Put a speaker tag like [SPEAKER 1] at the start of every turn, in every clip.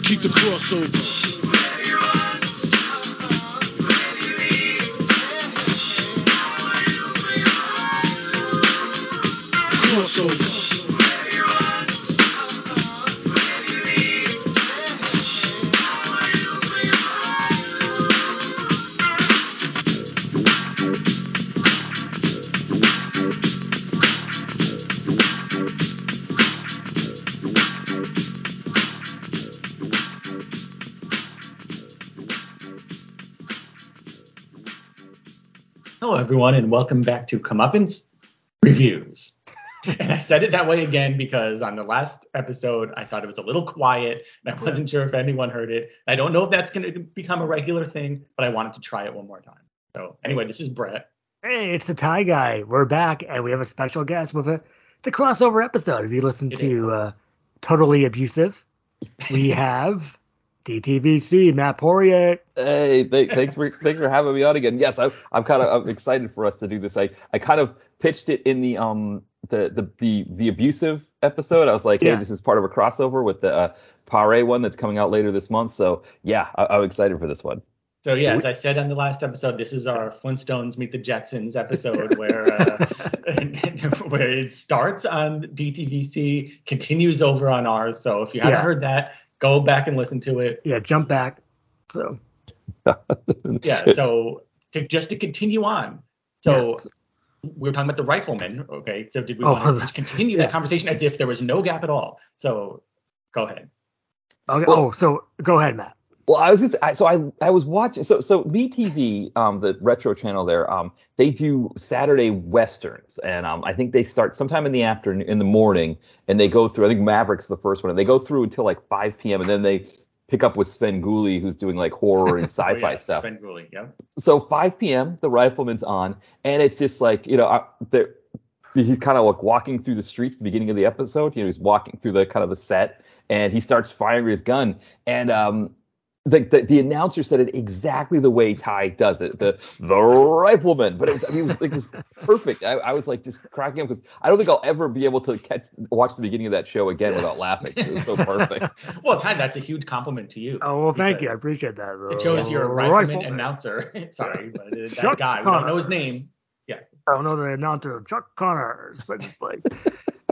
[SPEAKER 1] keep the crossover. Crossover.
[SPEAKER 2] Hello, everyone, and welcome back to Comeuppance Reviews. and I said it that way again because on the last episode, I thought it was a little quiet, and I wasn't sure if anyone heard it. I don't know if that's going to become a regular thing, but I wanted to try it one more time. So, anyway, this is Brett.
[SPEAKER 3] Hey, it's the Thai guy. We're back, and we have a special guest with a it's a crossover episode. If you listen
[SPEAKER 2] It is.
[SPEAKER 3] to uh, Totally Abusive, we have DTVC Matt Poirier.
[SPEAKER 4] Hey, th- thanks for thanks for having me on again. Yes, I'm I'm kind of I'm excited for us to do this. I I kind of pitched it in the um the the the, the abusive episode. I was like,
[SPEAKER 3] Yeah.
[SPEAKER 4] hey, this is part of a crossover with the uh, Pare one that's coming out later this month. So yeah, I, I'm excited for this one.
[SPEAKER 2] So, yeah, as I said on the last episode, this is our Flintstones Meet the Jetsons episode where uh, where it starts on DTVC, continues over on ours. So, if you haven't
[SPEAKER 3] Yeah.
[SPEAKER 2] heard that, go back and listen to it.
[SPEAKER 3] Yeah, jump back. So
[SPEAKER 2] yeah so to just to continue on so
[SPEAKER 3] Yes.
[SPEAKER 2] we were talking about the rifleman okay so did we
[SPEAKER 3] Oh,
[SPEAKER 2] want to just continue
[SPEAKER 3] yeah.
[SPEAKER 2] that conversation as if there was no gap at all so go ahead
[SPEAKER 3] okay.
[SPEAKER 4] Well-
[SPEAKER 3] oh, so go ahead, Matt.
[SPEAKER 4] Well, I was just, I, so I I was watching so so BTV um the retro channel there um they do Saturday westerns and um I think they start sometime in the afternoon in the morning and they go through I think Maverick's the first one and they go through until like 5 p.m. and then they pick up with Sven Gulli who's doing like horror and
[SPEAKER 2] Oh,
[SPEAKER 4] sci-fi
[SPEAKER 2] yes,
[SPEAKER 4] stuff
[SPEAKER 2] Sven Gulli, yeah.
[SPEAKER 4] so 5 p.m. the rifleman's on and it's just like you know I, the, he's kind of like walking through the streets at the beginning of the episode you know he's walking through the kind of the set and he starts firing his gun and um the, the, the announcer said it exactly the way Ty does it, the the rifleman. But it was I mean, it was, it was perfect. I, I was like just cracking up because I don't think I'll ever be able to catch watch the beginning of that show again without laughing. It was so perfect.
[SPEAKER 2] well ty that's a huge compliment to you
[SPEAKER 3] Oh well, thank you. I
[SPEAKER 2] uh, Because
[SPEAKER 3] appreciate that. Oh,
[SPEAKER 2] it shows you're a rifleman announcer sorry but uh, that
[SPEAKER 3] Chuck
[SPEAKER 2] guy we don't know his
[SPEAKER 3] Connors.
[SPEAKER 2] name yes
[SPEAKER 3] I don't know the announcer Chuck Connors, but it's like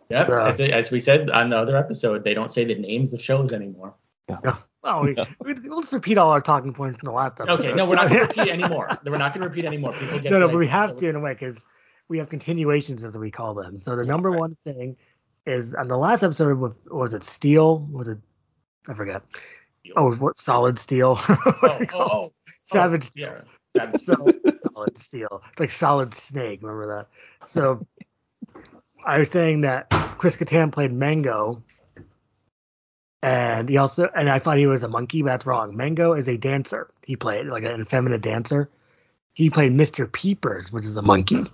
[SPEAKER 2] yep.
[SPEAKER 3] Yeah.
[SPEAKER 2] As, as we said on the other episode they don't say the names of shows anymore
[SPEAKER 3] well, we, we, we'll just repeat all our talking points from the last episode.
[SPEAKER 2] okay no we're not going to repeat anymore we're not going to repeat anymore people get
[SPEAKER 3] no, no,
[SPEAKER 2] the
[SPEAKER 3] but we
[SPEAKER 2] idea.
[SPEAKER 3] have
[SPEAKER 2] So-
[SPEAKER 3] to in a way because we have continuations as we call them. So the number
[SPEAKER 2] right.
[SPEAKER 3] one thing is on the last episode with was it Steel? Was it I forget. Oh, what Solid Steel? what
[SPEAKER 2] oh,
[SPEAKER 3] do
[SPEAKER 2] oh,
[SPEAKER 3] we call
[SPEAKER 2] oh,
[SPEAKER 3] it?
[SPEAKER 2] oh,
[SPEAKER 3] Savage
[SPEAKER 2] yeah.
[SPEAKER 3] Steel.
[SPEAKER 2] Savage
[SPEAKER 3] So solid Steel, It's like Solid Snake. Remember that? So I was saying that Chris Kattan played Mango. And he also, and I thought he was a monkey, but that's wrong. Mango is a dancer. He played like an effeminate dancer. He played Mr. Peepers, which is a monkey.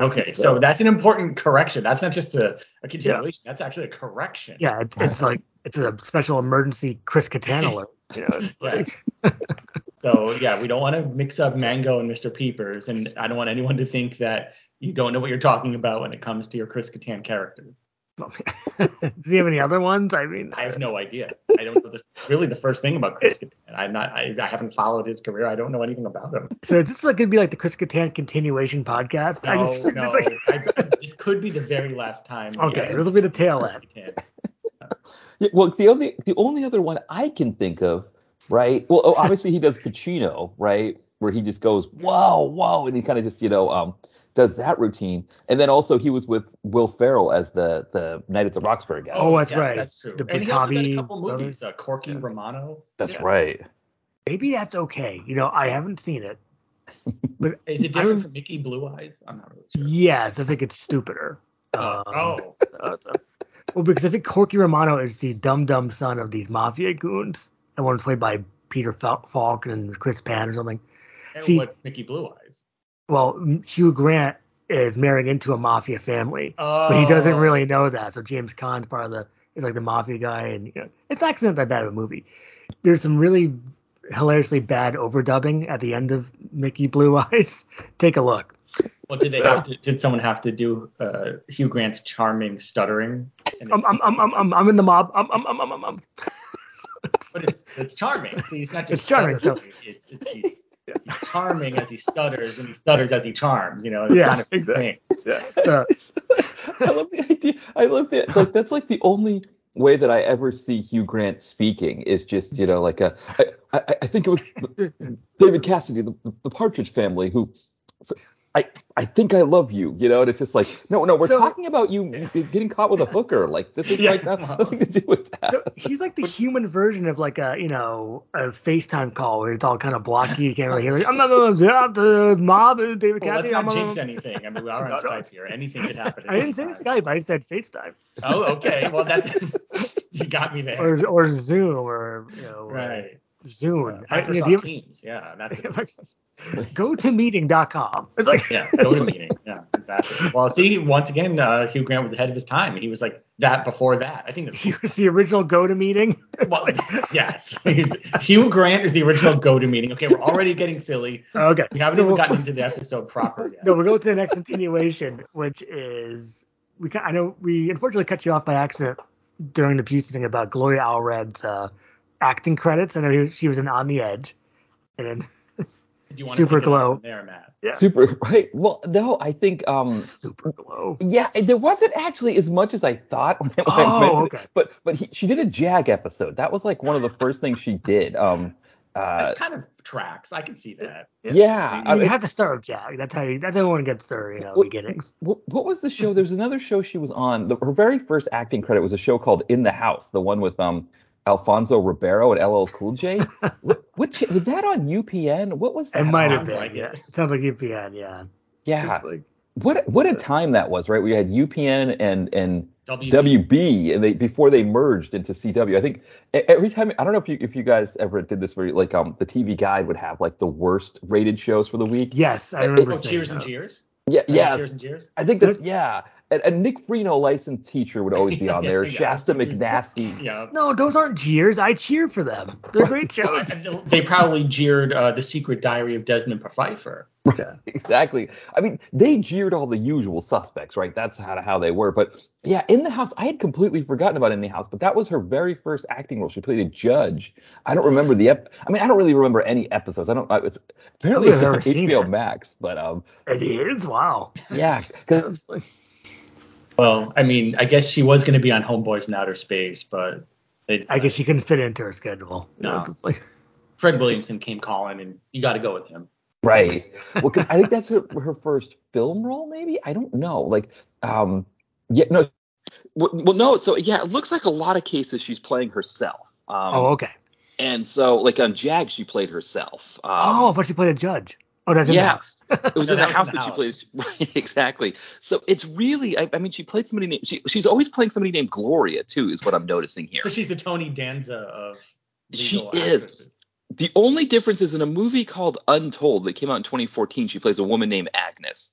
[SPEAKER 2] Okay, so that's an important correction. That's not just a, a continuation. That's actually a correction.
[SPEAKER 3] Yeah, it's, it's like it's a special emergency Chris Kattan alert. You know, it's
[SPEAKER 2] Yeah.
[SPEAKER 3] like-
[SPEAKER 2] So yeah, we don't want to mix up Mango and Mr. Peepers, and I don't want anyone to think that you don't know what you're talking about when it comes to your Chris Kattan characters.
[SPEAKER 3] Does he have any other ones? I mean,
[SPEAKER 2] I have no idea. I don't know. The, really, the first thing about Chris Kattan. I'm not. I, I haven't followed his career. I don't know anything about him.
[SPEAKER 3] so is this like gonna be like the Chris Kattan continuation podcast?
[SPEAKER 2] No,
[SPEAKER 3] I just, it's
[SPEAKER 2] Oh, no.
[SPEAKER 3] like-
[SPEAKER 2] I, this could be the very last time. we
[SPEAKER 3] okay,
[SPEAKER 2] have
[SPEAKER 3] this will be the tail
[SPEAKER 2] Chris
[SPEAKER 3] end.
[SPEAKER 2] Kattan.
[SPEAKER 4] Yeah, well, the only the only other one I can think of, right? Well, oh, obviously he does Pacino, right? Where he just goes, whoa, whoa, and he kind of just, you know, um, does that routine. And then also he was with Will Ferrell as the the Night at the Roxbury guy.
[SPEAKER 3] Oh, that's right.
[SPEAKER 2] That's true.
[SPEAKER 3] The
[SPEAKER 2] and he also did a
[SPEAKER 3] Batavi
[SPEAKER 2] couple movies.
[SPEAKER 3] brothers.
[SPEAKER 2] Uh, Corky
[SPEAKER 3] Yeah.
[SPEAKER 2] Romano.
[SPEAKER 4] that's
[SPEAKER 2] Yeah.
[SPEAKER 4] right.
[SPEAKER 3] Maybe that's okay. You know, I haven't seen it. But
[SPEAKER 2] Is it
[SPEAKER 3] I
[SPEAKER 2] different
[SPEAKER 3] rem-
[SPEAKER 2] from Mickey Blue Eyes? I'm not really sure.
[SPEAKER 3] yes, I think it's stupider. Um,
[SPEAKER 2] oh,
[SPEAKER 3] so it's a- well, because I think Corky Romano is the dumb dumb son of these mafia goons, and one's played by Peter Fal- Falk and Chris Pan or something.
[SPEAKER 2] and
[SPEAKER 3] see-
[SPEAKER 2] what's Mickey Blue Eyes?
[SPEAKER 3] Well, Hugh Grant is marrying into a mafia family.
[SPEAKER 2] Oh,
[SPEAKER 3] but he doesn't really know that. So James Caan's part of the is like the mafia guy, and you know, it's actually not that bad of a movie. There's some really hilariously bad overdubbing at the end of Mickey Blue Eyes. Take a look.
[SPEAKER 2] Well, did they have to? Did someone have to do uh, Hugh Grant's charming stuttering? And
[SPEAKER 3] I'm
[SPEAKER 2] it's-
[SPEAKER 3] I'm I'm I'm I'm, I'm in the mob. I'm I'm I'm I'm I'm.
[SPEAKER 2] but it's it's charming. See, he's not just
[SPEAKER 3] It's charming, so-
[SPEAKER 2] stuttering. It's, it's he's, he's charming as he stutters and he stutters as he charms. You know, it's
[SPEAKER 3] Yeah,
[SPEAKER 2] kind of his
[SPEAKER 3] exactly.
[SPEAKER 2] thing.
[SPEAKER 3] So-
[SPEAKER 4] I love the idea. I love that. Like that's like the only way that I ever see Hugh Grant speaking is just you know like a. I, I, I think it was David Cassidy, the, the Partridge Family, who. I, I think I love you, you know, and it's just like no no we're
[SPEAKER 3] So-
[SPEAKER 4] talking about you getting caught with a hooker like this is
[SPEAKER 2] Yeah.
[SPEAKER 4] like not- nothing to do with that.
[SPEAKER 3] So he's like the human version of like a you know a FaceTime call where it's all kind of blocky. You can't really hear. Like, I'm not "Ah, the mob. uh, David
[SPEAKER 2] Well, let's
[SPEAKER 3] Cassidy.
[SPEAKER 2] not
[SPEAKER 3] I'm
[SPEAKER 2] jinx
[SPEAKER 3] a-
[SPEAKER 2] anything. I mean, we are on
[SPEAKER 3] No, no.
[SPEAKER 2] Skype here. Anything could happen. at
[SPEAKER 3] I didn't
[SPEAKER 2] any
[SPEAKER 3] say
[SPEAKER 2] time.
[SPEAKER 3] Skype. I said FaceTime
[SPEAKER 2] Oh, okay. Well, that's you got me there.
[SPEAKER 3] or or Zoom or you know
[SPEAKER 2] right.
[SPEAKER 3] Zoom. I- you know,
[SPEAKER 2] Microsoft
[SPEAKER 3] do you ever-
[SPEAKER 2] Teams. Yeah, that's it.
[SPEAKER 3] Go to meeting.com. It's like
[SPEAKER 2] yeah. Go to meeting. Yeah, exactly. Well, see, once again, uh, Hugh Grant was ahead of his time. He was like that before that. I think.
[SPEAKER 3] he was the original go to meeting.
[SPEAKER 2] That, well, yes. He's- Hugh Grant is the original go-to meeting. Okay, we're already getting silly.
[SPEAKER 3] Okay.
[SPEAKER 2] We haven't
[SPEAKER 3] So
[SPEAKER 2] even
[SPEAKER 3] we'll-
[SPEAKER 2] gotten into the episode proper yet.
[SPEAKER 3] No, we'll go to the next continuation, which is we. ca- I know we unfortunately cut you off by accident during the Pusey thing about Gloria Allred's uh, acting credits. I know he, she was in On the Edge, and then
[SPEAKER 2] Do you wanna
[SPEAKER 3] Super
[SPEAKER 2] pick us up
[SPEAKER 3] glow.
[SPEAKER 2] from There, Matt.
[SPEAKER 3] Yeah.
[SPEAKER 4] Super right. Well, no, I think um
[SPEAKER 3] Super Glow.
[SPEAKER 4] Yeah, there wasn't actually as much as I thought when I, when I
[SPEAKER 3] Oh,
[SPEAKER 4] mentioned
[SPEAKER 3] okay.
[SPEAKER 4] it. But but he, she did a Jag episode. That was like one of the first things she did. Um, uh,
[SPEAKER 2] That kind of tracks. I can see that.
[SPEAKER 4] yeah.
[SPEAKER 3] You
[SPEAKER 4] I mean,
[SPEAKER 3] have to start with Jack. That's how you, that's how everyone gets their you know
[SPEAKER 4] Well-
[SPEAKER 3] beginnings.
[SPEAKER 4] what, what was the show? There's another show she was on. The, her very first acting credit was a show called In the House, the one with um Alfonso Ribeiro and LL Cool J. what, what ch- was that on UPN? What was
[SPEAKER 3] It
[SPEAKER 4] that?
[SPEAKER 3] might have
[SPEAKER 4] on?
[SPEAKER 2] sounds
[SPEAKER 3] been.
[SPEAKER 2] like
[SPEAKER 3] yeah.
[SPEAKER 2] it.
[SPEAKER 3] It sounds like UPN. Yeah.
[SPEAKER 4] Yeah.
[SPEAKER 5] It's like
[SPEAKER 4] What what a time that was, right? We had UPN and and
[SPEAKER 2] W.
[SPEAKER 4] WB and they before they merged into CW. I think e- every time I don't know if you if you guys ever did this where you, like um the TV guide would have like the worst rated shows for the week.
[SPEAKER 3] Yes, I
[SPEAKER 4] It-
[SPEAKER 3] remember.
[SPEAKER 2] Oh,
[SPEAKER 3] seeing
[SPEAKER 2] cheers and
[SPEAKER 3] that.
[SPEAKER 2] cheers.
[SPEAKER 4] Yeah, yeah.
[SPEAKER 2] Cheers and cheers.
[SPEAKER 4] I think that yeah. And, and Nick Freno, licensed teacher, would always be on there.
[SPEAKER 2] Yeah,
[SPEAKER 4] Shasta
[SPEAKER 2] yeah.
[SPEAKER 4] McNasty.
[SPEAKER 2] Yeah.
[SPEAKER 3] No, those aren't jeers. I cheer for them. They're great shows.
[SPEAKER 2] And They probably jeered uh, the Secret Diary of Desmond Pfeiffer.
[SPEAKER 4] Exactly. I mean, they jeered all the usual suspects, right? That's how how they were. But yeah, in the house, I had completely forgotten about in the house, but that was her very first acting role. She played a judge. I don't remember the ep- I mean, I don't really remember any episodes. I don't. I, it's, apparently,
[SPEAKER 3] I've
[SPEAKER 4] it's on
[SPEAKER 3] never seen
[SPEAKER 4] HBO
[SPEAKER 3] her.
[SPEAKER 4] Max, but um,
[SPEAKER 3] It is. Wow.
[SPEAKER 4] yeah, 'cause-
[SPEAKER 2] Well, I mean, I guess she was going to be on Homeboys in Outer Space, but it,
[SPEAKER 3] I guess she couldn't fit into her schedule.
[SPEAKER 2] No.
[SPEAKER 3] It's like-
[SPEAKER 2] Fred Williamson came calling, and you got to go with him.
[SPEAKER 4] right. Well, 'cause I think that's her, her first film role, maybe. I don't know. Like, um, yeah, no. Well, well, no. So yeah, it looks like a lot of cases she's playing herself. Um,
[SPEAKER 3] oh, okay.
[SPEAKER 4] And so, like on Jag, she played herself. Um,
[SPEAKER 3] oh, I thought she played a judge. Oh, that's in the
[SPEAKER 4] yeah.
[SPEAKER 3] house.
[SPEAKER 4] it was
[SPEAKER 2] No,
[SPEAKER 4] in the
[SPEAKER 2] that was
[SPEAKER 4] house
[SPEAKER 2] in
[SPEAKER 4] that
[SPEAKER 2] the
[SPEAKER 4] she played. Right, exactly. So it's really, I, I mean, she played somebody named. She, she's always playing somebody named Gloria too, is what I'm noticing here.
[SPEAKER 2] So she's the Tony Danza of
[SPEAKER 4] She
[SPEAKER 2] legal
[SPEAKER 4] is.
[SPEAKER 2] actresses.
[SPEAKER 4] the only difference is in a movie called Untold that came out in 2014. She plays a woman named Agnes.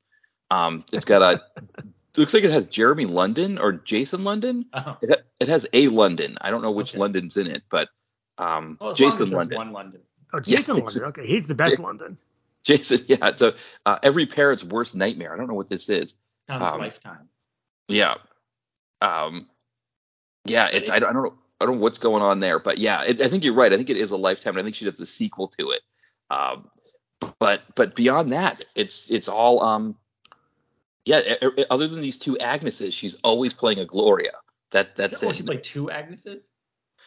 [SPEAKER 4] Um, it's got a. looks like it had Jeremy London or Jason London.
[SPEAKER 2] Oh.
[SPEAKER 4] It, ha- it has a London. I don't know which
[SPEAKER 2] Okay.
[SPEAKER 4] London's in it, but um,
[SPEAKER 2] Well, as long as
[SPEAKER 4] Jason
[SPEAKER 2] there's
[SPEAKER 4] London.
[SPEAKER 2] One London.
[SPEAKER 3] Oh,
[SPEAKER 4] Yeah,
[SPEAKER 3] Jason
[SPEAKER 4] it's-
[SPEAKER 3] London. Okay, he's the best
[SPEAKER 4] Yeah.
[SPEAKER 3] London.
[SPEAKER 4] Jason, yeah. So uh, every parent's worst nightmare. I don't know what this is.
[SPEAKER 2] Sounds
[SPEAKER 4] Um,
[SPEAKER 2] lifetime.
[SPEAKER 4] Yeah. Um yeah, it's I don't, I don't know I don't know what's going on there, but yeah, it, I think you're right. I think it is a lifetime and I think she does a sequel to it. Um but but beyond that, it's it's all um yeah, e- e- other than these two Agneses, she's always playing a Gloria. That that's
[SPEAKER 2] oh,
[SPEAKER 4] it.
[SPEAKER 2] she played two Agneses.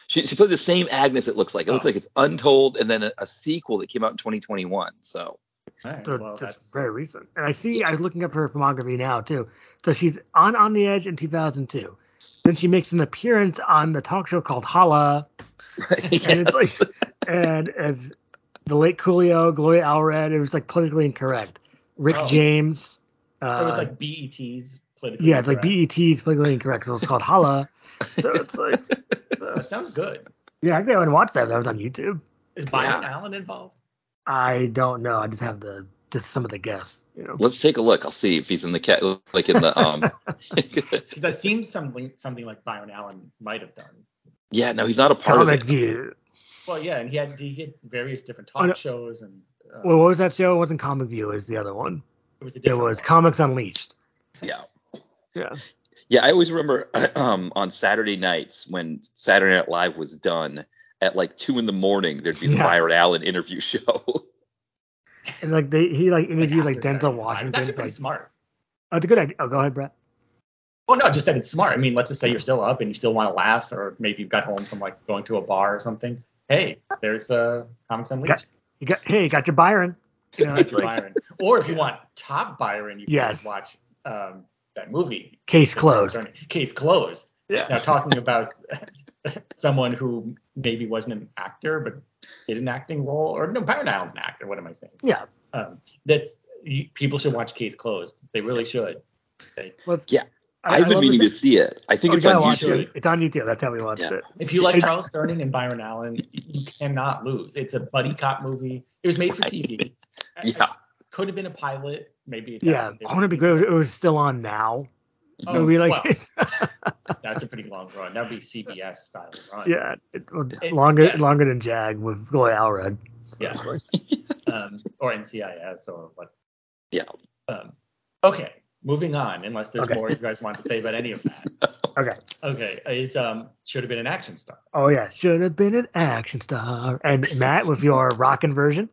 [SPEAKER 4] She, she played the same Agnes. It looks like it looks
[SPEAKER 2] Oh.
[SPEAKER 4] like it's Untold, and then a, a sequel that came out in 2021. So
[SPEAKER 2] All right,
[SPEAKER 3] So
[SPEAKER 2] well,
[SPEAKER 3] it's just
[SPEAKER 2] that's-
[SPEAKER 3] very recent. And I see, I was looking up her filmography now too. So she's on On the Edge in 2002. Then she makes an appearance on the talk show called Holla, and it's like, and as the late Coolio, Gloria Allred, it was like politically incorrect. Rick
[SPEAKER 2] Oh.
[SPEAKER 3] James. Uh,
[SPEAKER 2] it was like E BET's political.
[SPEAKER 3] yeah, it's like E
[SPEAKER 2] correct.
[SPEAKER 3] BET's politically incorrect, so it's called Holla. So it's like, so-
[SPEAKER 2] That sounds good.
[SPEAKER 3] yeah, I think I would watch that if that was on YouTube.
[SPEAKER 2] Is Byron
[SPEAKER 4] Yeah.
[SPEAKER 2] Allen involved?
[SPEAKER 3] I don't know. I just have the just some of the guests. You know.
[SPEAKER 4] let's take a look. I'll see if he's in the cat like in the um.
[SPEAKER 2] 'Cause that seems something something like Byron Allen might have done.
[SPEAKER 4] yeah, no, he's not a part of
[SPEAKER 3] Comic
[SPEAKER 4] it.
[SPEAKER 3] View.
[SPEAKER 2] Well, yeah, and he had he had various different
[SPEAKER 3] Oh,
[SPEAKER 2] talk
[SPEAKER 3] no.
[SPEAKER 2] shows and. Uh,
[SPEAKER 3] Well, what was that show? It wasn't Comic View. It was the other one.
[SPEAKER 2] it was a
[SPEAKER 3] It
[SPEAKER 2] different.
[SPEAKER 3] was
[SPEAKER 2] one.
[SPEAKER 3] Comics Unleashed.
[SPEAKER 4] Yeah.
[SPEAKER 3] Yeah.
[SPEAKER 4] Yeah, I always remember um, on Saturday nights when Saturday Night Live was done, at like two in the morning, there'd be the
[SPEAKER 3] Yeah.
[SPEAKER 4] Byron Allen interview show.
[SPEAKER 3] And like they, he like interviews like
[SPEAKER 2] after
[SPEAKER 3] Denzel
[SPEAKER 2] 75.
[SPEAKER 3] Washington.
[SPEAKER 2] It's actually
[SPEAKER 3] like,
[SPEAKER 2] pretty smart.
[SPEAKER 3] oh, it's a good idea. Oh, go ahead, Brett.
[SPEAKER 2] Well, no, just that it's smart. I mean, let's just say you're still up and you still want to laugh, or maybe you got home from like going to a bar or something. Hey, there's uh, comics unleashed.
[SPEAKER 3] You got hey, you got your Byron. You know,
[SPEAKER 2] That's Byron. Or if you want top Byron, you can
[SPEAKER 3] Yes.
[SPEAKER 2] just watch um, that movie.
[SPEAKER 3] case closed.
[SPEAKER 2] Case closed.
[SPEAKER 6] Yeah.
[SPEAKER 2] Now talking about someone who maybe wasn't an actor but did an acting role, or no, Byron Allen's an actor. What am I saying?
[SPEAKER 3] Yeah.
[SPEAKER 2] Um, that's you, people should watch Case Closed. They really should. They-
[SPEAKER 3] Let's,
[SPEAKER 4] Yeah,
[SPEAKER 3] I
[SPEAKER 4] I've been
[SPEAKER 3] love
[SPEAKER 4] meaning to
[SPEAKER 3] this-
[SPEAKER 4] see it. I think
[SPEAKER 3] oh,
[SPEAKER 4] it's
[SPEAKER 3] you
[SPEAKER 4] on
[SPEAKER 3] gotta watch
[SPEAKER 4] YouTube.
[SPEAKER 3] it. It's on YouTube. That's how we watched
[SPEAKER 4] Yeah.
[SPEAKER 3] it.
[SPEAKER 2] If you like Charles Sterling and Byron Allen, you cannot lose. It's a buddy cop movie. It was made for
[SPEAKER 4] Right.
[SPEAKER 2] TV.
[SPEAKER 4] Yeah.
[SPEAKER 2] Could have been a pilot. Maybe. it has
[SPEAKER 3] Yeah,
[SPEAKER 2] something-
[SPEAKER 3] I want to be good. It was still on now.
[SPEAKER 2] Oh,
[SPEAKER 3] It would be like,
[SPEAKER 2] well, that's a pretty long run. That'd be CBS style run.
[SPEAKER 3] yeah, it, was
[SPEAKER 2] It-
[SPEAKER 3] longer
[SPEAKER 2] yeah.
[SPEAKER 3] longer than Jag with Gloria Allred.
[SPEAKER 2] Yeah. um, or NCIS or what.
[SPEAKER 4] Yeah.
[SPEAKER 2] Um, okay. Moving on, unless there's
[SPEAKER 3] Okay.
[SPEAKER 2] more you guys want to say about any of that.
[SPEAKER 3] Okay.
[SPEAKER 2] Okay. Is um should have been an action star.
[SPEAKER 3] Oh yeah, should have been an action star. And Matt with your rockin' version.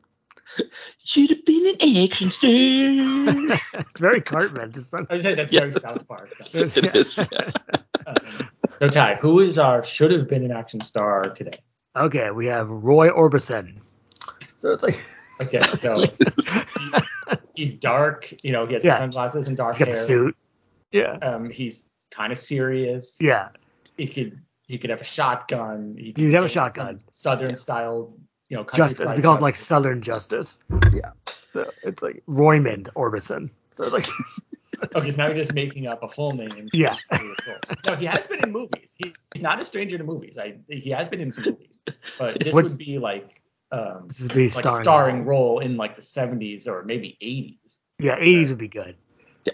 [SPEAKER 4] Should have been an action star. it
[SPEAKER 3] It's very Cartman. This one.
[SPEAKER 2] I would say that's
[SPEAKER 4] Yeah.
[SPEAKER 2] very South Park. sounding.
[SPEAKER 4] is.
[SPEAKER 2] Um, so Ty, who is our should have been an action star today?
[SPEAKER 3] Okay, we have Roy Orbison. So it's like
[SPEAKER 2] Okay, so he's dark. You know, he has
[SPEAKER 3] Yeah.
[SPEAKER 2] sunglasses and dark
[SPEAKER 3] he's got the
[SPEAKER 2] hair.
[SPEAKER 3] suit. Yeah.
[SPEAKER 2] Um, he's kind of serious.
[SPEAKER 3] Yeah.
[SPEAKER 2] He could he could have a shotgun. He
[SPEAKER 3] He'd have a
[SPEAKER 2] some
[SPEAKER 3] shotgun.
[SPEAKER 2] Southern style, you know, Oh,
[SPEAKER 3] Justice.
[SPEAKER 2] countryside
[SPEAKER 3] We call it like
[SPEAKER 2] justice.
[SPEAKER 3] Southern Justice.
[SPEAKER 6] Yeah.
[SPEAKER 3] So it's like Roymond Orbison. So it's like
[SPEAKER 2] Okay, so now you're just making up a full name.
[SPEAKER 3] Yeah.
[SPEAKER 2] No, he has been in movies. He, he's not a stranger to movies. I he has been in some movies, but this
[SPEAKER 3] What-
[SPEAKER 2] would be like um
[SPEAKER 3] this is be
[SPEAKER 2] like
[SPEAKER 3] starring.
[SPEAKER 2] a starring role in like the 70s or maybe 80s.
[SPEAKER 3] Yeah, 80s would be good.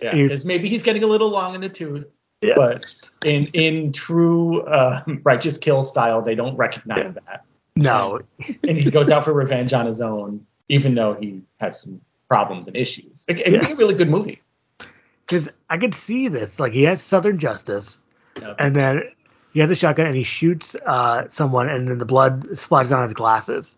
[SPEAKER 2] Yeah,
[SPEAKER 3] You-
[SPEAKER 2] because maybe he's getting a little long in the tooth.
[SPEAKER 3] Yeah.
[SPEAKER 2] But in in true uh, righteous kill style, they don't recognize that,
[SPEAKER 3] No,
[SPEAKER 2] and he goes out for revenge on his own, even though he has some problems and issues. It, it would be
[SPEAKER 3] Yeah.
[SPEAKER 2] a really good movie.
[SPEAKER 3] because I could see this. Like he has Southern Justice,
[SPEAKER 2] Yeah.
[SPEAKER 3] and then he has a shotgun and he shoots uh, someone, and then the blood splatters on his glasses.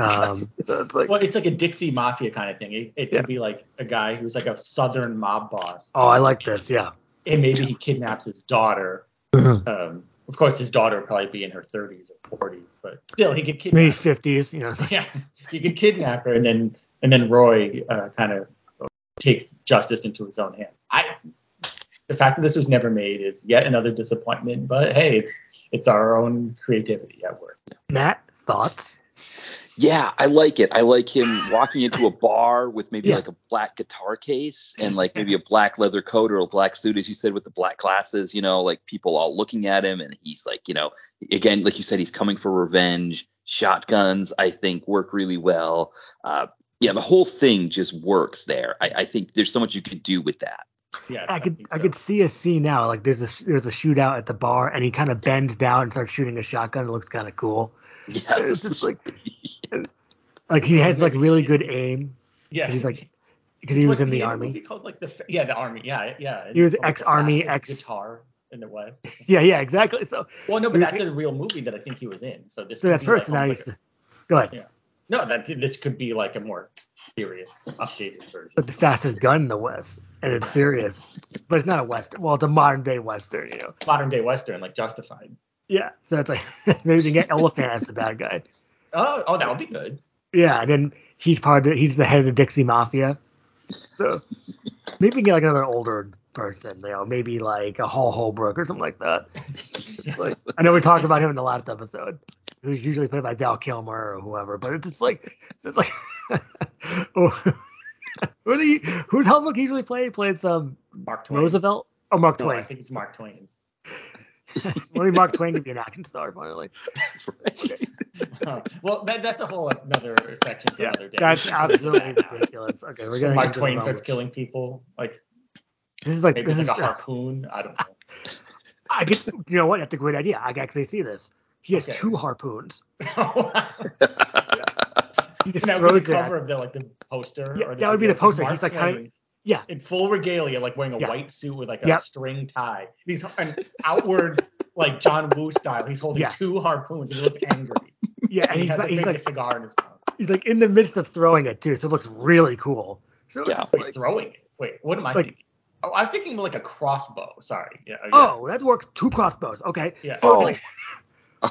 [SPEAKER 3] Um, so it's like,
[SPEAKER 2] Well, it's like a Dixie Mafia kind of thing. It, it
[SPEAKER 3] Yeah.
[SPEAKER 2] could be like a guy who's like a Southern mob boss,
[SPEAKER 3] oh, I like this. Yeah.
[SPEAKER 2] and maybe he kidnaps his daughter.
[SPEAKER 3] Mhm.
[SPEAKER 2] Um, of course, his daughter would probably be in her 30s or 40s, but still, he could kidnap.
[SPEAKER 3] Maybe
[SPEAKER 2] her.
[SPEAKER 3] 50s, you know. it's like-
[SPEAKER 2] yeah, you could kidnap her, and then and then Roy uh, kind of takes justice into his own hands. I, the fact that this was never made is yet another disappointment. But hey, it's it's our own creativity at work.
[SPEAKER 3] Matt, thoughts?
[SPEAKER 4] Yeah, I like it. I like him walking into a bar with maybe
[SPEAKER 3] Yeah.
[SPEAKER 4] like a black guitar case and like maybe a black leather coat or a black suit, as you said, with the black glasses, you know, like people all looking at him. And he's like, you know, again, like you said, he's coming for revenge. Shotguns, I think, work really well. Uh, yeah, the whole thing just works there. I, I think there's so much you could do with that.
[SPEAKER 2] Yeah,
[SPEAKER 3] I could
[SPEAKER 2] think
[SPEAKER 3] I
[SPEAKER 2] so.
[SPEAKER 3] could see a scene now. Like there's a there's a shootout at the bar, and he kind of bends down and starts shooting a shotgun. It looks kind of cool.
[SPEAKER 4] Yeah,
[SPEAKER 3] It's just like like he has like really good aim
[SPEAKER 2] Yeah,
[SPEAKER 3] he's like- because he was in the
[SPEAKER 2] He
[SPEAKER 3] army.
[SPEAKER 2] called like the fa- yeah the army yeah yeah.
[SPEAKER 3] He was
[SPEAKER 2] Called, like, the
[SPEAKER 3] ex-army,
[SPEAKER 2] fastest
[SPEAKER 3] ex-
[SPEAKER 2] guitar in the West.
[SPEAKER 3] Yeah, yeah, exactly. So
[SPEAKER 2] Well, no, but
[SPEAKER 3] We-
[SPEAKER 2] that's a real movie that I think he was in. So this
[SPEAKER 3] so
[SPEAKER 2] could
[SPEAKER 3] that's
[SPEAKER 2] be, like,
[SPEAKER 3] first, and now
[SPEAKER 2] almost
[SPEAKER 3] he's
[SPEAKER 2] like
[SPEAKER 3] the, go ahead.
[SPEAKER 2] Yeah. a- no that this could be like a more serious updated version.
[SPEAKER 3] But the fastest gun in the West, and it's serious, but it's not a Western. Well, it's a modern day Western, you know.
[SPEAKER 2] Modern day western like Justified.
[SPEAKER 3] Yeah, so it's like maybe we can get Elephant as the bad guy.
[SPEAKER 2] Oh oh that would be good.
[SPEAKER 3] Yeah, and then he's part of the, he's the head of the Dixie Mafia. So maybe we can get like another older person, you know, maybe like a Hall Holbrook or something like that. It's like I know we talked about him in the last episode, who's usually played by Dal Kilmer or whoever, but it's just like it's just like oh, who do you, who's Holbrook usually play? He plays um
[SPEAKER 2] Mark Twain.
[SPEAKER 3] Roosevelt or Mark
[SPEAKER 2] No, I
[SPEAKER 3] Twain.
[SPEAKER 2] think it's Mark Twain.
[SPEAKER 3] Maybe Mark Twain could be an action star finally.
[SPEAKER 2] well, that, that's a whole another section for
[SPEAKER 3] Yeah,
[SPEAKER 2] another day.
[SPEAKER 3] that's
[SPEAKER 2] We should
[SPEAKER 3] absolutely
[SPEAKER 2] do that now.
[SPEAKER 3] ridiculous. Okay, we're gonna
[SPEAKER 2] Mark Twain starts killing people. Like
[SPEAKER 3] This is like
[SPEAKER 2] maybe
[SPEAKER 3] this
[SPEAKER 2] like
[SPEAKER 3] is
[SPEAKER 2] a
[SPEAKER 3] uh,
[SPEAKER 2] harpoon. I don't know.
[SPEAKER 3] I get, you know what? That's a great idea. I can actually see this. He has
[SPEAKER 2] Okay.
[SPEAKER 3] two harpoons. He just
[SPEAKER 2] And that would be
[SPEAKER 3] throws
[SPEAKER 2] the
[SPEAKER 3] it.
[SPEAKER 2] cover
[SPEAKER 3] at-
[SPEAKER 2] of the like the poster.
[SPEAKER 3] Yeah,
[SPEAKER 2] or
[SPEAKER 3] that would be the
[SPEAKER 2] it's
[SPEAKER 3] poster.
[SPEAKER 2] Mark
[SPEAKER 3] He's like kinda-
[SPEAKER 2] Twain
[SPEAKER 3] yeah.
[SPEAKER 2] in full regalia, like wearing a
[SPEAKER 3] Yeah.
[SPEAKER 2] white suit with like a
[SPEAKER 3] Yep.
[SPEAKER 2] string tie. He's an outward like John Woo style. He's holding
[SPEAKER 3] Yeah.
[SPEAKER 2] two harpoons and he looks angry.
[SPEAKER 3] Yeah, and
[SPEAKER 2] he
[SPEAKER 3] he's,
[SPEAKER 2] has
[SPEAKER 3] like,
[SPEAKER 2] like,
[SPEAKER 3] he's
[SPEAKER 2] maybe a
[SPEAKER 3] like
[SPEAKER 2] cigar in his mouth.
[SPEAKER 3] he's like in the midst of throwing it too, so it looks really cool. So
[SPEAKER 4] Yeah.
[SPEAKER 2] Wait, throwing it. Wait, what am I
[SPEAKER 3] Like-
[SPEAKER 2] thinking? Oh, I was thinking like a crossbow. Sorry. Yeah. yeah.
[SPEAKER 3] oh, that works. Two crossbows. Okay.
[SPEAKER 2] Yeah.
[SPEAKER 3] So
[SPEAKER 4] Oh.
[SPEAKER 3] it's like,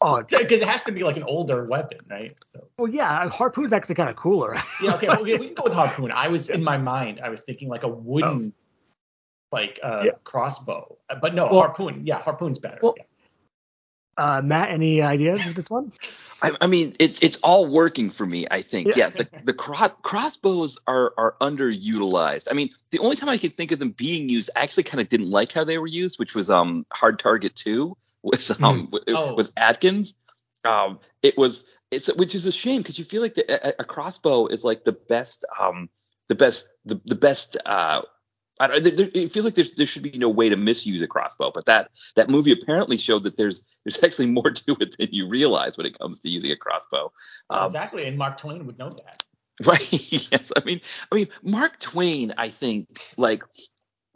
[SPEAKER 3] oh,
[SPEAKER 2] Because it has to be like an older weapon, right? So
[SPEAKER 3] well, yeah, harpoon's actually kind of cooler.
[SPEAKER 2] yeah, okay, well, we we can go with harpoon. I was in my mind, I was thinking like a wooden, like uh,
[SPEAKER 3] Oh. Yeah.
[SPEAKER 2] crossbow, Uh, but no,
[SPEAKER 3] Well-
[SPEAKER 2] harpoon. Yeah, harpoon's better.
[SPEAKER 3] Well-
[SPEAKER 2] yeah.
[SPEAKER 3] Uh, Matt, any ideas with this one?
[SPEAKER 4] I, I mean, it's it's all working for me. I
[SPEAKER 3] Yeah.
[SPEAKER 4] think, yeah. the the cro- crossbows are are underutilized. I mean, the only time I could think of them being used, I actually kind of didn't like how they were used, which was um Hard Target Two with um with,
[SPEAKER 2] Oh.
[SPEAKER 4] with Atkins. Um, it was it's which is a shame because you feel like the, a, a crossbow is like the best um the best the the best uh. I don't, there, there- it feels like there's, there should be no way to misuse a crossbow, but that that movie apparently showed that there's there's actually more to it than you realize when it comes to using a crossbow. Um,
[SPEAKER 2] exactly, and Mark Twain would know that.
[SPEAKER 4] Right. Yes. I mean, I mean, Mark Twain. I think like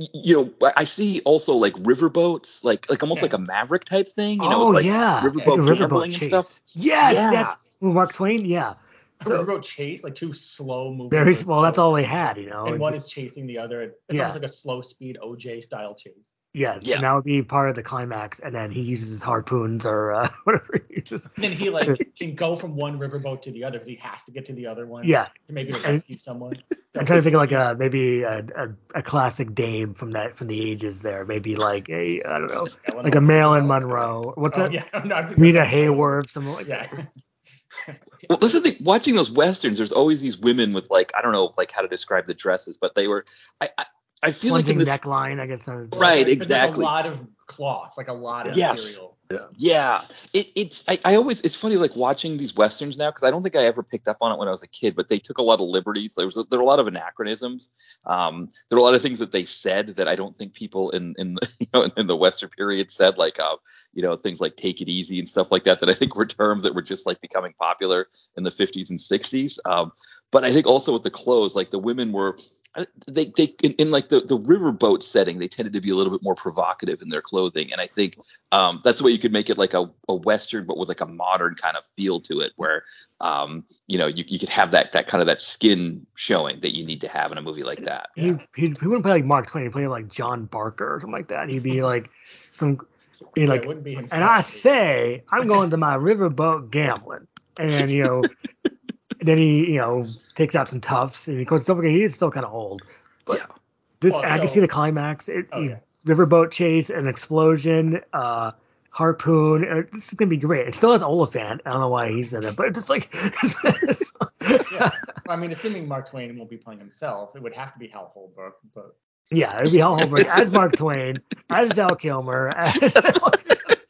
[SPEAKER 4] y- you know, I I see also like riverboats, like like almost
[SPEAKER 2] Yeah.
[SPEAKER 4] like a Maverick type thing. You know,
[SPEAKER 3] oh
[SPEAKER 4] with, like
[SPEAKER 3] yeah,
[SPEAKER 4] riverboat
[SPEAKER 3] like a riverboat
[SPEAKER 4] gambling
[SPEAKER 3] chase.
[SPEAKER 4] and stuff.
[SPEAKER 3] Yes,
[SPEAKER 4] Yeah.
[SPEAKER 3] that's ooh, Mark Twain. Yeah, So-
[SPEAKER 2] So, wrote chase like two slow movies.
[SPEAKER 3] very well. That's all they had, you know.
[SPEAKER 2] And one is
[SPEAKER 3] it's-
[SPEAKER 2] chasing the other. It's
[SPEAKER 3] Yeah.
[SPEAKER 2] almost like a slow speed OJ style chase.
[SPEAKER 3] Yes,
[SPEAKER 4] Yeah.
[SPEAKER 3] and that would be part of the climax, and then he uses his harpoons or uh, whatever he uses.
[SPEAKER 2] And then he like can go from one riverboat to the other because he has to get to the other one.
[SPEAKER 3] Yeah,
[SPEAKER 2] To maybe rescue someone. So
[SPEAKER 3] I'm trying to think of like a maybe a, a, a classic dame from that from the ages there. Maybe like a I don't know,
[SPEAKER 2] Eleanor
[SPEAKER 3] like a
[SPEAKER 2] Roosevelt.
[SPEAKER 3] Marilyn Monroe. What's
[SPEAKER 2] Oh,
[SPEAKER 3] that?
[SPEAKER 2] yeah. No, I think
[SPEAKER 3] Rita
[SPEAKER 2] that's-
[SPEAKER 3] Hayworth, something like
[SPEAKER 2] Yeah.
[SPEAKER 3] that.
[SPEAKER 4] Well, this is the watching those westerns. There's always these women with like I don't know like how to describe the dresses, but they were. I I, I feel like in
[SPEAKER 3] Plunging
[SPEAKER 4] this.
[SPEAKER 3] neckline, I guess. that is-
[SPEAKER 4] Right.
[SPEAKER 2] Because
[SPEAKER 4] exactly.
[SPEAKER 2] There's a lot of cloth, like a lot of
[SPEAKER 4] Yes.
[SPEAKER 2] material.
[SPEAKER 4] Yeah, it, it's I, I always it's funny like watching these westerns now because I don't think I ever picked up on it when I was a kid, but they took a lot of liberties. There was there were a lot of anachronisms. Um, there were a lot of things that they said that I don't think people in in the, you know in, the Western period said like uh, you know things like take it easy and stuff like that that I think were terms that were just like becoming popular in the 50s and 60s. Um, but I think also with the clothes, like the women were uh, they they in, in like the the riverboat setting, they tended to be a little bit more provocative in their clothing, and I think um, that's the way you could make it like a, a western, but with like a modern kind of feel to it, where um, you know you, you could have that that kind of that skin showing that you need to have in a movie like that.
[SPEAKER 3] He, he, he wouldn't play like Mark Twain. He'd play like John Barker or something like that. He'd be like some, be
[SPEAKER 2] Yeah,
[SPEAKER 3] like,
[SPEAKER 2] it wouldn't be himself.
[SPEAKER 3] and I say I'm going to my riverboat gambling, and then you know, then he you know takes out some toughs, and of course don't forget he is still kind of old. But
[SPEAKER 4] Yeah.
[SPEAKER 3] this
[SPEAKER 2] Well,
[SPEAKER 3] I can
[SPEAKER 2] so-
[SPEAKER 3] see the climax. It,
[SPEAKER 2] Oh,
[SPEAKER 3] you-
[SPEAKER 2] yeah.
[SPEAKER 3] Riverboat chase, an explosion, uh, harpoon. uh, This is gonna be great. It still has Oliphant. I don't know why he's in it, but it's just like.
[SPEAKER 2] Yeah. I mean, assuming Mark Twain won't be playing himself, it would have to be Hal Holbrook. But
[SPEAKER 3] Yeah, it'd be Hal Holbrook as Mark Twain, as Val Kilmer. As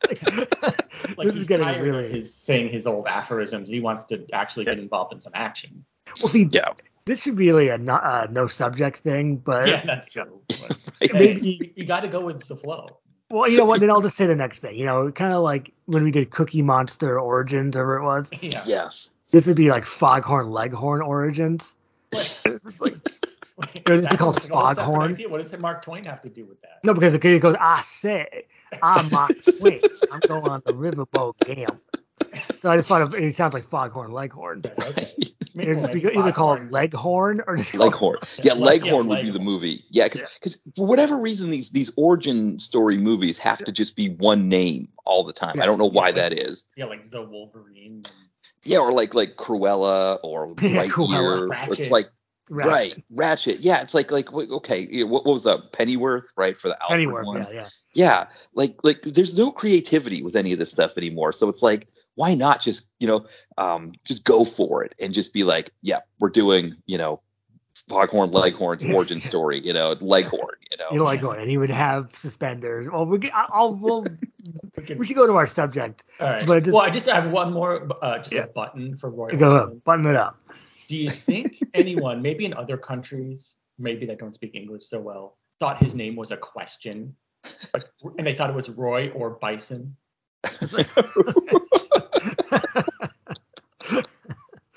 [SPEAKER 2] like
[SPEAKER 3] this
[SPEAKER 2] he's
[SPEAKER 3] is getting
[SPEAKER 2] tired
[SPEAKER 3] really.
[SPEAKER 2] of his saying his old aphorisms. He wants to actually get involved in some action.
[SPEAKER 3] Well, see,
[SPEAKER 4] Yeah,
[SPEAKER 3] this should be really a no, uh, no subject thing, but
[SPEAKER 2] yeah, that's true. But, hey,
[SPEAKER 3] Maybe-
[SPEAKER 2] you, got to go with the flow.
[SPEAKER 3] well, you know what? Then I'll just say the next thing. You know, kind of like when we did Cookie Monster Origins, whatever it was.
[SPEAKER 2] Yeah.
[SPEAKER 4] yes,
[SPEAKER 3] This would be like Foghorn Leghorn Origins. It's like-
[SPEAKER 2] Wait,
[SPEAKER 3] would just be
[SPEAKER 2] that
[SPEAKER 3] called
[SPEAKER 2] was a whole separate
[SPEAKER 3] Foghorn.
[SPEAKER 2] idea. What does Mark Twain have to do with that?
[SPEAKER 3] no, because the kid goes, I say, I'm Mark Twain. I'm going on the riverboat gam. So I just thought of, it sounds like Foghorn Leghorn.
[SPEAKER 2] Yeah, okay. Maybe we'll
[SPEAKER 3] It'll just be
[SPEAKER 2] make
[SPEAKER 3] either
[SPEAKER 2] Foghorn.
[SPEAKER 3] called Leghorn or just called
[SPEAKER 4] Leghorn. Yeah,
[SPEAKER 2] Yeah,
[SPEAKER 4] Leghorn would be
[SPEAKER 2] Leghorn.
[SPEAKER 4] the movie. Yeah, because for whatever reason these these origin story movies have to just be one name all the time. I don't know why that is.
[SPEAKER 2] Yeah, like the Wolverine. and-
[SPEAKER 4] Yeah, or like like Cruella or
[SPEAKER 3] Yeah,
[SPEAKER 4] Lightyear.
[SPEAKER 3] Cruella.
[SPEAKER 4] It's
[SPEAKER 2] Ratchet.
[SPEAKER 4] like
[SPEAKER 3] Ratchet.
[SPEAKER 4] Right, Ratchet. Yeah, it's like like wait, okay, yeah, what, what was that? Pennyworth, right, for the Alfred
[SPEAKER 3] Pennyworth,
[SPEAKER 4] one.
[SPEAKER 3] yeah, yeah.
[SPEAKER 4] Yeah, like like there's no creativity with any of this stuff anymore. So it's like, why not just you know, um, just go for it and just be like, yeah, we're doing you know, Foghorn Leghorn's origin story, you know, Leghorn, you know.
[SPEAKER 3] You know, Leghorn, and he would have suspenders. Well, we get, I- I'll, we'll,
[SPEAKER 2] We could-
[SPEAKER 3] we should go to our subject.
[SPEAKER 2] all right.
[SPEAKER 3] but I just-
[SPEAKER 2] well, I just have one more, uh, just
[SPEAKER 3] Yeah.
[SPEAKER 2] a button for Roy.
[SPEAKER 3] Go
[SPEAKER 2] Orbison.
[SPEAKER 3] ahead, button it up.
[SPEAKER 2] Do you think anyone, maybe in other countries, maybe that don't speak English so well, thought his name was a question? Like, and they thought it was Roy or Bison?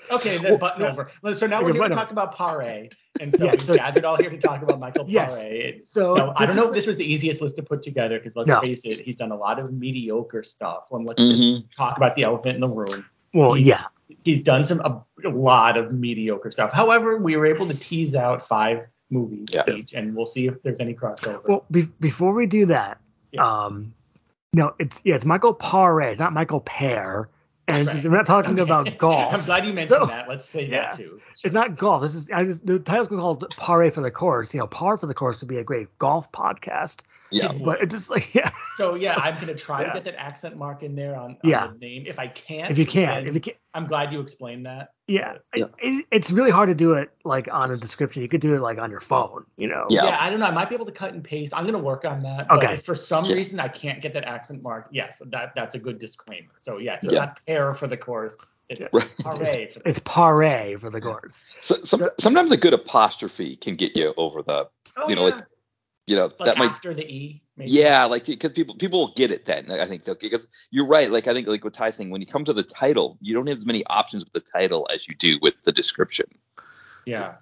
[SPEAKER 2] Okay, then
[SPEAKER 3] Well,
[SPEAKER 2] button
[SPEAKER 3] no.
[SPEAKER 2] over. Well, So now
[SPEAKER 3] Okay,
[SPEAKER 2] we're here to
[SPEAKER 3] button
[SPEAKER 2] talk about Pare. And so
[SPEAKER 3] Yeah,
[SPEAKER 2] we
[SPEAKER 3] so-
[SPEAKER 2] gathered all here to talk about Michael
[SPEAKER 3] Yes.
[SPEAKER 2] Pare. And-
[SPEAKER 3] So
[SPEAKER 2] No, I
[SPEAKER 3] this
[SPEAKER 2] don't know
[SPEAKER 3] is-
[SPEAKER 2] if this was the easiest list to put together because let's
[SPEAKER 3] No.
[SPEAKER 2] face it, he's done a lot of mediocre stuff. Well, let's just
[SPEAKER 4] hmm
[SPEAKER 2] talk about the elephant in the room.
[SPEAKER 3] Well, yeah.
[SPEAKER 2] he's done some a, a lot of mediocre stuff. However, we were able to tease out five movies
[SPEAKER 4] Yeah.
[SPEAKER 2] each, and we'll see if there's any crossover.
[SPEAKER 3] Well, be- before we do that,
[SPEAKER 2] Yeah.
[SPEAKER 3] um, no, it's yeah, it's Michael Paré, it's not Michael Pear, and it's- we're not talking about golf.
[SPEAKER 2] I'm glad you mentioned
[SPEAKER 3] So-
[SPEAKER 2] that. Let's say
[SPEAKER 3] Yeah.
[SPEAKER 2] that too.
[SPEAKER 3] It's not golf. This is I just, the title's been called Paré for the Course. You know, Par for the Course would be a great golf podcast,
[SPEAKER 4] Yeah.
[SPEAKER 3] but it's just like yeah,
[SPEAKER 2] So yeah, I'm gonna try
[SPEAKER 3] yeah.
[SPEAKER 2] to get that accent mark in there on, on
[SPEAKER 3] Yeah.
[SPEAKER 2] the name if I can.
[SPEAKER 3] if you can, if you can,
[SPEAKER 2] I'm glad you explained that.
[SPEAKER 3] yeah,
[SPEAKER 4] Yeah.
[SPEAKER 3] It, it's really hard to do it like on a description. You could do it like on your phone, you know.
[SPEAKER 4] Yeah.
[SPEAKER 2] Yeah. I don't know. I might be able to cut and paste. I'm gonna work on that. But
[SPEAKER 3] Okay.
[SPEAKER 2] if for some
[SPEAKER 4] Yeah.
[SPEAKER 2] reason I can't get that accent mark, yes, that that's a good disclaimer. So yes, it's
[SPEAKER 4] Yeah.
[SPEAKER 2] not pair for the course. It's
[SPEAKER 3] Yeah.
[SPEAKER 4] Right.
[SPEAKER 2] hooray for the
[SPEAKER 3] It's Paré for the Course.
[SPEAKER 4] So, some, sometimes a good apostrophe can get you over the,
[SPEAKER 2] Oh,
[SPEAKER 4] you know, like, you know,
[SPEAKER 2] Like
[SPEAKER 4] that might
[SPEAKER 2] after the E. Maybe.
[SPEAKER 4] Yeah, like because people people will get it then. I think because you're right. Like I think like what Ty's saying, when you come to the title, you don't have as many options with the title as you do with the description.
[SPEAKER 2] Yeah.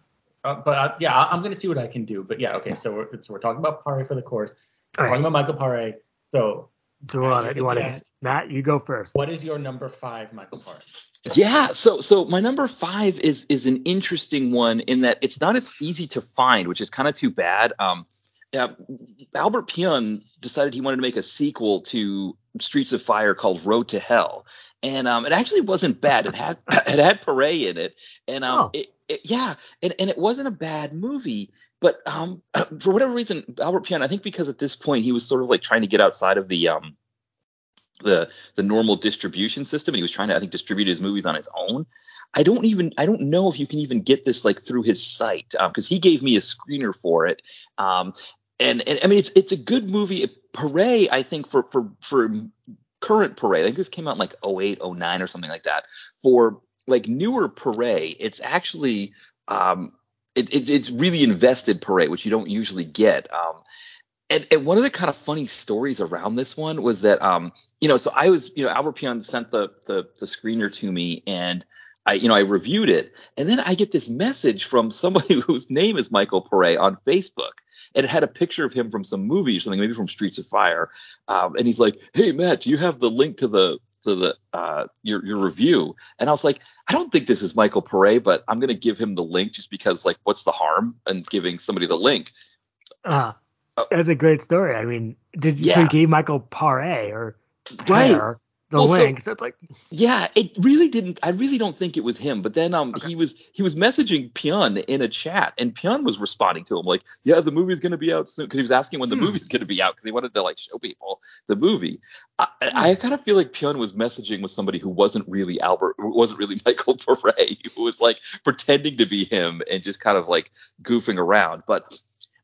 [SPEAKER 2] Uh, but uh, yeah, I- I'm gonna see what I can do. But yeah, okay. So we're, so we're talking about Pare for the course.
[SPEAKER 3] All
[SPEAKER 2] We're talking
[SPEAKER 3] right.
[SPEAKER 2] about Michael Pare. So
[SPEAKER 3] So we're on it. You want to,
[SPEAKER 2] Yes.
[SPEAKER 3] Matt? You go first.
[SPEAKER 2] what is your number five, Michael Pare?
[SPEAKER 4] Yeah, so so my number five is is an interesting one in that it's not as easy to find, which is kind of too bad. Um, yeah, Albert Pion decided he wanted to make a sequel to Streets of Fire called Road to Hell, and um, it actually wasn't bad. It had it had Paray in it, and um,
[SPEAKER 3] Oh.
[SPEAKER 4] it, it, yeah, and, and it wasn't a bad movie, but um, for whatever reason, Albert Pion, I think because at this point he was sort of like trying to get outside of the um the the normal distribution system and he was trying to i think distribute his movies on his own i don't even i don't know if you can even get this like through his site because he gave me a screener for it um and, and i mean it's it's a good movie Paray, i think for for for current Paray, i think this came out in like 08 09 or something like that for like newer Paray, it's actually um it, it's it's really invested Paray, which you don't usually get um and, and one of the kind of funny stories around this one was that um you know so i was you know albert pion sent the the, the screener to me and i you know i reviewed it and then i get this message from somebody whose name is michael Pare on facebook and it had a picture of him from some movie or something maybe from streets of fire um, and he's like hey matt do you have the link to the to the uh your your review and i was like i don't think this is michael Pare, but i'm gonna give him the link just because like what's the harm in giving somebody the link
[SPEAKER 3] Uh,
[SPEAKER 4] Oh.
[SPEAKER 3] That's a great story. I mean, did you, so
[SPEAKER 4] Yeah.
[SPEAKER 3] you gave Michael Paré or
[SPEAKER 4] Right.
[SPEAKER 3] Pear the
[SPEAKER 4] Well, so-
[SPEAKER 3] link? So, it's like
[SPEAKER 4] Yeah, it really didn't. I really don't think it was him. But then um, he was he was messaging Pion in a chat, and Pion was responding to him like, "Yeah, the movie's gonna be out soon," because he was asking when the
[SPEAKER 3] Hmm.
[SPEAKER 4] movie's gonna be out because he wanted to like show people the movie. I, I, I kind of feel like Pion was messaging with somebody who wasn't really Albert, who wasn't really Michael Paray, who was like pretending to be him and just kind of like goofing around. But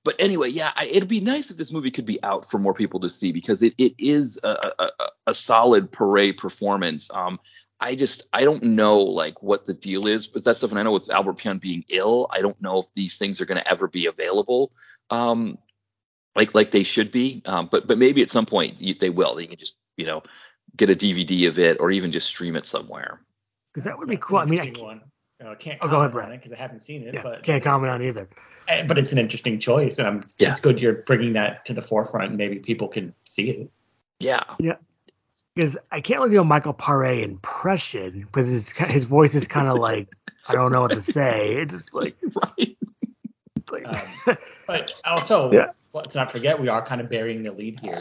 [SPEAKER 4] but anyway, yeah, I, it'd be nice if this movie could be out for more people to see because it, it is a, a, a- a solid parade performance. Um, I just I don't know like what the deal is with that stuff, and I know with Albert Pion being ill, I don't know if these things are going to ever be available, um, like like they should be. Um, but but maybe at some point you, they will. You can just you know get a DVD of it or even just stream it somewhere.
[SPEAKER 3] because that
[SPEAKER 2] So
[SPEAKER 3] would be
[SPEAKER 2] that's an
[SPEAKER 3] cool. I mean, I
[SPEAKER 2] interesting
[SPEAKER 3] can't,
[SPEAKER 2] one. You know, I can't
[SPEAKER 3] Oh,
[SPEAKER 2] comment
[SPEAKER 3] go ahead,
[SPEAKER 2] on
[SPEAKER 3] Brett.
[SPEAKER 2] it because I haven't seen it,
[SPEAKER 3] yeah,
[SPEAKER 2] but
[SPEAKER 3] can't comment on either.
[SPEAKER 2] eh, but it's an interesting choice, and I'm
[SPEAKER 4] Yeah.
[SPEAKER 2] it's good you're bringing that to the forefront. and Maybe people can see it.
[SPEAKER 4] Yeah.
[SPEAKER 3] because I can't really do a Michael Paré impression because his his voice is kind of like I don't know what to say. It's just like,
[SPEAKER 4] Right.
[SPEAKER 3] it's like
[SPEAKER 2] Um, but also,
[SPEAKER 3] Yeah.
[SPEAKER 2] let's not forget we are kind of burying the lead here.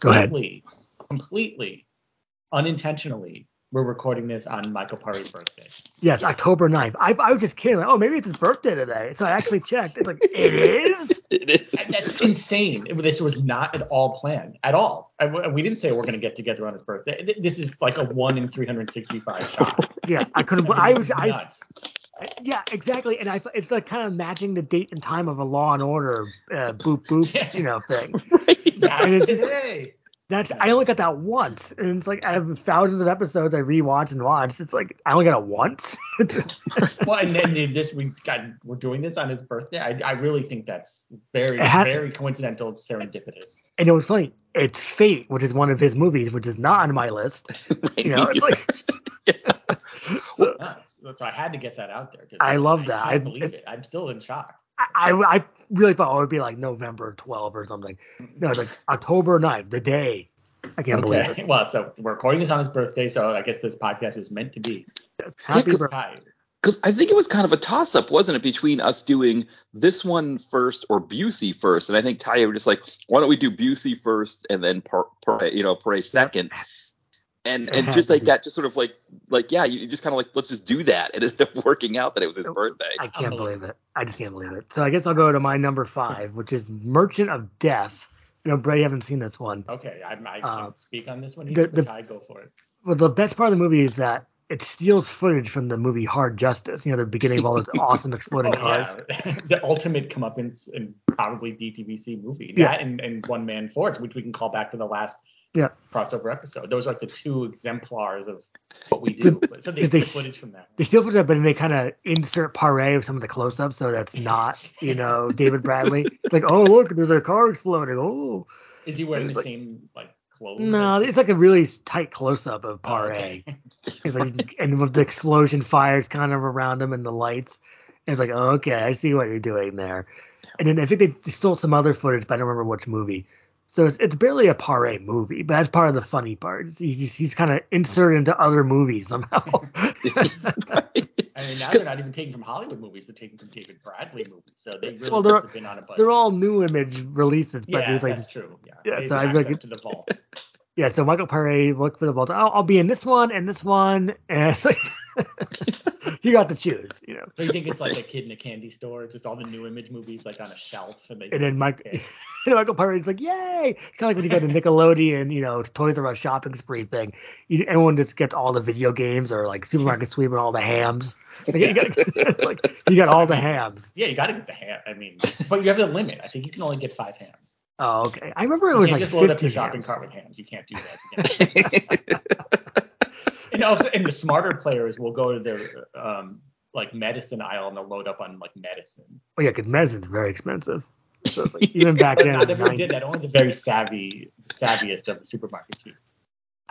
[SPEAKER 3] Go ahead.
[SPEAKER 2] Completely, completely, unintentionally, we're recording this on Michael Parry's birthday.
[SPEAKER 3] yes, October 9th. I I was just kidding. Like, oh, maybe it's his birthday today. So I actually checked. It's like it is.
[SPEAKER 4] It is.
[SPEAKER 2] And That's insane. This was not at all planned at all. I, we didn't say we're going to get together on his birthday. Th- This is like a one in 365 shot.
[SPEAKER 3] Yeah, I couldn't.
[SPEAKER 2] mean,
[SPEAKER 3] I
[SPEAKER 2] this
[SPEAKER 3] was
[SPEAKER 2] is
[SPEAKER 3] I
[SPEAKER 2] nuts.
[SPEAKER 3] yeah exactly. And I f- it's like kind of matching the date and time of a Law and Order uh, boop boop
[SPEAKER 2] Yeah.
[SPEAKER 3] you know thing. And
[SPEAKER 2] That's
[SPEAKER 3] it's-
[SPEAKER 2] today.
[SPEAKER 3] That's I only got that once, and it's like I have thousands of episodes I rewatch and watch. It's like I only got it once. It's just-
[SPEAKER 2] Well, and then the- this we have got we're doing this on his birthday. I, I really think that's very
[SPEAKER 3] It had-
[SPEAKER 2] very coincidental and serendipitous.
[SPEAKER 3] and it was funny. It's Fate, which is one of his movies, which is not on my list.
[SPEAKER 4] Right.
[SPEAKER 3] You know, it's like so
[SPEAKER 2] nuts. So I had to get that out there. 'cause
[SPEAKER 3] I love that.
[SPEAKER 2] I
[SPEAKER 3] I-
[SPEAKER 2] can't believe it, I'm still in shock.
[SPEAKER 3] I, I, I really thought it would be like November 12 or something. No, it's like October 9th, the day I can't believe it.
[SPEAKER 2] Okay. Well, so we're recording this on his birthday, so I guess this podcast was meant to be.
[SPEAKER 3] Happy
[SPEAKER 4] Yeah, 'cause-
[SPEAKER 3] birthday.
[SPEAKER 2] Tied.
[SPEAKER 4] Because I think it was kind of a toss up, wasn't it, between us doing this one first or Busey first? And I think Taya were just like, why don't we do Busey first and then per, per, you know Perez second? And
[SPEAKER 3] It
[SPEAKER 4] and
[SPEAKER 3] had
[SPEAKER 4] just
[SPEAKER 3] to
[SPEAKER 4] like
[SPEAKER 3] be.
[SPEAKER 4] that, just sort of like like yeah, you you just kind of like let's just do that. And It ended up working out that it was his birthday.
[SPEAKER 3] I can't believe it. I just can't believe it. So I guess I'll go to my number five, which is Merchant of Death. You know, Brady, you haven't seen this one.
[SPEAKER 2] Okay, I, I
[SPEAKER 3] Uh,
[SPEAKER 2] can't speak on this one.
[SPEAKER 3] the-
[SPEAKER 2] Either, but
[SPEAKER 3] the-
[SPEAKER 2] Ty, go for it.
[SPEAKER 3] Well, the best part of the movie is that it steals footage from the movie Hard Justice. You know, the beginning of all those awesome exploding cars.
[SPEAKER 2] yeah. the ultimate comeuppance and probably DTVC movie.
[SPEAKER 3] Yeah.
[SPEAKER 2] That and, and One Man Force, which we can call back to the last
[SPEAKER 3] Yeah.
[SPEAKER 2] crossover episode. Those are like the two exemplars of what we
[SPEAKER 3] It's a-
[SPEAKER 2] do. But- so they,
[SPEAKER 3] did they
[SPEAKER 2] the
[SPEAKER 3] s-
[SPEAKER 2] footage from that.
[SPEAKER 3] They steal footage, but then they kind of insert pare of some of the close-ups, so that's not, you know, David Bradley. It's like, oh look, there's a car exploding. Oh,
[SPEAKER 2] Is he wearing
[SPEAKER 4] It's
[SPEAKER 2] the
[SPEAKER 4] like-
[SPEAKER 2] same like clothes?
[SPEAKER 3] no,
[SPEAKER 2] as-
[SPEAKER 3] it's like a really tight close-up of
[SPEAKER 2] Oh,
[SPEAKER 3] pare.
[SPEAKER 2] okay.
[SPEAKER 3] It's like, and with the explosion fires kind of around him and the lights, it's like, oh, okay, I see what you're doing there. And then I think they- they stole some other footage, but I don't remember which movie. So it's, it's barely a Pare movie, but that's part of the funny part. It's- He's, just- he's kind of inserted into other movies somehow.
[SPEAKER 2] I mean, now they're not even taken from Hollywood movies; they're taken from David Bradley movies. So they really
[SPEAKER 3] Well,
[SPEAKER 2] well,
[SPEAKER 3] they're-
[SPEAKER 2] have been on a budget.
[SPEAKER 3] They're all new image releases, but
[SPEAKER 2] yeah,
[SPEAKER 3] he's like,
[SPEAKER 2] that's true. Yeah,
[SPEAKER 3] yeah,
[SPEAKER 2] They
[SPEAKER 3] so
[SPEAKER 2] have
[SPEAKER 3] I feel like
[SPEAKER 2] access to the vaults.
[SPEAKER 3] yeah. So Michael Pare, look for the ball. I'll, I'll be in this one and this one, and it's like, you got to choose, you know.
[SPEAKER 2] So you think it's like a kid in a candy store? Just all the new image movies like on a shelf, and they
[SPEAKER 3] And then Mike,
[SPEAKER 2] Okay.
[SPEAKER 3] and Michael Pirate's like, yay! Kind of like when you go to Nickelodeon, you know, Toys R Us shopping spree thing. You, everyone just gets all the video games or like Supermarket Sweep and all the hams. Like, you, got, it's like, you got all the hams.
[SPEAKER 2] Yeah, you got to get the ham. I mean, but you have the limit. I think you can only get five hams.
[SPEAKER 3] Oh, okay. I remember it
[SPEAKER 2] You
[SPEAKER 3] was
[SPEAKER 2] can't
[SPEAKER 3] like
[SPEAKER 2] just load up
[SPEAKER 3] 15
[SPEAKER 2] your shopping
[SPEAKER 3] hams.
[SPEAKER 2] cart with hams. You can't do that. and also, and the smarter players will go to their um, like medicine aisle and they'll load up on like medicine.
[SPEAKER 3] Oh, yeah, because medicine's very expensive. So it's like, even back
[SPEAKER 2] But
[SPEAKER 3] then, in
[SPEAKER 2] not
[SPEAKER 3] the
[SPEAKER 2] everyone did
[SPEAKER 3] 90s.
[SPEAKER 2] that. Only the very savvy, the savviest of the supermarkets. here.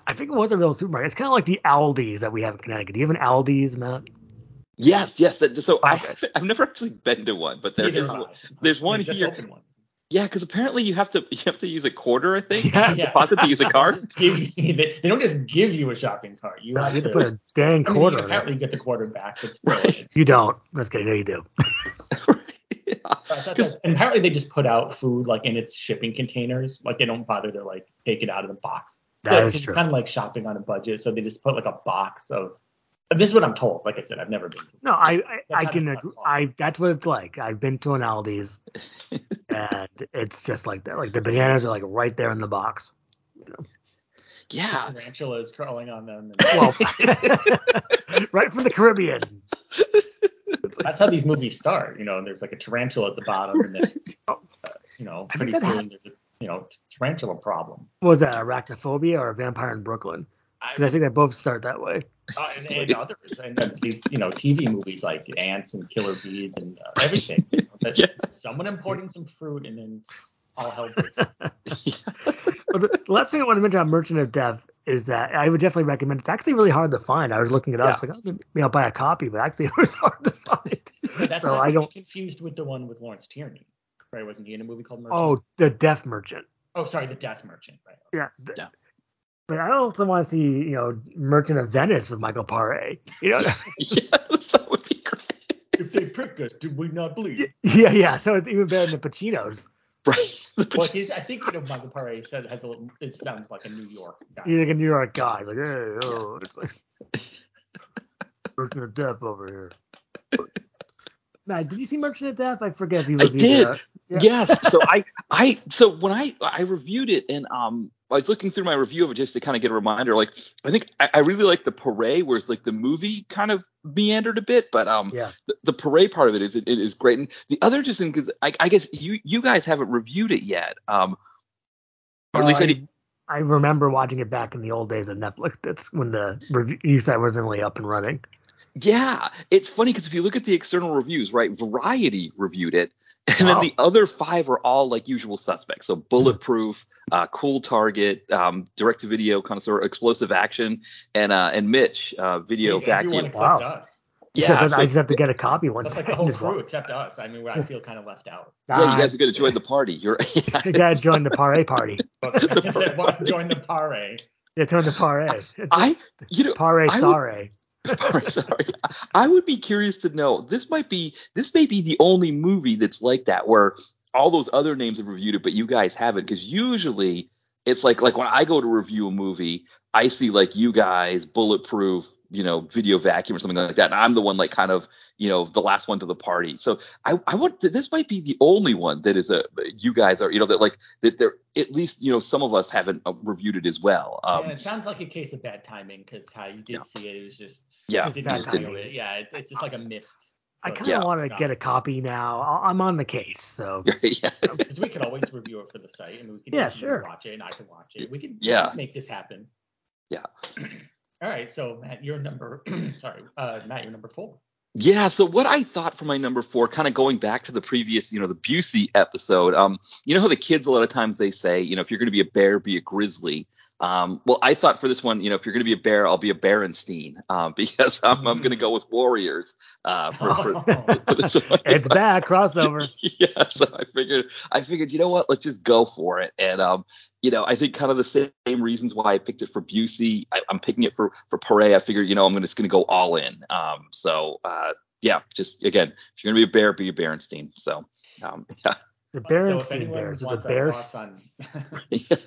[SPEAKER 3] I think it was a real supermarket. It's kind of like the Aldi's that we have in Connecticut. Do you have an Aldi's, Matt?
[SPEAKER 4] yes, yes. That, so I
[SPEAKER 3] Okay.
[SPEAKER 4] haven't- I've never actually been to one, but there
[SPEAKER 2] Neither
[SPEAKER 4] is
[SPEAKER 2] am
[SPEAKER 4] one.
[SPEAKER 2] I.
[SPEAKER 4] there's one
[SPEAKER 2] They just
[SPEAKER 4] here.
[SPEAKER 2] opened one.
[SPEAKER 4] Yeah, because apparently you have to you have to use a quarter, I think.
[SPEAKER 3] Yes.
[SPEAKER 4] Yeah. Deposit to use a card.
[SPEAKER 2] Just give you- they, they don't just give you a shopping cart. You
[SPEAKER 3] You
[SPEAKER 2] have
[SPEAKER 3] have to
[SPEAKER 2] to.
[SPEAKER 3] put a dang
[SPEAKER 2] I mean, you
[SPEAKER 3] quarter in it.
[SPEAKER 2] apparently get the quarter back, but still.
[SPEAKER 3] You don't. Let's get it. No, you do.
[SPEAKER 4] Yeah.
[SPEAKER 2] I thought that's- and apparently they just put out food like in its shipping containers. Like they don't bother to like take it out of the box.
[SPEAKER 3] That
[SPEAKER 2] Yeah,
[SPEAKER 3] is
[SPEAKER 2] it's
[SPEAKER 3] true.
[SPEAKER 2] kind of like shopping on a budget. So they just put like a box of. and this is what I'm told. Like I said, I've never been. to
[SPEAKER 3] No, I I,
[SPEAKER 2] That's
[SPEAKER 3] I
[SPEAKER 2] how
[SPEAKER 3] can
[SPEAKER 2] they cut
[SPEAKER 3] agree.
[SPEAKER 2] costs.
[SPEAKER 3] I that's what it's like. I've been to an Aldi's, and it's just like that. Like the bananas are like right there in the box.
[SPEAKER 4] yeah.
[SPEAKER 2] tarantulas crawling on them. And
[SPEAKER 3] Well, right from the Caribbean.
[SPEAKER 2] that's how these movies start. You know, there's like a tarantula at the bottom, and then uh, you know,
[SPEAKER 3] I think
[SPEAKER 2] pretty
[SPEAKER 3] that
[SPEAKER 2] soon there's a you know t- tarantula problem.
[SPEAKER 3] What was that arachnophobia or vampire in Brooklyn? Because I think they both start that way.
[SPEAKER 2] Uh, and, and others, and then these you know TV movies like ants and killer bees and uh, everything. you know, that-
[SPEAKER 4] Yeah.
[SPEAKER 2] Someone importing some fruit, and then all hell breaks loose.
[SPEAKER 3] But the the last thing I want to mention on Merchant of Death is that I would definitely recommend. It's actually really hard to find. I was looking it up. It's like oh, maybe I'll buy a copy, but actually it was hard to
[SPEAKER 2] But
[SPEAKER 3] find.
[SPEAKER 2] that's
[SPEAKER 3] so
[SPEAKER 2] not
[SPEAKER 3] I
[SPEAKER 2] to be
[SPEAKER 3] don't.
[SPEAKER 2] confused with the one with Lawrence Tierney. Right? Wasn't he in a movie called Merchant?
[SPEAKER 3] Oh, the Death Merchant.
[SPEAKER 2] oh sorry, The Death Merchant. Right.
[SPEAKER 3] Yeah. th-
[SPEAKER 4] Yeah.
[SPEAKER 3] But I also want to see, you know, Merchant of Venice with Michael Paré. You know?
[SPEAKER 4] yeah, that would be great.
[SPEAKER 2] If they prick us, do we not bleed?
[SPEAKER 3] yeah, yeah. So it's even better than Pacino's.
[SPEAKER 4] Right.
[SPEAKER 2] Well, he's, I think you know Michael Paré said has a little. It sounds like a New York guy.
[SPEAKER 3] He's like a New York guy. He's like, hey, oh, it's like Merchant of Death over here. Matt, did you see Merchant of Death? I forget if you
[SPEAKER 4] I
[SPEAKER 3] reviewed
[SPEAKER 4] did.
[SPEAKER 3] that. Yeah.
[SPEAKER 4] Yes. So I, I, so when I, I reviewed it and um, I was looking through my review of it just to kind of get a reminder. Like, I think I, I really like the parade, whereas like the movie kind of meandered a bit, but um,
[SPEAKER 3] Yeah.
[SPEAKER 4] the, the parade part of it is it, it is great. And the other interesting because I, I guess you you guys haven't reviewed it yet. Um, or at
[SPEAKER 3] Uh,
[SPEAKER 4] least I,
[SPEAKER 3] I-
[SPEAKER 4] did,
[SPEAKER 3] I remember watching it back in the old days of Netflix. That's when the review site wasn't really up and running.
[SPEAKER 4] Yeah, it's funny because if you look at the external reviews, right, Variety reviewed it, and
[SPEAKER 3] Wow. Hmm.
[SPEAKER 4] then the other five are all like usual suspects. So Bulletproof, uh, Cool Target, um, Direct to Video, Connoisseur, Explosive Action, and uh, and Mitch, uh, Video
[SPEAKER 2] He's everyone
[SPEAKER 4] Vacuum.
[SPEAKER 2] except
[SPEAKER 3] Wow.
[SPEAKER 2] us.
[SPEAKER 4] Yeah,
[SPEAKER 3] Except that I
[SPEAKER 4] so-
[SPEAKER 3] just have to get a copy one
[SPEAKER 2] That's
[SPEAKER 3] time.
[SPEAKER 2] like the whole
[SPEAKER 3] Just walk-
[SPEAKER 2] crew except us. I mean, I feel kind of left out.
[SPEAKER 4] yeah, you
[SPEAKER 3] Nah,
[SPEAKER 4] guys are gonna join the party. You're
[SPEAKER 3] You guys join the Pare party.
[SPEAKER 2] But I want to join the pare.
[SPEAKER 3] They turn the Pare.
[SPEAKER 4] I you know
[SPEAKER 3] Pare
[SPEAKER 4] I would-
[SPEAKER 3] Sare.
[SPEAKER 4] sorry. I would be curious to know. This might be this may be the only movie that's like that where all those other names have reviewed it, but you guys haven't. Because usually it's like like when I go to review a movie, I see like you guys, bulletproof, you know, video vacuum or something like that, and I'm the one like kind of you know the last one to the party. So I I want this might be the only one that is a you guys are you know that like that they're at least you know some of us haven't uh, reviewed it as well. Um,
[SPEAKER 2] yeah, it sounds like a case of bad timing because Ty, you did
[SPEAKER 4] Yeah.
[SPEAKER 2] see it. It was just
[SPEAKER 4] yeah,
[SPEAKER 2] just
[SPEAKER 3] Just
[SPEAKER 2] didn't
[SPEAKER 3] bad
[SPEAKER 2] feel
[SPEAKER 3] timing.
[SPEAKER 2] it. Yeah, it- it's just like a missed.
[SPEAKER 3] I
[SPEAKER 2] sort
[SPEAKER 3] kind of
[SPEAKER 4] Yeah.
[SPEAKER 3] want to get a copy now. I- I'm on the case, so
[SPEAKER 4] yeah.
[SPEAKER 2] because we could always review it for the site, and we could
[SPEAKER 3] Yeah,
[SPEAKER 2] have you
[SPEAKER 3] sure.
[SPEAKER 2] watch it, and I can watch it. We could
[SPEAKER 4] Yeah.
[SPEAKER 2] make this happen.
[SPEAKER 4] Yeah.
[SPEAKER 2] All right, so Matt, your number. sorry, uh, Matt, your number four.
[SPEAKER 4] Yeah, so what I thought for my number four, kind of going back to the previous, you know, the Busey episode, um, you know how the kids a lot of times they say, you know, if you're going to be a bear, be a grizzly. Um, well, I thought for this one, you know, if you're going to be a bear, I'll be a Berenstein um, because I'm, I'm going to go with warriors uh, for, for, for this one.
[SPEAKER 3] it's bad crossover.
[SPEAKER 4] yeah, so I figured, I figured, you know what, let's just go for it. And um, you know, I think kind of the same reasons why I picked it for Busey, I, I'm picking it for for Pare. I figured, you know, I'm gonna, just going to go all in. Um, so uh, yeah, just again, if you're going to be a bear, be a Berenstein. So um,
[SPEAKER 2] so
[SPEAKER 3] The
[SPEAKER 2] if
[SPEAKER 3] Berenstein
[SPEAKER 2] anyone
[SPEAKER 3] Bears. The
[SPEAKER 2] wants our
[SPEAKER 3] Bears.
[SPEAKER 2] thoughts on,
[SPEAKER 4] yeah,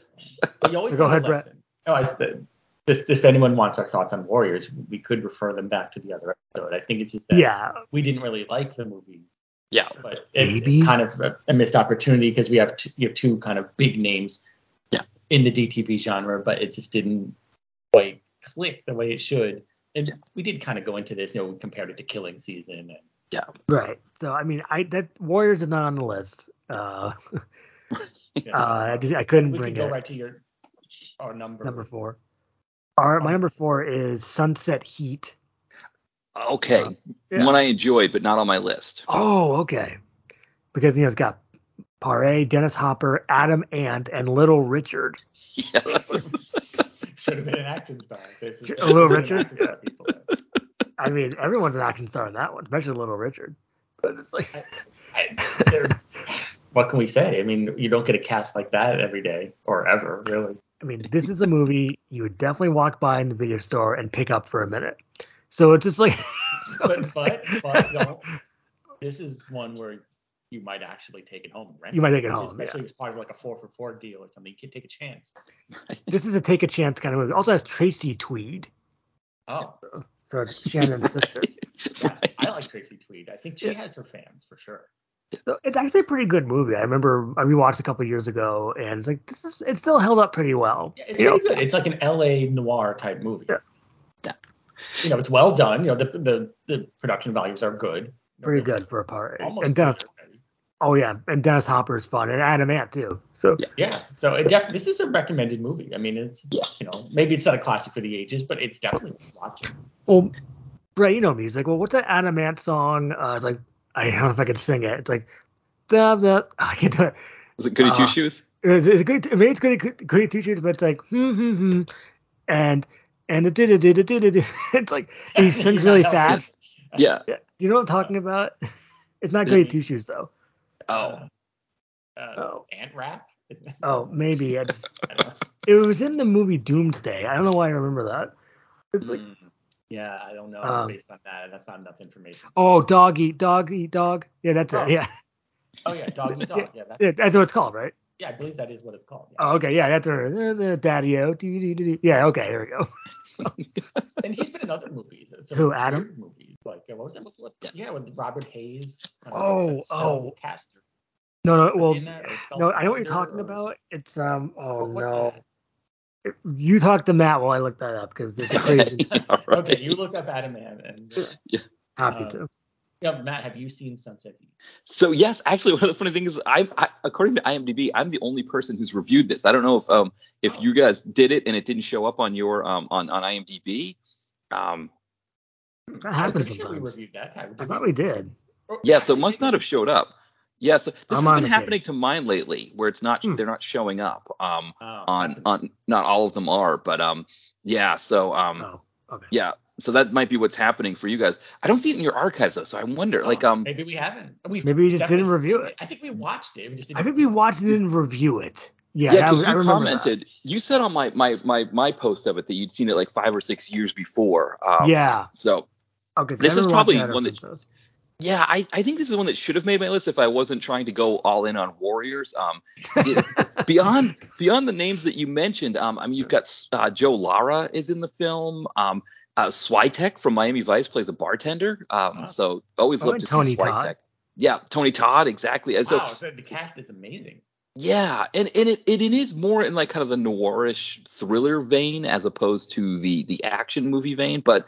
[SPEAKER 2] Well, you always
[SPEAKER 3] Go
[SPEAKER 2] learn a
[SPEAKER 3] ahead, Brett.
[SPEAKER 2] lesson. No, I said this. If anyone wants our thoughts on Warriors, we could refer them back to the other episode. I think it's just that
[SPEAKER 3] Yeah,
[SPEAKER 2] we didn't really like the movie,
[SPEAKER 4] yeah,
[SPEAKER 2] but it, it
[SPEAKER 3] Maybe.
[SPEAKER 2] kind of uh, a, a missed opportunity because we have t- you have two kind of big names
[SPEAKER 4] Yeah.
[SPEAKER 2] in the DTP genre, but it just didn't quite click the way it should. And we did kind of go into this, you know, we compared it to Killing Season and
[SPEAKER 3] right. So I mean, I that Warriors is not on the list. Uh,
[SPEAKER 2] you know,
[SPEAKER 3] uh, I, just, I couldn't
[SPEAKER 2] we
[SPEAKER 3] bring
[SPEAKER 2] could go
[SPEAKER 3] it.
[SPEAKER 2] right to your our number.
[SPEAKER 3] Number four. Our, my number four is Sunset Heat.
[SPEAKER 4] okay,
[SPEAKER 3] Yeah.
[SPEAKER 4] one I enjoyed, but not on my list.
[SPEAKER 3] Oh, okay. Because you know it's got Pare, Dennis Hopper, Adam Ant, and Little Richard.
[SPEAKER 4] Yeah,
[SPEAKER 2] should have been an action star. This is-
[SPEAKER 3] Sh- a
[SPEAKER 2] should have
[SPEAKER 3] little
[SPEAKER 2] been an
[SPEAKER 3] Richard?
[SPEAKER 2] action star, people.
[SPEAKER 3] I mean, everyone's an action star in that one, especially Little Richard. But it's like,
[SPEAKER 2] I- they're- what can we say? I mean, you don't get a cast like that every day or ever, really.
[SPEAKER 3] I mean, this is a movie you would definitely walk by in the video store and pick up for a minute. So it's just like, so
[SPEAKER 2] But
[SPEAKER 3] it's
[SPEAKER 2] but
[SPEAKER 3] like-
[SPEAKER 2] but no, this is one where you might actually take it home. and Rent
[SPEAKER 3] You might take it home,
[SPEAKER 2] especially if it's part of like a four for four deal or something. You can take a chance.
[SPEAKER 3] this is a take a chance kind of movie. Also has Tracy Tweed,
[SPEAKER 2] Oh,
[SPEAKER 3] so it's Shannon's sister.
[SPEAKER 2] yeah, I like Tracy Tweed. I think she has her fans for sure.
[SPEAKER 3] So it's actually a pretty good movie. I remember I rewatched a couple years ago, and it's like this is it still held up pretty well.
[SPEAKER 2] Yeah, it's
[SPEAKER 3] You know?
[SPEAKER 2] pretty good. It's like an LA noir type movie.
[SPEAKER 3] Yeah.
[SPEAKER 4] Yeah.
[SPEAKER 2] You know, it's well done. You know, the the, the production values are good. You know,
[SPEAKER 3] pretty
[SPEAKER 2] they're
[SPEAKER 3] good for a part.
[SPEAKER 2] Almost
[SPEAKER 3] and Dennis,
[SPEAKER 2] good.
[SPEAKER 3] oh yeah, and Dennis Hopper's fun, and Adam Ant too. So
[SPEAKER 2] Yeah, so it def- this is a recommended movie. I mean, it's
[SPEAKER 4] Yeah.
[SPEAKER 2] you know maybe it's not a classic for the ages, but it's definitely worth watching.
[SPEAKER 3] Well, Brett, you know me. He's like, well, what's that Adam Ant song? Uh, it's like, I don't know if I can sing it. It's like, da, da, oh, I can't do it.
[SPEAKER 4] was it Goody
[SPEAKER 3] Uh,
[SPEAKER 4] Two Shoes?
[SPEAKER 3] It's, it's good. I mean, it's good. Good two shoes, but it's like, hmm, hmm, hmm, and and it did it did it did it. did. It's like and he sings
[SPEAKER 2] You're
[SPEAKER 3] really
[SPEAKER 2] not helping.
[SPEAKER 3] fast.
[SPEAKER 4] Yeah.
[SPEAKER 3] Yeah. You know what I'm talking about? It's not good two shoes though.
[SPEAKER 4] Oh,
[SPEAKER 2] Uh,
[SPEAKER 3] Oh.
[SPEAKER 2] Ant Rap. Isn't it?
[SPEAKER 3] Oh, maybe it's.
[SPEAKER 2] I don't know.
[SPEAKER 3] It was in the movie Doomsday. I don't know why I remember that. It's like,
[SPEAKER 4] Hmm.
[SPEAKER 2] Mm. yeah, I don't know
[SPEAKER 3] Um,
[SPEAKER 2] based on that. That's not enough information.
[SPEAKER 3] oh, doggy, doggy, dog. Yeah, that's
[SPEAKER 2] Oh.
[SPEAKER 3] it. Yeah.
[SPEAKER 2] Oh yeah, doggy dog. Yeah, that's,
[SPEAKER 3] yeah, that's what it's called, right?
[SPEAKER 2] yeah, I believe that is what it's called. yeah.
[SPEAKER 3] Oh, okay, yeah, that's her. Daddy O. Yeah, okay, here we go.
[SPEAKER 2] And he's been in other movies. It's
[SPEAKER 3] Who, Adam?
[SPEAKER 2] weird Movies like uh, what was that movie? with- Yeah, with Robert Hayes. I don't
[SPEAKER 3] Oh,
[SPEAKER 2] know, is that spelled
[SPEAKER 3] oh.
[SPEAKER 2] Caster.
[SPEAKER 3] No, no,
[SPEAKER 2] Was
[SPEAKER 3] well,
[SPEAKER 2] he in that or spelled
[SPEAKER 3] no, I know what you're
[SPEAKER 2] Caster
[SPEAKER 3] talking
[SPEAKER 2] or-
[SPEAKER 3] about. It's um, oh
[SPEAKER 2] What's
[SPEAKER 3] no,
[SPEAKER 2] that?
[SPEAKER 3] you talk to Matt while I look that up because it's crazy.
[SPEAKER 4] All right.
[SPEAKER 2] Okay, you look up Adam Ant and. Uh,
[SPEAKER 3] Happy
[SPEAKER 2] Um,
[SPEAKER 3] to.
[SPEAKER 2] Yeah, Matt, have you seen Sunset Heat?
[SPEAKER 4] So yes, actually, one of the funny things is, I, I according to IMDb, I'm the only person who's reviewed this. I don't know if um
[SPEAKER 2] Oh.
[SPEAKER 4] if you guys did it and it didn't show up on your um on on IMDb. Um,
[SPEAKER 3] That happens
[SPEAKER 2] I'm pretty sure we
[SPEAKER 3] sometimes.
[SPEAKER 2] reviewed that. Tyler,
[SPEAKER 3] I
[SPEAKER 2] did
[SPEAKER 3] thought
[SPEAKER 2] we? Oh,
[SPEAKER 3] we did.
[SPEAKER 2] Or-
[SPEAKER 4] yeah, so it must not have showed up. Yeah, so this
[SPEAKER 3] I'm
[SPEAKER 4] has
[SPEAKER 3] on
[SPEAKER 4] been
[SPEAKER 3] the
[SPEAKER 4] happening
[SPEAKER 3] case.
[SPEAKER 4] to mine lately, where it's not
[SPEAKER 3] Hmm.
[SPEAKER 4] they're not showing up. Um,
[SPEAKER 2] Oh,
[SPEAKER 4] on
[SPEAKER 2] that's a-
[SPEAKER 4] on not all of them are, but um, yeah, so um,
[SPEAKER 3] Oh, okay.
[SPEAKER 4] yeah. so that might be what's happening for you guys. I don't see it in your archives though, so I wonder. Like, um,
[SPEAKER 2] maybe we haven't. We've
[SPEAKER 3] Maybe we just
[SPEAKER 2] definitely
[SPEAKER 3] didn't review
[SPEAKER 2] seen
[SPEAKER 3] it.
[SPEAKER 2] I think we watched it. We just didn't.
[SPEAKER 3] I think we watched it and review it. Yeah,
[SPEAKER 4] yeah,
[SPEAKER 3] that
[SPEAKER 4] because
[SPEAKER 3] was, I
[SPEAKER 4] you
[SPEAKER 3] remember that.
[SPEAKER 4] commented. You said on my my my my post of it that you'd seen it like five or six years before. Um,
[SPEAKER 3] yeah.
[SPEAKER 4] So
[SPEAKER 3] Okay. 'cause I
[SPEAKER 4] this is
[SPEAKER 3] remember
[SPEAKER 4] probably
[SPEAKER 3] watching
[SPEAKER 4] one
[SPEAKER 3] on
[SPEAKER 4] that-
[SPEAKER 3] Friends.
[SPEAKER 4] yeah, I, I think this is one that should have made my list if I wasn't trying to go all in on Warriors. Um, it- beyond beyond the names that you mentioned, um, I mean you've got uh, Joe Lara is in the film. Um, uh, Switek from Miami Vice plays a bartender. Um,
[SPEAKER 2] Wow.
[SPEAKER 4] so always
[SPEAKER 3] Oh,
[SPEAKER 4] love
[SPEAKER 3] and
[SPEAKER 4] to
[SPEAKER 3] Tony
[SPEAKER 4] see Switek.
[SPEAKER 3] Todd.
[SPEAKER 4] Yeah, Tony Todd exactly. And so
[SPEAKER 2] wow, the, the cast is amazing.
[SPEAKER 4] yeah, and, and it, it it is more in like kind of the noirish thriller vein as opposed to the the action movie vein. But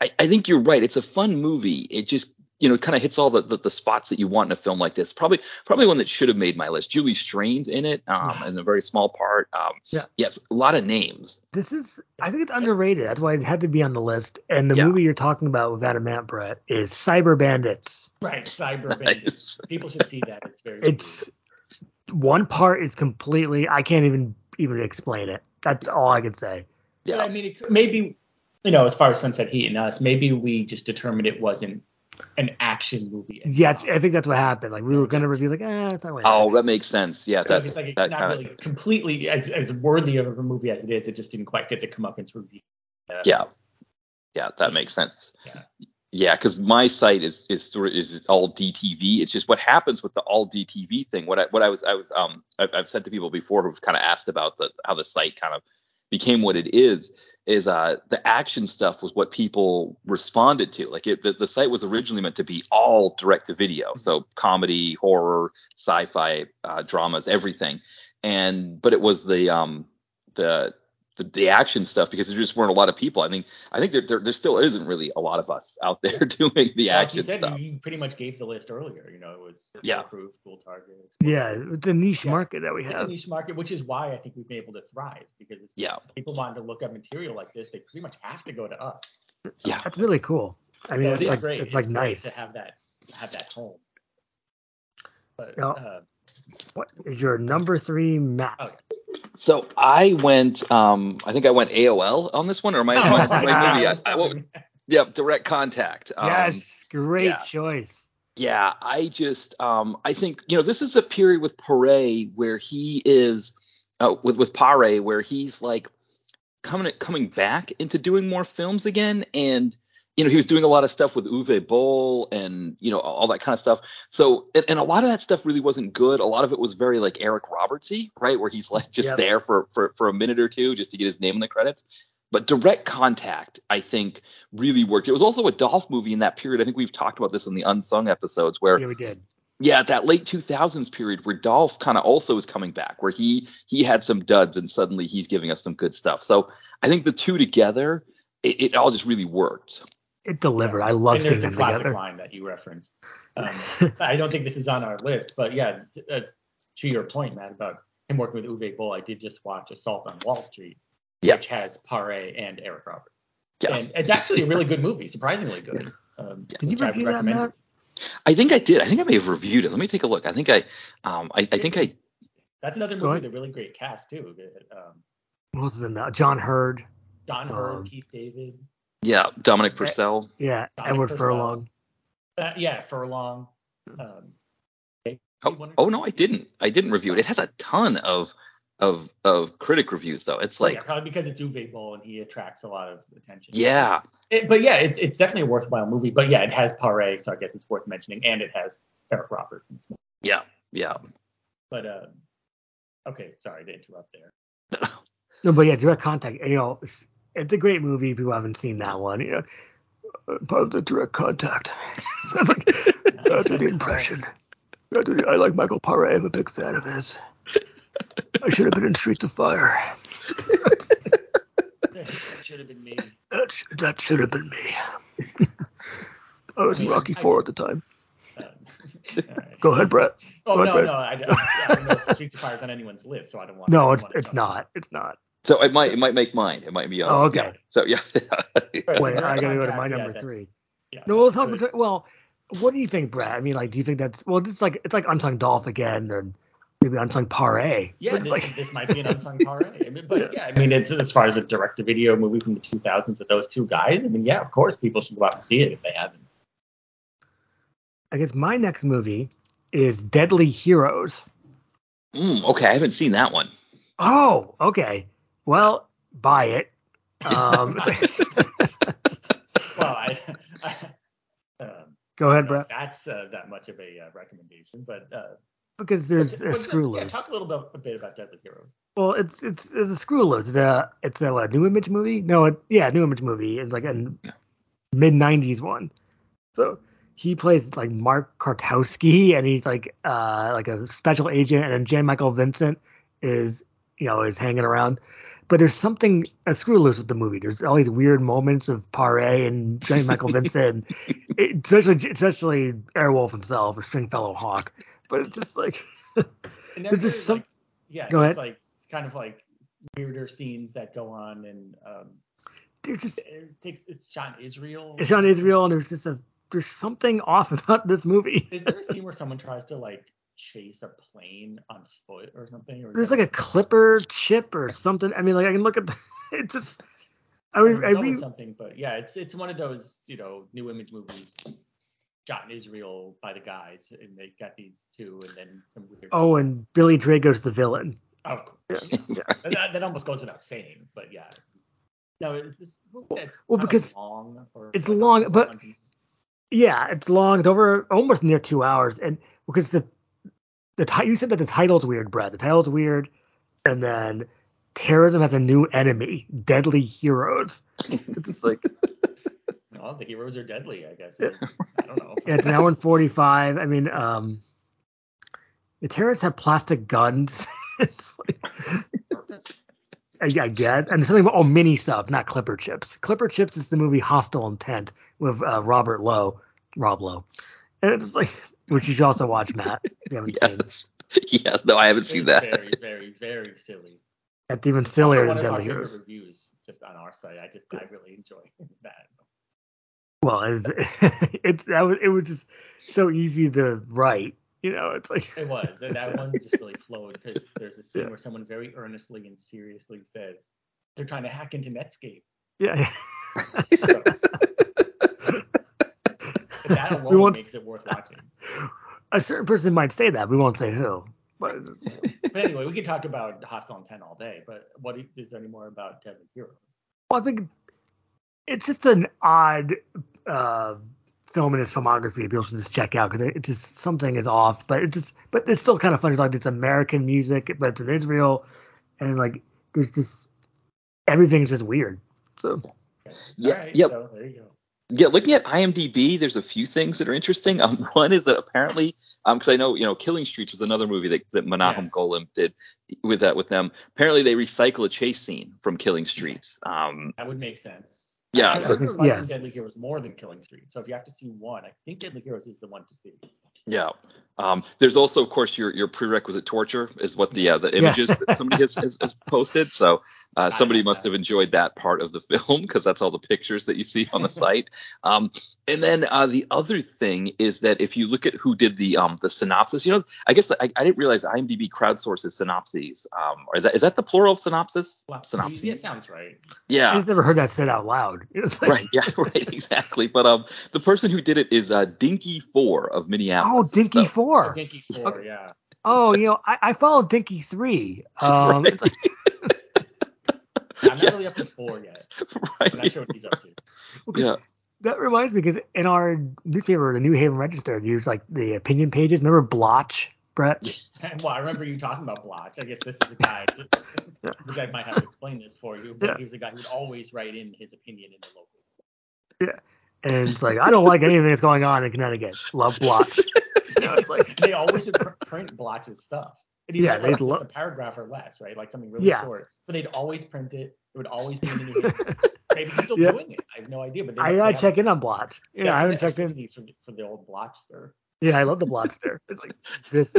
[SPEAKER 4] I, I think you're right. It's a fun movie. It just you know kind of hits all the, the the spots that you want in a film like this. Probably probably one that should have made my list. Julie Strain's in it, um, in a very small part. Um,
[SPEAKER 3] Yeah.
[SPEAKER 4] Yes, a lot of names.
[SPEAKER 3] This is, I think it's underrated. That's why it had to be on the list. And the
[SPEAKER 4] Yeah.
[SPEAKER 3] movie you're talking about with Adam Brett is Cyber Bandits.
[SPEAKER 2] Right, cyber bandits.
[SPEAKER 4] It's-
[SPEAKER 2] People should see that. It's very.
[SPEAKER 3] It's one part is completely. I can't even even explain it. That's all I can say.
[SPEAKER 2] But I
[SPEAKER 4] yeah.
[SPEAKER 2] mean, it, could- maybe you know, as far as Sunset Heat and us, maybe we just determined it wasn't an action movie. at
[SPEAKER 3] Yeah,
[SPEAKER 2] all.
[SPEAKER 3] it's- I think that's what happened. Like we were gonna review, like, eh, it's not really.
[SPEAKER 4] Oh, that makes sense. Yeah,
[SPEAKER 2] So
[SPEAKER 4] that,
[SPEAKER 2] it's like it's
[SPEAKER 4] that
[SPEAKER 2] not
[SPEAKER 4] kind of
[SPEAKER 2] really completely as as worthy of a movie as it is. It just didn't quite fit the comeuppance review.
[SPEAKER 4] yeah, yeah, that makes sense.
[SPEAKER 2] Yeah.
[SPEAKER 4] Yeah, because my site is is sort of- is all DTV. It's just what happens with the all DTV thing. What I what I was I was um I've, I've said to people before who've kind of asked about the how the site kind of became what it is is uh the action stuff was what people responded to. Like it, the the site was originally meant to be all direct to video, so comedy, horror, sci-fi, uh, dramas, everything. And but it was the um the the, the action stuff because there just weren't a lot of people. I mean, I think there, there, there still isn't really a lot of us out there doing the
[SPEAKER 2] Like
[SPEAKER 4] action
[SPEAKER 2] you said,
[SPEAKER 4] stuff.
[SPEAKER 2] you pretty much gave the list earlier. You know, it was
[SPEAKER 4] Yeah.
[SPEAKER 2] approved, cool target. explosive.
[SPEAKER 3] yeah, it's a niche
[SPEAKER 2] Yeah.
[SPEAKER 3] market that we
[SPEAKER 2] It's a
[SPEAKER 3] have.
[SPEAKER 2] niche market, which is why I think we've been able to thrive because if
[SPEAKER 4] Yeah,
[SPEAKER 2] people wanted to look at material like this, they pretty much have to go to us.
[SPEAKER 4] yeah,
[SPEAKER 3] That's really cool. I mean,
[SPEAKER 2] So
[SPEAKER 3] it's,
[SPEAKER 2] it is
[SPEAKER 3] like
[SPEAKER 2] great.
[SPEAKER 3] it's like
[SPEAKER 2] great
[SPEAKER 3] nice.
[SPEAKER 2] to have that have that home. But,
[SPEAKER 3] Yeah.
[SPEAKER 2] uh,
[SPEAKER 3] What is your number three map?
[SPEAKER 2] Oh,
[SPEAKER 4] So I went. Um, I think I went AOL on this one, or am I?
[SPEAKER 2] Oh,
[SPEAKER 4] am I- am I
[SPEAKER 2] my
[SPEAKER 3] God.
[SPEAKER 4] movie?
[SPEAKER 2] that's
[SPEAKER 4] I- I-
[SPEAKER 2] not
[SPEAKER 4] what-
[SPEAKER 2] me.
[SPEAKER 4] yeah, direct contact. Um,
[SPEAKER 3] yes, great
[SPEAKER 4] yeah.
[SPEAKER 3] choice.
[SPEAKER 4] Yeah, I just um I think you know this is a period with Pare where he is uh, with with Pare where he's like coming coming back into doing more films again and you know he was doing a lot of stuff with Uwe Boll and you know all that kind of stuff. So and, and a lot of that stuff really wasn't good. A lot of it was very like Eric Robertsy, right? Where he's like just
[SPEAKER 3] Yep.
[SPEAKER 4] there for for for a minute or two just to get his name in the credits. But direct contact, I think, really worked. It was also a Dolph movie in that period. I think we've talked about this in the unsung episodes where
[SPEAKER 3] Yeah, we did.
[SPEAKER 4] yeah, that late 2000s period where Dolph kind of also is coming back, where he he had some duds and suddenly he's giving us some good stuff. So I think the two together, it, it all just really worked.
[SPEAKER 3] It delivered. I love
[SPEAKER 2] and there's
[SPEAKER 3] seeing
[SPEAKER 2] the
[SPEAKER 3] them
[SPEAKER 2] classic
[SPEAKER 3] together.
[SPEAKER 2] line that you referenced. Um, I don't think this is on our list, but yeah, t- that's to your point, Matt, about him working with Uwe Boll. I did just watch Assault on Wall Street,
[SPEAKER 4] Yeah.
[SPEAKER 2] which has Pare and Eric Roberts.
[SPEAKER 4] Yeah.
[SPEAKER 2] And it's actually a really good movie, surprisingly good. Um,
[SPEAKER 4] Yeah.
[SPEAKER 3] Did you
[SPEAKER 2] which I would
[SPEAKER 3] review that,
[SPEAKER 2] recommend.
[SPEAKER 3] Matt?
[SPEAKER 4] I think I did. I think I may have reviewed it. Let me take a look. I think I um I, I think I
[SPEAKER 2] That's another
[SPEAKER 3] Go
[SPEAKER 2] movie
[SPEAKER 3] ahead.
[SPEAKER 2] with a really great cast too. The, Um,
[SPEAKER 3] What was in that? John Hurd.
[SPEAKER 2] Don Hurd,
[SPEAKER 3] Um,
[SPEAKER 2] Keith David,
[SPEAKER 4] yeah, Dominic Purcell.
[SPEAKER 3] Yeah,
[SPEAKER 2] Dominic
[SPEAKER 3] Edward
[SPEAKER 2] Purcell.
[SPEAKER 3] Furlong.
[SPEAKER 2] uh, yeah, Furlong. Um, maybe
[SPEAKER 4] Oh,
[SPEAKER 2] one or
[SPEAKER 4] oh
[SPEAKER 2] two.
[SPEAKER 4] no, I didn't. I didn't review it. It has a ton of of of critic reviews though. It's like
[SPEAKER 2] yeah, probably because it's Uwe Boll and he attracts a lot of attention.
[SPEAKER 4] yeah,
[SPEAKER 2] It- but yeah, it's it's definitely a worthwhile movie. But yeah, it has Pare, so I guess it's worth mentioning, and it has Eric Roberts. and stuff.
[SPEAKER 4] yeah, yeah.
[SPEAKER 2] But um, okay, sorry to interrupt there.
[SPEAKER 3] No, but yeah, direct contact. You know, it's, it's a great movie. People haven't seen that one. You know, part of the direct contact. Sounds like that did the impression. That did- I like Michael Paré. I'm a big fan of his. I should have been in Streets of Fire.
[SPEAKER 2] That should have been me.
[SPEAKER 3] That sh- that should have been me. I was in
[SPEAKER 2] Yeah,
[SPEAKER 3] Rocky
[SPEAKER 2] I-
[SPEAKER 3] Four at the time.
[SPEAKER 2] Um, all right.
[SPEAKER 3] Go ahead, Brett.
[SPEAKER 2] Oh
[SPEAKER 3] Go
[SPEAKER 2] no,
[SPEAKER 3] ahead,
[SPEAKER 2] no, I, I don't know if Streets of Fire is on anyone's list, so I don't want.
[SPEAKER 3] No,
[SPEAKER 2] I
[SPEAKER 3] it's
[SPEAKER 2] don't wanna
[SPEAKER 3] it's
[SPEAKER 2] jump.
[SPEAKER 3] not. It's not.
[SPEAKER 4] So it might it might make mine. It might be on.
[SPEAKER 3] Oh, okay.
[SPEAKER 4] yeah. So yeah.
[SPEAKER 2] Right, so
[SPEAKER 3] Wait,
[SPEAKER 2] Direct
[SPEAKER 3] I gotta go to my
[SPEAKER 2] Contact, yeah,
[SPEAKER 3] number
[SPEAKER 2] that's-
[SPEAKER 3] three.
[SPEAKER 2] yeah,
[SPEAKER 3] No, well, it's
[SPEAKER 2] that's
[SPEAKER 3] not,
[SPEAKER 2] good.
[SPEAKER 3] between- well, what do you think, Brad? I mean, like, do you think that's well? It's like it's like unsung Dolph again, and maybe unsung pare.
[SPEAKER 2] Yeah,
[SPEAKER 3] But it's
[SPEAKER 2] this,
[SPEAKER 3] like
[SPEAKER 2] this might be an unsung parade. I mean, but yeah, I mean, it's as far as a direct-to-video movie from the 2000s with those two guys. I mean, yeah, of course, people should go out and see it if they haven't.
[SPEAKER 3] I guess my next movie is Deadly Heroes.
[SPEAKER 4] Mm, okay, I haven't seen that one.
[SPEAKER 3] Oh, okay. Well, buy it. Um,
[SPEAKER 2] Well, I, I um, I
[SPEAKER 3] go ahead,
[SPEAKER 2] don't know if
[SPEAKER 3] Brett.
[SPEAKER 2] that's uh, that much of a uh, recommendation, but uh,
[SPEAKER 3] Because there's
[SPEAKER 2] but, uh,
[SPEAKER 3] a screw
[SPEAKER 2] yeah,
[SPEAKER 3] loose.
[SPEAKER 2] talk a little bit, a bit about Deadly Heroes.
[SPEAKER 3] Well, it's it's it's a screw loose. It's a it's a, what, new image movie. No, it, yeah, new image movie. It's like a mid '90s one. So he plays like Mark Kartowski, and he's like uh like a special agent, and then Jan Michael Vincent is you know is hanging around. But there's something a screw loose with the movie. There's all these weird moments of Pare and Jan Michael Vincent, and especially especially Airwolf himself or Stringfellow Hawk. But it's just like
[SPEAKER 2] And
[SPEAKER 3] There's just
[SPEAKER 2] is,
[SPEAKER 3] some-
[SPEAKER 2] like, yeah,
[SPEAKER 3] Go
[SPEAKER 2] there's
[SPEAKER 3] ahead.
[SPEAKER 2] like it's kind of like weirder scenes that go on, and um,
[SPEAKER 3] there's just
[SPEAKER 2] it takes it's shot in Israel.
[SPEAKER 3] it's on Israel, and there's just a there's something off about this movie.
[SPEAKER 2] Is there a scene where someone tries to like chase a plane on foot or something? Or is
[SPEAKER 3] There's
[SPEAKER 2] that-
[SPEAKER 3] like a clipper chip or something. I mean, like I can look at the, it's just I
[SPEAKER 2] I mean,
[SPEAKER 3] re, I
[SPEAKER 2] there's
[SPEAKER 3] re,
[SPEAKER 2] always something, but yeah, it's it's one of those you know new image movies shot in Israel by the guys, and they got these two, and then some weird.
[SPEAKER 3] oh, and Billy Drago's the villain.
[SPEAKER 2] Oh, of course. And that, that almost goes without saying, but yeah. No, is this that's
[SPEAKER 3] well,
[SPEAKER 2] kind of
[SPEAKER 3] because
[SPEAKER 2] long or
[SPEAKER 3] it's
[SPEAKER 2] like,
[SPEAKER 3] long, but-
[SPEAKER 2] one-
[SPEAKER 3] Yeah, it's long. It's over almost near two hours, and because the the ti- you said that the title's weird, Brad. The title's weird, and then terrorism has a new enemy, deadly heroes. It's just like
[SPEAKER 2] no, the heroes are deadly, I guess.
[SPEAKER 3] Yeah.
[SPEAKER 2] I don't know.
[SPEAKER 3] Yeah, it's an hour and 45. I mean, um, the terrorists have plastic guns. it's like, I, I guess. And something about, oh, mini sub, not Clipper Chips. Clipper Chips is the movie Hostile Intent with uh, Robert Lowe, Rob Lowe. And it's just like, which you should also watch, Matt, if you haven't seen.
[SPEAKER 4] Yes. yes. No, I haven't
[SPEAKER 2] It's
[SPEAKER 4] seen that.
[SPEAKER 2] Very, very, very silly.
[SPEAKER 3] That's even
[SPEAKER 2] Also,
[SPEAKER 3] sillier
[SPEAKER 2] one
[SPEAKER 3] than
[SPEAKER 2] of our
[SPEAKER 3] Deadly
[SPEAKER 2] favorite
[SPEAKER 3] Heroes.
[SPEAKER 2] reviews just on our site. I just I really enjoy that.
[SPEAKER 3] Well, it's, it's, that was, it was just so easy to write. You know, it's like,
[SPEAKER 2] It was, and that one just really flowed because there's a scene
[SPEAKER 3] Yeah.
[SPEAKER 2] where someone very earnestly and seriously says they're trying to hack into Netscape.
[SPEAKER 3] yeah.
[SPEAKER 2] But that alone
[SPEAKER 3] We want-
[SPEAKER 2] makes it worth watching.
[SPEAKER 3] A certain person might say that. We won't say who. But
[SPEAKER 2] But anyway, we could talk about Hostile Intent all day. But what do- is there any more about Deadly Heroes?
[SPEAKER 3] Well, I think it's just an odd uh, film in its filmography. People should just check out because it's just something is off. But it's just, but it's still kind of fun. It's like it's American music, but it's in Israel, and like there's just everything's just weird. So
[SPEAKER 2] Okay.
[SPEAKER 4] Yeah,
[SPEAKER 2] All right,
[SPEAKER 4] yep.
[SPEAKER 2] So there you go.
[SPEAKER 4] Yeah, looking at IMDb, there's a few things that are interesting. Um, one is that apparently, um, because I know you know, Killing Streets was another movie that, that Menahem
[SPEAKER 2] Yes.
[SPEAKER 4] Golem did with that with them. Apparently, they recycle a chase scene from Killing Streets. Um,
[SPEAKER 2] That would make sense.
[SPEAKER 4] Yeah,
[SPEAKER 2] I, I
[SPEAKER 4] so-
[SPEAKER 2] remember liking
[SPEAKER 3] Yes.
[SPEAKER 2] Deadly Heroes more than Killing Street. So if you have to see one, I think Deadly Heroes is the one to see.
[SPEAKER 4] yeah. Um, there's also, of course, your your prerequisite torture is what the uh, the images that somebody has, has, has posted. So uh, somebody must have enjoyed that part of the film because that's all the pictures that you see on the site. Um, and then uh, the other thing is that if you look at who did the um, the synopsis, you know, I guess I, I didn't realize IMDb crowdsources synopses. Um, or is that is that the plural of synopsis?
[SPEAKER 2] Yeah,
[SPEAKER 4] Synopses.
[SPEAKER 2] sounds right.
[SPEAKER 3] I
[SPEAKER 4] Yeah.
[SPEAKER 3] just never heard that said out loud. It's like,
[SPEAKER 4] Right. Yeah. Right. Exactly. But um, the person who did it is uh, Dinky Four of
[SPEAKER 3] Oh,
[SPEAKER 4] Minneapolis.
[SPEAKER 3] Dinky
[SPEAKER 4] So-
[SPEAKER 2] Or
[SPEAKER 3] Four.
[SPEAKER 2] Dinky Four, yeah.
[SPEAKER 3] Oh, you know, I, I followed Dinky Three. Um,
[SPEAKER 4] Right.
[SPEAKER 3] it's like-
[SPEAKER 2] I'm not
[SPEAKER 4] Yeah.
[SPEAKER 2] really up to four yet. I'm not
[SPEAKER 4] Right.
[SPEAKER 2] sure what he's up to.
[SPEAKER 4] Yeah.
[SPEAKER 3] That reminds me because in our newspaper, the New Haven Register, there's like the opinion pages. Remember Blotch, Brett?
[SPEAKER 2] Well, I remember you talking about Blotch. I guess this is a guy, which I might have to explain this for you, but
[SPEAKER 3] Yeah.
[SPEAKER 2] he was a guy who would always write in his opinion in the local.
[SPEAKER 3] And it's like I don't like anything that's going on in Connecticut. Love Blotch. You know, it's like
[SPEAKER 2] They always would pr- print Blotch's stuff. And even
[SPEAKER 3] Yeah,
[SPEAKER 2] if
[SPEAKER 3] they'd
[SPEAKER 2] it's just
[SPEAKER 3] lo-
[SPEAKER 2] a paragraph or less, right? Like something really
[SPEAKER 3] Yeah.
[SPEAKER 2] short. But they'd always print it. It would always be in the New Haven. Maybe he's still
[SPEAKER 3] Yeah.
[SPEAKER 2] doing it. I have no idea. But they,
[SPEAKER 3] I
[SPEAKER 2] they
[SPEAKER 3] gotta
[SPEAKER 2] have-
[SPEAKER 3] check in on Blotch. Yeah, I haven't checked in.
[SPEAKER 2] affinity for, for the old Blotchster.
[SPEAKER 3] Yeah, I love the Blotchster. It's like this.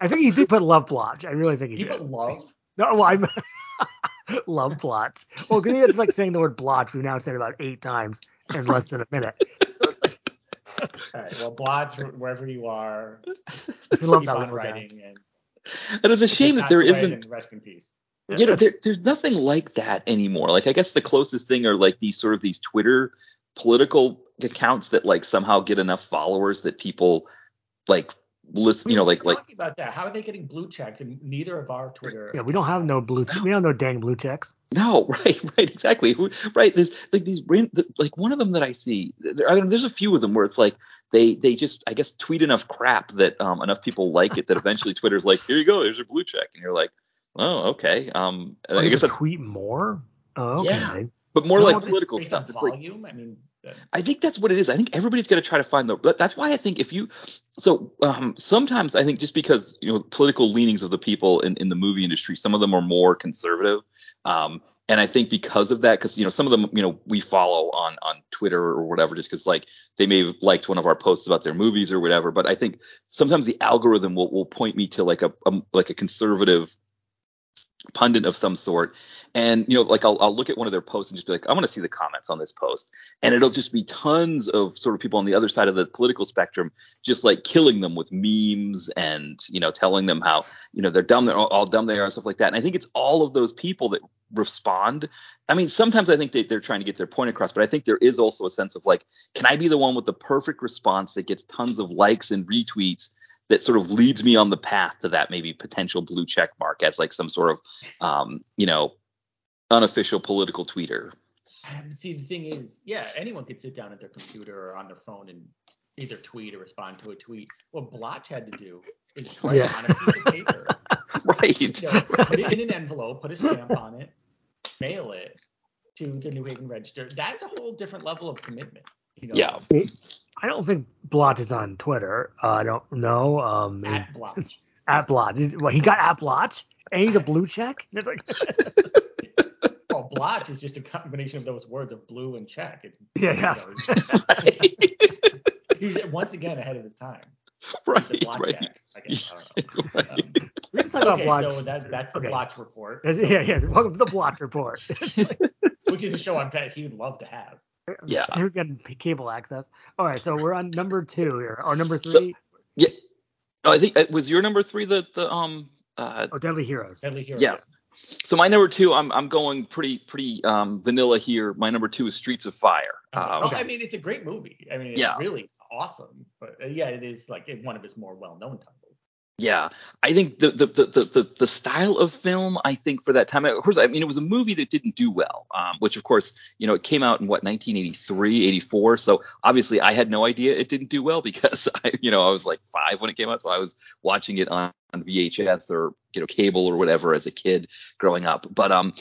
[SPEAKER 3] I think he did put love Blotch. I really think he
[SPEAKER 2] You
[SPEAKER 3] did.
[SPEAKER 2] put love.
[SPEAKER 3] No, well, I'm love Blotch. Well, because it's like saying the word Blotch. We've now said it about eight times in less than a minute.
[SPEAKER 2] All right. uh, Well, Blotch, wherever you are,
[SPEAKER 3] We
[SPEAKER 2] keep
[SPEAKER 3] love that
[SPEAKER 2] on
[SPEAKER 3] little guy.
[SPEAKER 2] writing and
[SPEAKER 4] And it's a shame that there
[SPEAKER 2] passed away
[SPEAKER 4] isn't
[SPEAKER 2] and Rest in peace.
[SPEAKER 4] you know, there, there's nothing like that anymore. Like, I guess the closest thing are like these sort of these Twitter political accounts that like somehow get enough followers that people like listen, you know,
[SPEAKER 2] were
[SPEAKER 4] like
[SPEAKER 2] just
[SPEAKER 4] like
[SPEAKER 2] talking about that. How are they getting blue checks? And neither of our Twitter.
[SPEAKER 3] Yeah, we don't have no blue. Che- we don't have no dang blue checks.
[SPEAKER 4] no, right, right, exactly, Who- right. There's like these ran- th- like one of them that I see. There, I mean, there's a few of them where it's like they they just I guess tweet enough crap that um enough people like it that eventually Twitter's like, here you go, there's your blue check, and you're like, oh, okay. Um, and I
[SPEAKER 3] I
[SPEAKER 4] guess that's,
[SPEAKER 3] tweet more. Oh, okay.
[SPEAKER 4] Yeah. but more
[SPEAKER 2] No,
[SPEAKER 4] like
[SPEAKER 2] this is
[SPEAKER 4] political
[SPEAKER 2] based
[SPEAKER 4] stuff.
[SPEAKER 2] On
[SPEAKER 4] It's like-
[SPEAKER 2] volume. I mean, uh, the-
[SPEAKER 4] I think that's what it is. I think everybody's going to try to find the. but That's why I think if you, so um, sometimes I think just because you know political leanings of the people in, in the movie industry, some of them are more conservative, um, and I think because of that, because you know some of them you know we follow on on Twitter or whatever, just because like they may have liked one of our posts about their movies or whatever. But I think sometimes the algorithm will will point me to like a, a like a conservative pundit of some sort and you know like I'll, I'll look at one of their posts and just be like i want to see the comments on this post and it'll just be tons of sort of people on the other side of the political spectrum just like killing them with memes and you know telling them how you know they're dumb they're all, all dumb they are and stuff like that and i think it's all of those people that respond i mean sometimes i think they, they're trying to get their point across but i think there is also a sense of like can i be the one with the perfect response that gets tons of likes and retweets that sort of leads me on the path to that maybe potential blue check mark as like some sort of um, you know unofficial political tweeter
[SPEAKER 2] Um, See, the thing is, yeah, anyone could sit down at their computer or on their phone and either tweet or respond to a tweet. What Blotch had to do is put it
[SPEAKER 3] Yeah.
[SPEAKER 2] on a piece of paper,
[SPEAKER 4] right
[SPEAKER 2] you know, put it in an envelope, put a stamp on it, mail it to the New Haven Register. That's a whole different level of commitment. You know,
[SPEAKER 4] Yeah.
[SPEAKER 3] I don't think Blotch is on Twitter. Uh, I don't know. Um,
[SPEAKER 2] At Blotch.
[SPEAKER 3] at Blotch. He's- Well, he got at Blotch, and he's a blue check. It's like,
[SPEAKER 2] Well, Blotch is just a combination of those words of blue and check. It's
[SPEAKER 3] yeah,
[SPEAKER 2] you
[SPEAKER 3] yeah.
[SPEAKER 2] know, he's once again ahead of his time. He's a
[SPEAKER 4] right
[SPEAKER 2] Blotch
[SPEAKER 4] right
[SPEAKER 2] hack, I guess. I don't know.
[SPEAKER 4] right.
[SPEAKER 2] Um,
[SPEAKER 3] We just talk about
[SPEAKER 2] okay,
[SPEAKER 3] Blotch.
[SPEAKER 2] so that's that's the
[SPEAKER 3] Okay.
[SPEAKER 2] Blotch report.
[SPEAKER 3] That's- yeah, yeah. Welcome to the Blotch Report.
[SPEAKER 2] which is a show I bet he'd love to have.
[SPEAKER 4] Yeah.
[SPEAKER 3] Here we got cable access. All right, so we're on number two here, or number
[SPEAKER 4] So-
[SPEAKER 3] three.
[SPEAKER 4] Yeah. No, I think uh, was your number three the the um uh
[SPEAKER 3] oh, Deadly Heroes.
[SPEAKER 2] Deadly Heroes.
[SPEAKER 4] Yeah. so my number two I'm I'm going pretty pretty um vanilla here. My number two is Streets of Fire. Um,
[SPEAKER 2] Oh, I mean, it's a great movie. I mean, it's
[SPEAKER 4] Yeah.
[SPEAKER 2] really awesome. But uh, yeah, it is like one of his more well-known titles.
[SPEAKER 4] Yeah, I think the the, the, the the the style of film I think for that time. Of course, I mean it was a movie that didn't do well, um, which of course you know it came out in what 1983, 84. So obviously I had no idea it didn't do well because I you know I was like five when it came out, so I was watching it on, on VHS or you know cable or whatever as a kid growing up. But um,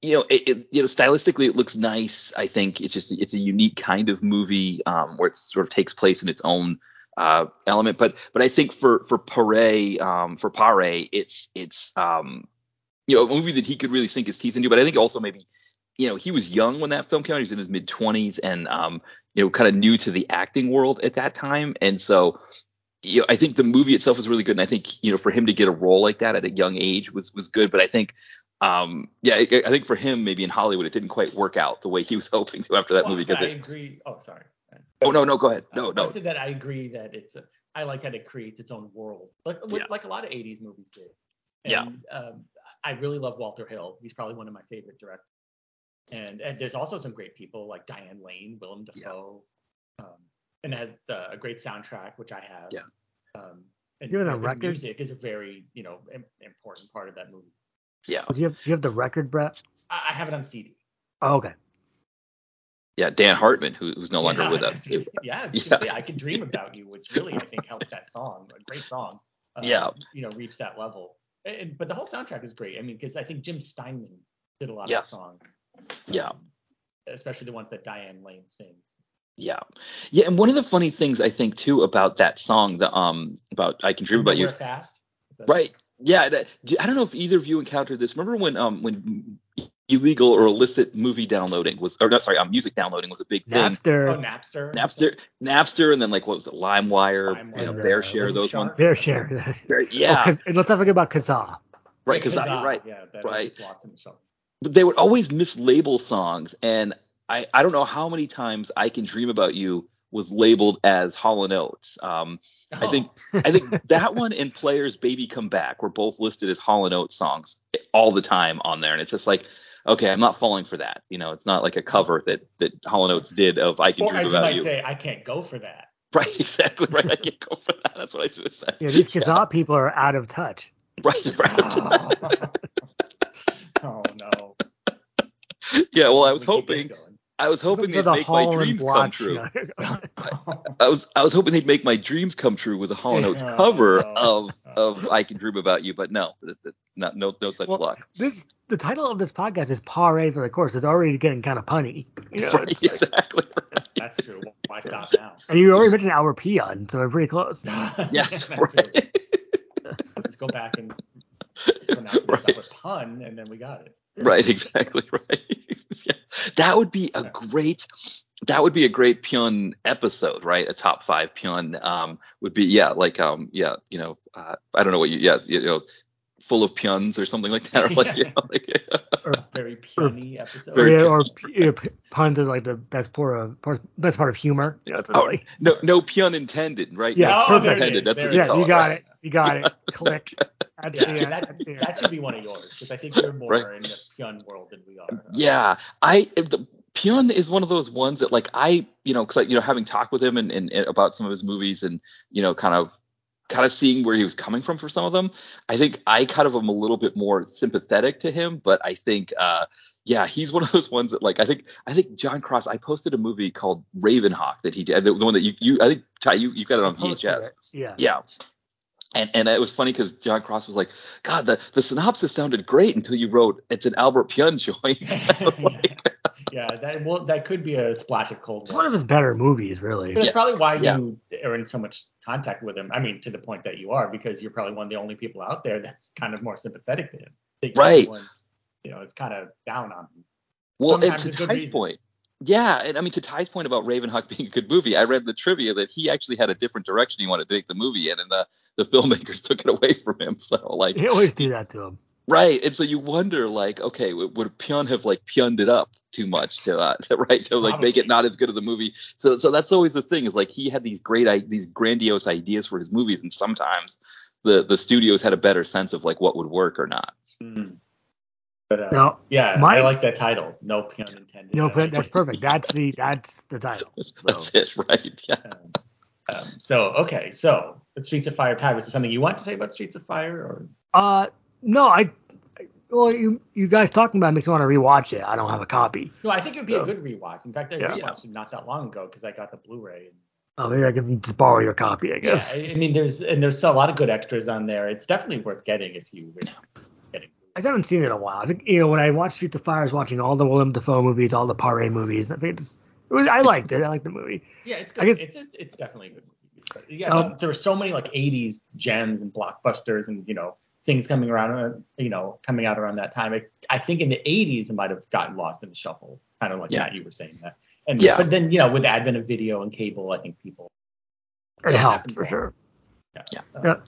[SPEAKER 4] you know it, it you know stylistically it looks nice. I think it's just it's a unique kind of movie um, where it sort of takes place in its own uh, element. But but I think for for Pare um, for Pare, it's it's um, you know a movie that he could really sink his teeth into. But I think also maybe you know he was young when that film came out. He was in his mid twenties and um, you know kind of new to the acting world at that time. And so you know I think the movie itself was really good. And I think you know for him to get a role like that at a young age was was good. But I think. Um, yeah, I, I think for him, maybe in Hollywood, it didn't quite work out the way he was hoping to after that
[SPEAKER 2] Well,
[SPEAKER 4] movie. Because
[SPEAKER 2] I
[SPEAKER 4] it,
[SPEAKER 2] agree. Oh, sorry. Uh,
[SPEAKER 4] oh no, no, go ahead, no,
[SPEAKER 2] I
[SPEAKER 4] no,
[SPEAKER 2] said that I agree that it's. A, I like that it creates its own world, like
[SPEAKER 4] Yeah.
[SPEAKER 2] like a lot of '80s movies did.
[SPEAKER 4] Yeah.
[SPEAKER 2] And, Um, I really love Walter Hill. He's probably one of my favorite directors. And, and there's also some great people like Diane Lane, Willem Dafoe, um, and it has uh, a great soundtrack, which I have.
[SPEAKER 4] Yeah.
[SPEAKER 2] Um, and
[SPEAKER 3] You have a
[SPEAKER 2] his
[SPEAKER 3] record?
[SPEAKER 2] music is a very you know im- important part of that movie.
[SPEAKER 4] yeah,
[SPEAKER 3] Oh, Do you have do you have the record, Brett?
[SPEAKER 2] I, I have it on CD.
[SPEAKER 3] Oh, okay.
[SPEAKER 4] yeah. Dan Hartman, who, who's no longer
[SPEAKER 2] Yeah,
[SPEAKER 4] with
[SPEAKER 2] I
[SPEAKER 4] us,
[SPEAKER 2] could- Yes, you
[SPEAKER 4] Yeah.
[SPEAKER 2] can say I could dream about you, which really I think helped that song. A great song. um,
[SPEAKER 4] Yeah.
[SPEAKER 2] You know, reach that level. And, but the whole soundtrack is great. I mean, because I think Jim Steinman did a lot
[SPEAKER 4] Yes.
[SPEAKER 2] of the songs.
[SPEAKER 4] Yeah.
[SPEAKER 2] um, Especially the ones that Diane Lane sings.
[SPEAKER 4] Yeah. Yeah, and one of the funny things I think too about that song, the um about I can dream about you.
[SPEAKER 2] Nowhere
[SPEAKER 4] is-
[SPEAKER 2] Fast. Is that-
[SPEAKER 4] Right. Yeah, that, d- I don't know if either of you encountered this. Remember when um when illegal or illicit movie downloading was or not sorry, um, music downloading was a big thing.
[SPEAKER 2] Oh,
[SPEAKER 3] Napster.
[SPEAKER 2] Napster.
[SPEAKER 4] Napster Napster and then like what was it? LimeWire, you know,
[SPEAKER 3] LimeWire,
[SPEAKER 4] Bear
[SPEAKER 3] uh,
[SPEAKER 4] Share,
[SPEAKER 2] Little
[SPEAKER 4] those
[SPEAKER 2] Shark.
[SPEAKER 4] ones.
[SPEAKER 3] Bear share.
[SPEAKER 4] Bear- yeah.
[SPEAKER 3] Oh, 'cause- and let's not forget about Kazaa.
[SPEAKER 4] right, cuz
[SPEAKER 2] Kazaa,
[SPEAKER 4] I right.
[SPEAKER 2] Yeah, that
[SPEAKER 4] right.
[SPEAKER 2] was lost in the shuffle.
[SPEAKER 4] but they would always mislabel songs and I, I don't know how many times I can dream about you was labeled as Hollow Notes. Um, I think
[SPEAKER 2] Oh,
[SPEAKER 4] I think that one and Players Baby Come Back were both listed as Hollow Note songs all the time on there. And it's just like, okay, I'm not falling for that. You know, it's not like a cover that that Hollow Notes did of I Can
[SPEAKER 2] or
[SPEAKER 4] Dream
[SPEAKER 2] as you
[SPEAKER 4] About
[SPEAKER 2] might
[SPEAKER 4] You.
[SPEAKER 2] say, I can't go for that.
[SPEAKER 4] Right, exactly. Right. I can't go for that. That's what I should have said.
[SPEAKER 3] Yeah, these Kazaa people are out of touch.
[SPEAKER 4] Right, right.
[SPEAKER 2] oh no.
[SPEAKER 4] yeah, well I was
[SPEAKER 2] We keep this
[SPEAKER 4] hoping
[SPEAKER 2] going.
[SPEAKER 4] I was hoping
[SPEAKER 3] Those are
[SPEAKER 4] they'd
[SPEAKER 3] the
[SPEAKER 4] make my
[SPEAKER 3] Hall and
[SPEAKER 4] dreams come
[SPEAKER 3] Bloch,
[SPEAKER 4] true.
[SPEAKER 3] you know.
[SPEAKER 4] I was I was hoping they'd make my dreams come true with a Hollow Notes
[SPEAKER 2] Yeah.
[SPEAKER 4] cover
[SPEAKER 2] Oh.
[SPEAKER 4] of of I Can Dream About You, but no, th- th- not, no no such
[SPEAKER 3] Well,
[SPEAKER 4] luck.
[SPEAKER 3] this the title of this podcast is Par for the Course. It's already getting kind of punny. You know,
[SPEAKER 4] right,
[SPEAKER 3] it's like-
[SPEAKER 4] exactly.
[SPEAKER 2] That's true. Why stop now?
[SPEAKER 3] and you already mentioned our peon, so we're pretty close.
[SPEAKER 4] Yes,
[SPEAKER 2] That's true.
[SPEAKER 4] right.
[SPEAKER 2] Let's just go back and pronounce it as
[SPEAKER 4] Right.
[SPEAKER 2] a pun, and then we got it.
[SPEAKER 4] right, exactly, right. yeah. That would be a
[SPEAKER 2] Yeah.
[SPEAKER 4] great that would be a great Pyun episode, right? A top five Pyun um would be yeah, like um yeah, you know, uh, I don't know what you yeah, you know, full of Pyuns or something like that. Or like, you know, like,
[SPEAKER 2] Very punny episode.
[SPEAKER 4] Very
[SPEAKER 3] yeah,
[SPEAKER 4] good.
[SPEAKER 3] or p- yeah, p- puns is like the best part of part- best part of humor. You know, it's just
[SPEAKER 4] Oh,
[SPEAKER 3] like-
[SPEAKER 4] no no Pyun intended, right?
[SPEAKER 3] Yeah,
[SPEAKER 4] No
[SPEAKER 2] oh,
[SPEAKER 4] pun
[SPEAKER 2] there it
[SPEAKER 4] intended,
[SPEAKER 2] is.
[SPEAKER 4] That's
[SPEAKER 2] There
[SPEAKER 4] what
[SPEAKER 2] it
[SPEAKER 4] we
[SPEAKER 2] is.
[SPEAKER 4] call
[SPEAKER 3] yeah, you
[SPEAKER 4] it,
[SPEAKER 3] got
[SPEAKER 4] right?
[SPEAKER 3] it, you got it. Click. That's
[SPEAKER 2] Yeah,
[SPEAKER 3] the
[SPEAKER 2] actually,
[SPEAKER 3] end.
[SPEAKER 2] that,
[SPEAKER 3] That's the end.
[SPEAKER 2] that should be one of yours because I think you're more
[SPEAKER 4] Right.
[SPEAKER 2] in the Pyun world than we are.
[SPEAKER 4] Yeah, I eh, the, Pyun is one of those ones that like I you know because like, you know having talked with him and, and, and about some of his movies and you know kind of kind of seeing where he was coming from for some of them, I think I kind of am a little bit more sympathetic to him, but I think uh yeah he's one of those ones that like I think I think John Cross I posted a movie called Ravenhawk that he did the, the one that you you I think Ty you you got it on
[SPEAKER 3] Post
[SPEAKER 4] VHS.
[SPEAKER 3] it, Yeah.
[SPEAKER 4] Yeah. And, and it was funny because John Cross was like, God, the, the synopsis sounded great until you wrote, it's an Albert Pyun joint.
[SPEAKER 2] yeah, that well, that could be a splash of cold
[SPEAKER 3] It's one
[SPEAKER 2] water.
[SPEAKER 3] of his better movies, really.
[SPEAKER 2] That's
[SPEAKER 4] Yeah.
[SPEAKER 2] probably why
[SPEAKER 4] Yeah.
[SPEAKER 2] you are in so much contact with him. I mean, to the point that you are, because you're probably one of the only people out there that's kind of more sympathetic to him. I think
[SPEAKER 4] Right.
[SPEAKER 2] everyone, You know, it's kind of down on him.
[SPEAKER 4] Well, and
[SPEAKER 2] Sometimes
[SPEAKER 4] to
[SPEAKER 2] it's good
[SPEAKER 4] Ty's
[SPEAKER 2] reason.
[SPEAKER 4] point, yeah, and I mean to Ty's point about Raven Hawk being a good movie, I read the trivia that he actually had a different direction he wanted to take the movie in, and the the filmmakers took it away from him. So like,
[SPEAKER 3] They always do that to him.
[SPEAKER 4] right, and so you wonder like, okay, w- would Pyun have like Pyuned it up too much to uh, right to like make
[SPEAKER 2] Probably.
[SPEAKER 4] it not as good of the movie? So so that's always the thing is like he had these great i- these grandiose ideas for his movies, and sometimes the the studios had a better sense of like what would work or not.
[SPEAKER 2] But uh,
[SPEAKER 3] No,
[SPEAKER 2] yeah,
[SPEAKER 3] My-
[SPEAKER 2] I like that title. No pun intended.
[SPEAKER 3] no,
[SPEAKER 2] I like
[SPEAKER 3] but that's
[SPEAKER 2] it.
[SPEAKER 3] perfect. That's the that's the title.
[SPEAKER 4] That's it, right? Yeah.
[SPEAKER 2] Um, um, so okay, so but Streets of Fire, Ty, was there something you want to say about Streets of Fire, or
[SPEAKER 3] Uh, no, I. I- Well, you you guys talking about it makes me want to rewatch it. I don't have a copy.
[SPEAKER 2] no? I think it would be
[SPEAKER 3] No.
[SPEAKER 2] a good rewatch. In fact, I
[SPEAKER 3] Yeah.
[SPEAKER 2] rewatched it not that long ago because I got the Blu-ray.
[SPEAKER 3] Oh, maybe I can just borrow your copy, I guess.
[SPEAKER 2] Yeah, I, I mean, there's and there's a lot of good extras on there. It's definitely worth getting if you. Really get it.
[SPEAKER 3] I haven't seen it in a while. I think you know when I watched Streets of Fire, I was watching all the Willem Dafoe movies, all the Paré movies. I think it's, it was, I liked it. I liked the movie.
[SPEAKER 2] Yeah, it's
[SPEAKER 3] I
[SPEAKER 2] good.
[SPEAKER 3] guess-
[SPEAKER 2] it's, it's it's definitely a good movie. But yeah,
[SPEAKER 3] Um,
[SPEAKER 2] there were so many like '80s gems and blockbusters, and you know things coming around, uh, you know, coming out around that time. I, I think in the '80s it might have gotten lost in the shuffle, kind of like
[SPEAKER 4] Yeah.
[SPEAKER 2] Matt, you were saying that. And
[SPEAKER 4] Yeah.
[SPEAKER 2] but then you know with the advent of video and cable, I think people.
[SPEAKER 3] It
[SPEAKER 2] Yeah,
[SPEAKER 3] helped for
[SPEAKER 2] yeah.
[SPEAKER 3] sure.
[SPEAKER 4] Yeah.
[SPEAKER 3] Now,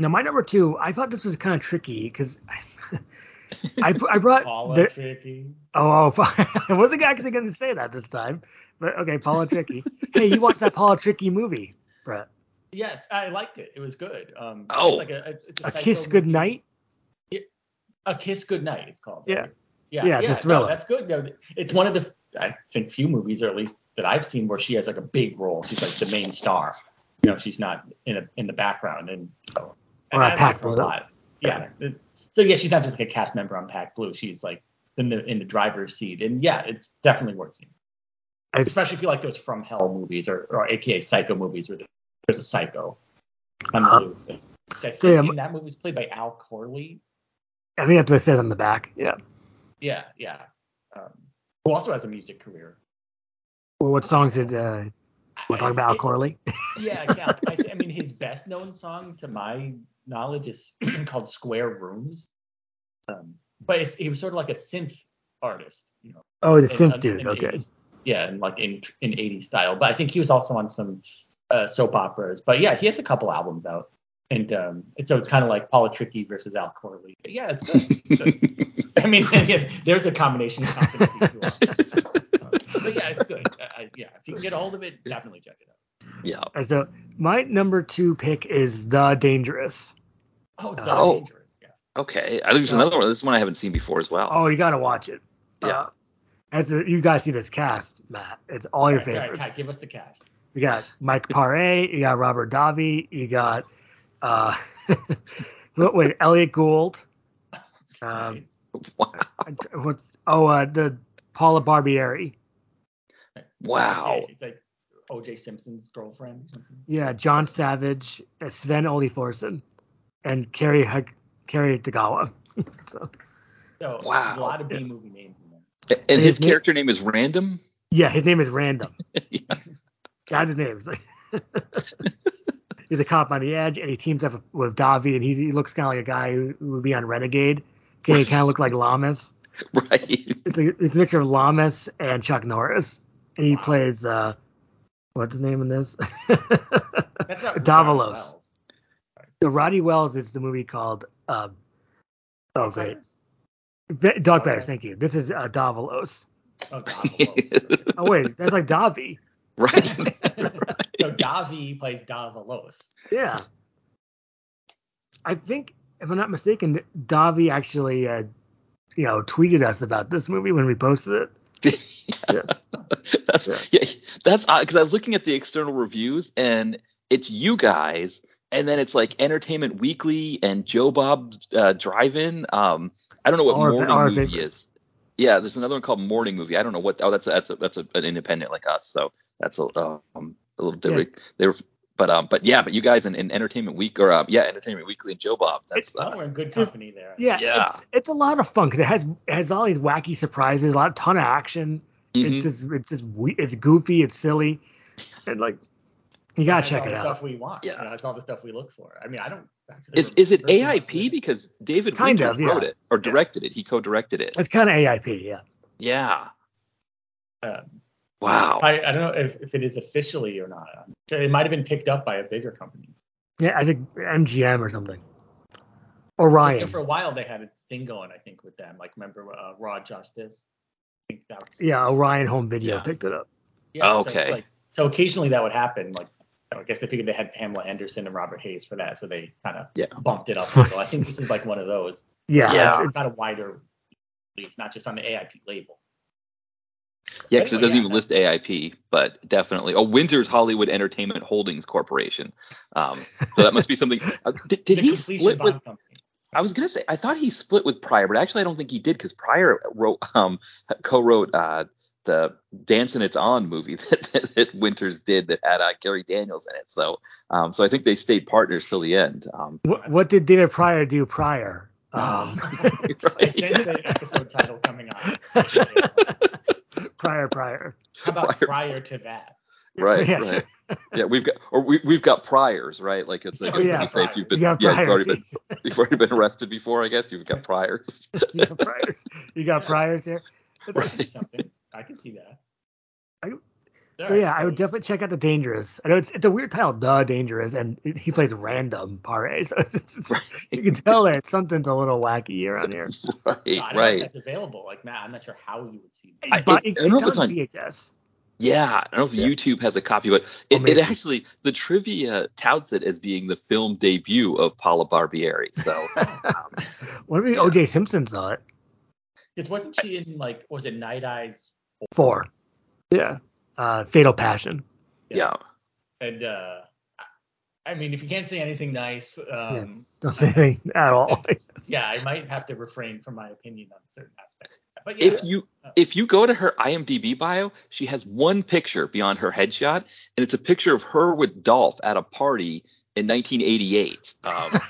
[SPEAKER 3] now, my number two, I thought this was kind of tricky because I, I, pr- I brought
[SPEAKER 2] Paula
[SPEAKER 3] the-
[SPEAKER 2] Tricky.
[SPEAKER 3] oh, oh I wasn't actually going to say that this time, but okay, Paula Tricky. hey, you watched that Paula Tricky movie, Brett?
[SPEAKER 2] Yes, I liked it. It was good. Um,
[SPEAKER 4] Oh.
[SPEAKER 2] it's like a, it's, it's a,
[SPEAKER 3] A
[SPEAKER 2] psycho-
[SPEAKER 3] Kiss Goodnight.
[SPEAKER 2] A Kiss Goodnight, it's called.
[SPEAKER 3] Yeah.
[SPEAKER 2] right? Yeah.
[SPEAKER 3] Yeah, it's a
[SPEAKER 2] no,
[SPEAKER 3] thriller.
[SPEAKER 2] that's good. No, it's one of the, I think, few movies, or at least that I've seen, where she has like a big role. She's like the main star. You know, she's not in a, in the background. And, you know, and
[SPEAKER 3] Or a
[SPEAKER 2] I like
[SPEAKER 3] Pac
[SPEAKER 2] her
[SPEAKER 3] Blue.
[SPEAKER 2] lot. Yeah. It- So, yeah, she's not just like a cast member on Pack Blue. She's like in the in the driver's seat. And yeah, it's definitely worth seeing.
[SPEAKER 3] It's-
[SPEAKER 2] Especially if you like those From Hell movies or, or AKA Psycho movies where there's a psycho on the
[SPEAKER 3] Uh-huh.
[SPEAKER 2] loose. And I think
[SPEAKER 3] Damn.
[SPEAKER 2] in that movie was played by Al Corley.
[SPEAKER 3] I think that's what it says on the back. Yeah.
[SPEAKER 2] Yeah, yeah. Um, who also has a music career.
[SPEAKER 3] Well, what songs did uh, we're
[SPEAKER 2] I-
[SPEAKER 3] talking about? Al
[SPEAKER 2] it-
[SPEAKER 3] Corley.
[SPEAKER 2] Yeah, yeah. I, th- I mean, his best known song, to my knowledge, is called Square Rooms. Um, but it's he was sort of like a synth artist, you know.
[SPEAKER 3] Oh, the
[SPEAKER 2] in-
[SPEAKER 3] synth
[SPEAKER 2] in-
[SPEAKER 3] dude.
[SPEAKER 2] in
[SPEAKER 3] Okay.
[SPEAKER 2] 80s. Yeah, and like in in 80s style. But I think he was also on some uh, soap operas. But yeah, he has a couple albums out. And um, and so it's kind of like Paula Tricky versus Al Corley. But yeah, it's good. It's good. I mean, there's a combination of competency to it. Uh, but yeah, it's good. I- I, yeah, if you can get a hold of it, definitely check it out.
[SPEAKER 4] Yeah.
[SPEAKER 3] All right, so my number two pick is The Dangerous.
[SPEAKER 2] Oh, it's
[SPEAKER 4] Oh.
[SPEAKER 2] dangerous. Yeah.
[SPEAKER 4] Okay. I think there's another one. This one I haven't seen before as well.
[SPEAKER 3] Oh, you gotta watch it.
[SPEAKER 4] Yeah.
[SPEAKER 3] Uh, as a, you guys see this cast, Matt. It's all your
[SPEAKER 2] All right, all right,
[SPEAKER 3] favorites.
[SPEAKER 2] Kai, give us the cast.
[SPEAKER 3] You got Mike Paré. You got Robert Davi. You got uh, wait Elliot Gould. Um, what's oh uh, the Paula Barbieri.
[SPEAKER 4] Wow.
[SPEAKER 2] Okay, It's like O.J. Simpson's girlfriend. or something.
[SPEAKER 3] Yeah, John Savage, uh, Sven Ole Thorsen, and Kerry Hag- Kerry Tagawa. so,
[SPEAKER 2] So there's
[SPEAKER 4] Wow.
[SPEAKER 2] a lot of B movie names in there.
[SPEAKER 4] And his
[SPEAKER 3] His name-
[SPEAKER 4] character name is Random.
[SPEAKER 3] yeah, his name is Random.
[SPEAKER 4] Yeah.
[SPEAKER 3] That's his name. It's like- he's a cop on the edge, and he teams up with Davi, and he, he looks kind of like a guy who, who would be on Renegade. He kind of looked like Lamas.
[SPEAKER 4] Right.
[SPEAKER 3] It's a, it's a mixture of Lamas and Chuck Norris, and he plays uh, what's his name in this?
[SPEAKER 2] That's not
[SPEAKER 3] Davalos.
[SPEAKER 2] Wells.
[SPEAKER 3] The Roddy Wells is the movie called um, oh great
[SPEAKER 2] Davalos?
[SPEAKER 3] Ve- Dog Better.
[SPEAKER 2] Okay.
[SPEAKER 3] Thank you. This is uh, Davalos.
[SPEAKER 2] Oh, Davalos.
[SPEAKER 3] Oh wait, that's like Davi.
[SPEAKER 4] Right.
[SPEAKER 2] so Davi plays
[SPEAKER 3] Uh,
[SPEAKER 2] Davalos.
[SPEAKER 3] Yeah. I think, if I'm not mistaken, Davi actually, uh, you know, tweeted us about this movie when we posted it.
[SPEAKER 4] that's yeah. That's because I was looking at the external reviews and it's you guys, and then it's like Entertainment Weekly and Joe Bob uh, Drive-In. Um, I don't know what
[SPEAKER 3] All of-
[SPEAKER 4] morning
[SPEAKER 3] all of
[SPEAKER 4] movie
[SPEAKER 3] favorites.
[SPEAKER 4] is. Yeah, there's another one called Morning Movie. I don't know what. Oh, that's a, that's a, that's a, an independent like us, so that's a um a little
[SPEAKER 3] Yeah.
[SPEAKER 4] different. They were, but um, but yeah, but you guys in, in Entertainment Week or um, yeah, Entertainment Weekly and Joe Bob. That's
[SPEAKER 2] Well,
[SPEAKER 4] uh,
[SPEAKER 2] we're in good
[SPEAKER 3] Just-
[SPEAKER 2] company there.
[SPEAKER 3] Yeah,
[SPEAKER 4] Yeah.
[SPEAKER 3] It's, it's a lot of fun because it has it has all these wacky surprises, a lot ton of action.
[SPEAKER 4] mhm.
[SPEAKER 3] It's just it's just we, it's goofy, it's silly, and like you gotta
[SPEAKER 2] that's
[SPEAKER 3] check
[SPEAKER 2] all
[SPEAKER 3] it
[SPEAKER 2] the
[SPEAKER 3] out.
[SPEAKER 2] stuff we want.
[SPEAKER 4] Yeah.
[SPEAKER 2] You know, that's all the stuff we look for. I mean, I don't actually.
[SPEAKER 4] Is, is it
[SPEAKER 2] remember too much of
[SPEAKER 4] AIP
[SPEAKER 2] it.
[SPEAKER 4] because David
[SPEAKER 3] Kind
[SPEAKER 4] Winters
[SPEAKER 3] of, yeah.
[SPEAKER 4] wrote it or directed it? He co-directed it.
[SPEAKER 3] It's kind of AIP, yeah.
[SPEAKER 4] Yeah.
[SPEAKER 2] Um,
[SPEAKER 4] Wow.
[SPEAKER 2] I, I don't know if, if it is officially or not. It might have been picked up by a bigger company.
[SPEAKER 3] Yeah, I think MGM or something. Or
[SPEAKER 2] So
[SPEAKER 3] Ryan.
[SPEAKER 2] for a while, they had a thing going, I think, with them. Like, remember uh, Raw Justice? I think that was,
[SPEAKER 3] Yeah, Orion Home Video
[SPEAKER 4] Yeah.
[SPEAKER 3] picked it up.
[SPEAKER 2] yeah,
[SPEAKER 4] Oh,
[SPEAKER 2] So, it's
[SPEAKER 4] okay.
[SPEAKER 2] like, so occasionally that would happen. Like, I guess they figured they had Pamela Anderson and Robert Hayes for that, so they kind of
[SPEAKER 4] Yeah.
[SPEAKER 2] bumped it up. a little. I think this is like one of those.
[SPEAKER 3] Yeah,
[SPEAKER 4] Yeah.
[SPEAKER 3] it's-
[SPEAKER 2] It's got a wider release, not just on the AIP label.
[SPEAKER 4] Yeah, because it
[SPEAKER 2] Anyway,
[SPEAKER 4] doesn't
[SPEAKER 2] yeah,
[SPEAKER 4] even list AIP, but definitely. Oh, Winters Hollywood Entertainment Holdings Corporation. Um, so that must be something. Uh, did did
[SPEAKER 2] The
[SPEAKER 4] he
[SPEAKER 2] Completion
[SPEAKER 4] split
[SPEAKER 2] Bond
[SPEAKER 4] with?
[SPEAKER 2] Company.
[SPEAKER 4] I was gonna say I thought he split with Pryor, but actually I don't think he did because Pryor wrote, um, co-wrote uh, the Dance and It's On movie that, that, that Winters did that had uh, Gary Daniels in it. So, um, so I think they stayed partners till the end. Um,
[SPEAKER 3] What, what did David Pryor do prior? Um,
[SPEAKER 2] Ah. I
[SPEAKER 4] right?
[SPEAKER 2] sense an episode title coming on.
[SPEAKER 3] prior, prior.
[SPEAKER 2] How about
[SPEAKER 4] Prior-
[SPEAKER 2] prior to that?
[SPEAKER 4] Right,
[SPEAKER 3] Yeah,
[SPEAKER 4] right.
[SPEAKER 3] sure.
[SPEAKER 4] Yeah, we've got or we we've got priors, right? Like it's like
[SPEAKER 2] Oh,
[SPEAKER 4] it's
[SPEAKER 3] yeah,
[SPEAKER 4] pretty safe. You've been
[SPEAKER 3] You
[SPEAKER 4] yeah,
[SPEAKER 3] got
[SPEAKER 4] you've already
[SPEAKER 3] priors.
[SPEAKER 4] been you've already been arrested before, I guess. You've got priors.
[SPEAKER 3] you got priors. You got priors here.
[SPEAKER 2] That could be something. I can see that.
[SPEAKER 3] I-
[SPEAKER 2] All
[SPEAKER 3] so
[SPEAKER 2] right,
[SPEAKER 3] yeah, I would definitely check out the Dangerous. I know it's it's a weird title, the Dangerous, and it- he plays random Paré. So it's, it's, it's- you can tell that something's a little wacky here on here.
[SPEAKER 2] No, I don't
[SPEAKER 4] Right,
[SPEAKER 2] know if
[SPEAKER 4] right.
[SPEAKER 2] That's available. Like Matt, I'm not sure how you would see that.
[SPEAKER 4] I-
[SPEAKER 3] but
[SPEAKER 4] it-
[SPEAKER 3] it,
[SPEAKER 4] I don't know
[SPEAKER 3] it's
[SPEAKER 4] if it's
[SPEAKER 3] on
[SPEAKER 4] on-
[SPEAKER 3] VHS.
[SPEAKER 4] Yeah, I don't know if
[SPEAKER 2] Yeah.
[SPEAKER 4] YouTube has a copy, but it, it
[SPEAKER 3] maybe.
[SPEAKER 4] actually the trivia touts it as being the film debut of Paula Barbieri. So
[SPEAKER 3] What if O.J. Simpson saw it?
[SPEAKER 2] Because wasn't she in like was it Night Eyes
[SPEAKER 3] Four. Yeah. Uh, Fatal Passion.
[SPEAKER 4] yeah,
[SPEAKER 2] and uh I mean if you can't say anything nice, um
[SPEAKER 3] Don't say anything at all.
[SPEAKER 2] yeah, I might have to refrain from my opinion on certain aspects. But yeah,
[SPEAKER 4] if you if you go to her IMDb bio, she has one picture beyond her headshot, and it's a picture of her with Dolph at a party in 1988. Um,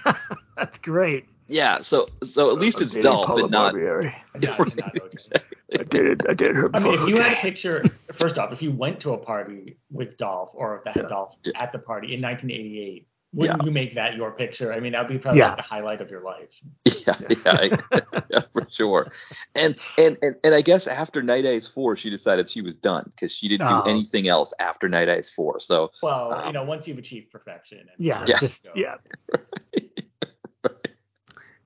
[SPEAKER 3] That's great.
[SPEAKER 4] yeah, so so at least it's Dolph and not
[SPEAKER 2] I'm not, I'm not OJ.
[SPEAKER 3] I did. I did her
[SPEAKER 2] I mean, if you had a picture, first off, if you went to a party with Dolph or that Dolph at the party in 1988, wouldn't you make that your picture? I mean, that would be probably
[SPEAKER 3] Yeah.
[SPEAKER 2] like the highlight of your life.
[SPEAKER 4] yeah, yeah, I- yeah, for sure. And, and and and I guess after Night Eyes four, she decided she was done because she didn't
[SPEAKER 3] Oh.
[SPEAKER 4] do anything else after Night Eyes four. So
[SPEAKER 2] Well, you
[SPEAKER 4] Um,
[SPEAKER 2] know, once you've achieved perfection. And
[SPEAKER 3] yeah,
[SPEAKER 4] Yeah.
[SPEAKER 3] Just, yeah.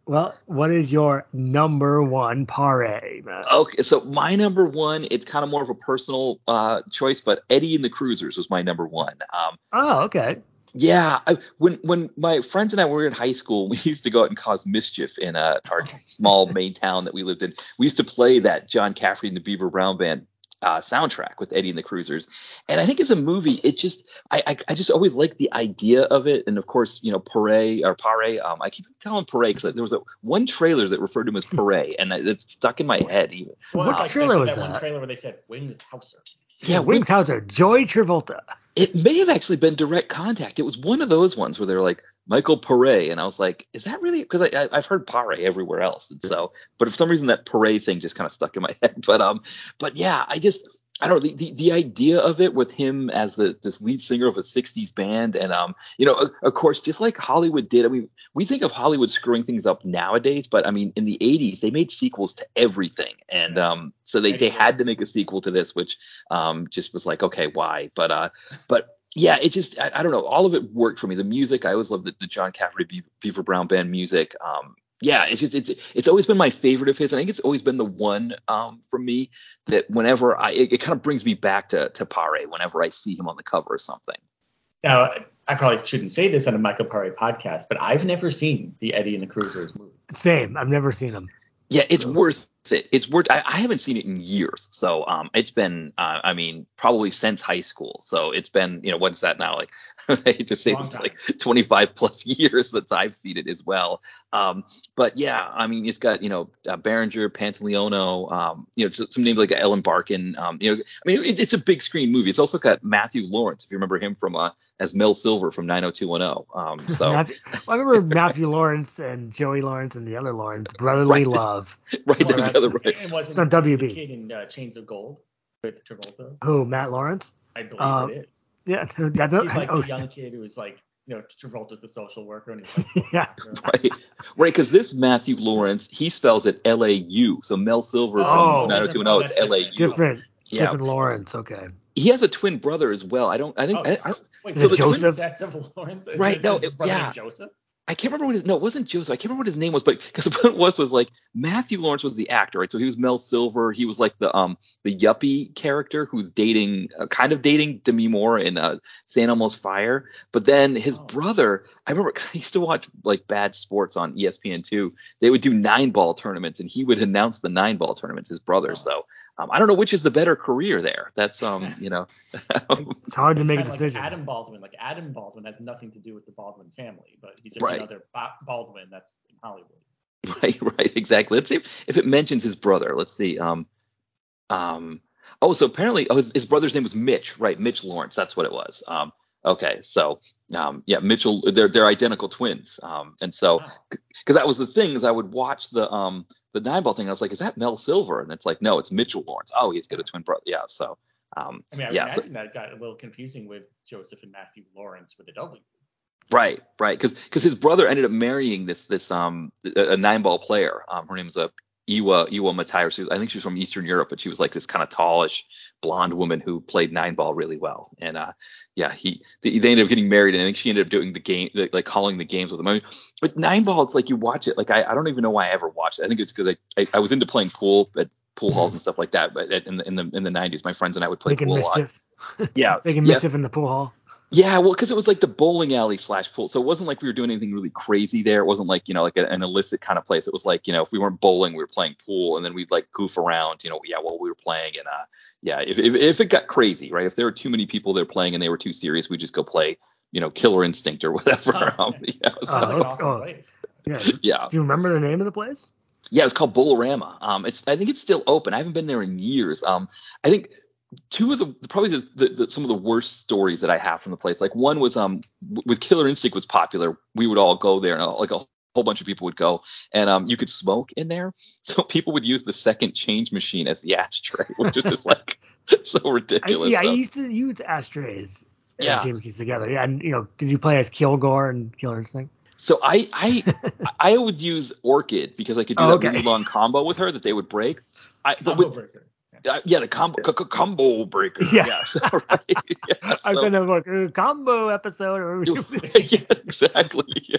[SPEAKER 3] Well, what is your number one pare? Matt?
[SPEAKER 4] Okay, so my number one, it's kind of more of a personal uh, choice, but Eddie and the Cruisers was my number one. Um,
[SPEAKER 3] Oh, okay.
[SPEAKER 4] yeah, I, when when my friends and I were in high school, we used to go out and cause mischief in uh, our small main town that we lived in. We used to play that John Cafferty and the Beaver Brown Band uh, soundtrack with Eddie and the Cruisers, and I think as a movie, it just I I, I just always liked the idea of it, and of course you know Paray or Pare, um, I keep calling Paray because there was a, one trailer that referred to him as Paray, and I- it's stuck in my head. Even.
[SPEAKER 2] Well,
[SPEAKER 3] What
[SPEAKER 2] it's like
[SPEAKER 3] trailer
[SPEAKER 2] that,
[SPEAKER 3] was
[SPEAKER 2] that one
[SPEAKER 3] that?
[SPEAKER 2] trailer where they said Wayne Hauser.
[SPEAKER 4] Yeah,
[SPEAKER 3] Wings Hauser, Joy Travolta.
[SPEAKER 4] it may have actually been direct contact. It was one of those ones where they're like Michael Pare, and I was like, is that really? Because I, I I've heard Pare everywhere else, and so, but for some reason that Pare thing just kind of stuck in my head. But um, but yeah, I just I don't know, the, the the idea of it with him as the this lead singer of a '60s band, and um, you know, of, of course, just like Hollywood did. I mean, we think of Hollywood screwing things up nowadays, but I mean, in the '80s they made sequels to everything, and um, so they they had to make a sequel to this, which um, just was like, okay, why? But uh, but yeah, it just I, I don't know. All of it worked for me. The music, I always loved the, the John Cafferty Be- Beaver Brown Band music. Um, yeah, it's just it's it's always been my favorite of his. I think it's always been the one um, for me that whenever I it, it kind of brings me back to to Pare whenever I see him on the cover or something.
[SPEAKER 2] Now, I probably shouldn't say this on a Michael Parry podcast, but I've never seen the Eddie and the Cruisers movie.
[SPEAKER 3] Same. I've never seen him.
[SPEAKER 4] Yeah, it's worth it. It's worth. I, I haven't seen it in years, so um, it's been. Uh, I mean, probably since high school. So it's been. You know, what's that now? Like, I hate to say
[SPEAKER 2] Long
[SPEAKER 4] this,
[SPEAKER 2] time.
[SPEAKER 4] like 25 plus years since I've seen it as well. Um, but yeah, I mean, it's got you know uh, Behringer, Pantaleono, um, you know, so- some names like Ellen Barkin. Um, you know, I mean, it, it's a big screen movie. It's also got Matthew Lawrence, if you remember him from uh, as Mel Silver from 90210. Um, so.
[SPEAKER 3] Matthew- I remember Matthew Lawrence and Joey Lawrence and the other Lawrence, Brotherly
[SPEAKER 4] Right.
[SPEAKER 3] Love.
[SPEAKER 4] Right,
[SPEAKER 2] Well,
[SPEAKER 4] there's the other
[SPEAKER 2] that's-
[SPEAKER 4] right.
[SPEAKER 2] And wasn't
[SPEAKER 3] On WB.
[SPEAKER 2] the kid in uh, Chains of Gold with Travolta?
[SPEAKER 3] Who, Matt Lawrence?
[SPEAKER 2] I believe
[SPEAKER 3] Um,
[SPEAKER 2] it is.
[SPEAKER 3] Yeah, that's
[SPEAKER 2] He's like
[SPEAKER 3] oh,
[SPEAKER 2] the uh, young kid who is like, you know, Travolta's the social worker, and he's like,
[SPEAKER 3] yeah.
[SPEAKER 2] you know,
[SPEAKER 4] Right, right, because this Matthew Lawrence, he spells it L A U. So Mel Silver
[SPEAKER 3] Oh.
[SPEAKER 4] from 90210, it's
[SPEAKER 2] That's
[SPEAKER 4] L A U.
[SPEAKER 2] different.
[SPEAKER 3] Different,
[SPEAKER 4] Yeah,
[SPEAKER 3] different Lawrence. Okay.
[SPEAKER 4] he has a twin brother as well. I don't, I think,
[SPEAKER 2] Oh,
[SPEAKER 4] I, I, don't-
[SPEAKER 2] wait,
[SPEAKER 3] So
[SPEAKER 2] so
[SPEAKER 3] the
[SPEAKER 2] the twin
[SPEAKER 3] Joseph-
[SPEAKER 2] sets of Lawrence? Is
[SPEAKER 4] Right,
[SPEAKER 2] his-
[SPEAKER 4] no,
[SPEAKER 2] is his
[SPEAKER 4] it-
[SPEAKER 2] brother
[SPEAKER 4] yeah.
[SPEAKER 2] named Joseph?
[SPEAKER 4] I can't remember what his, no, it wasn't Joseph. I can't remember what his name was, but because what it was was like Matthew Lawrence was the actor, right? So he was Mel Silver. He was like the um the yuppie character who's dating, uh, kind of dating Demi Moore in uh, San Elmo's Fire. But then his
[SPEAKER 2] Oh.
[SPEAKER 4] brother, I remember 'cause I used to watch like bad sports on E ESPN two. They would do nine ball tournaments, and he would announce the nine ball tournaments. His brother,
[SPEAKER 2] Oh.
[SPEAKER 4] so. Um, I don't know which is the better career there. That's um, you know,
[SPEAKER 3] It's hard to make a
[SPEAKER 2] Kinda
[SPEAKER 3] decision.
[SPEAKER 2] Like Adam Baldwin, like Adam Baldwin has nothing to do with the Baldwin family, but he's just
[SPEAKER 4] Right.
[SPEAKER 2] another Ba- Baldwin that's in Hollywood.
[SPEAKER 4] Right, right, exactly. Let's see if, if it mentions his brother. Let's see. Um, um. Oh, so apparently, oh, his, his brother's name was Mitch, right? Mitch Lawrence. That's what it was. Um. Okay, so, um, yeah, Mitchell. They're they're identical twins. Um, and so,
[SPEAKER 2] Wow.
[SPEAKER 4] because that was the thing is I would watch the um the nine ball thing. I was like, is that Mel Silver? And it's like, no, it's Mitchell Lawrence. Oh, he's got a twin brother. Yeah. So, um,
[SPEAKER 2] I mean, I
[SPEAKER 4] yeah. so-
[SPEAKER 2] imagine that got a little confusing with Joseph and Matthew Lawrence with a W.
[SPEAKER 4] Right, right, because his brother ended up marrying this this um a, a nine ball player. Um, her name's uh, Iwa Iwa Matai. She, I think she was from Eastern Europe, but she was like this kind of tallish blonde woman who played nine ball really well. And uh, yeah, he they, they ended up getting married, and I think she ended up doing the game like, like calling the games with him. I mean, but nine ball, it's like you watch it. Like I, I don't even know why I ever watched it. I think it's because I, I I was into playing pool at pool halls and stuff like that. But at, in the in the in the 90s, my friends and I would play
[SPEAKER 3] Mm-hmm. Making
[SPEAKER 4] pool a lot.
[SPEAKER 3] mischief.
[SPEAKER 4] Yeah,
[SPEAKER 3] Making
[SPEAKER 4] yeah.
[SPEAKER 3] mischief in the pool hall.
[SPEAKER 4] Yeah, well, because it was like the bowling alley slash pool, so it wasn't like we were doing anything really crazy there. It wasn't like you know like a- an illicit kind of place. It was like you know if we weren't bowling, we were playing pool, and then we'd like goof around, you know, yeah, while we were playing, and uh, yeah, if if, if it got crazy, right, if there were too many people there playing and they were too serious, we just go play, you know, Killer Instinct or whatever.
[SPEAKER 2] Oh,
[SPEAKER 4] um,
[SPEAKER 2] okay.
[SPEAKER 4] yeah, so-
[SPEAKER 2] Sounds like an
[SPEAKER 3] Oh,
[SPEAKER 2] awesome
[SPEAKER 3] oh.
[SPEAKER 2] place.
[SPEAKER 3] Yeah.
[SPEAKER 4] yeah,
[SPEAKER 3] Do you remember the name of the place?
[SPEAKER 4] yeah, it's called Bolorama. Um, it's I think it's still open. I haven't been there in years. Um, I think two of the probably the, the, the some of the worst stories that I have from the place. Like one was um w- when Killer Instinct was popular, we would all go there and uh, like a whole bunch of people would go and um you could smoke in there. So people would use the second change machine as the ashtray, which is just like so
[SPEAKER 3] I,
[SPEAKER 4] ridiculous.
[SPEAKER 3] yeah, I
[SPEAKER 4] Um,
[SPEAKER 3] used to use ashtrays. and
[SPEAKER 4] Yeah.
[SPEAKER 3] Team Keys together. Yeah. And, you know, did you play as Kilgore and Killer Instinct?
[SPEAKER 4] So I I I would use Orchid because I could do
[SPEAKER 3] Oh,
[SPEAKER 4] that
[SPEAKER 3] okay. Oh,
[SPEAKER 4] really long combo with her that they would break. I, but
[SPEAKER 2] Combo
[SPEAKER 4] with,
[SPEAKER 2] breaker. Yeah.
[SPEAKER 4] uh, yeah, the combo, c- c- combo breaker.
[SPEAKER 3] Yeah.
[SPEAKER 4] Yes, right. Yeah,
[SPEAKER 3] I've
[SPEAKER 4] so-
[SPEAKER 3] done a like, uh, combo episode or
[SPEAKER 4] yeah, exactly. Yeah.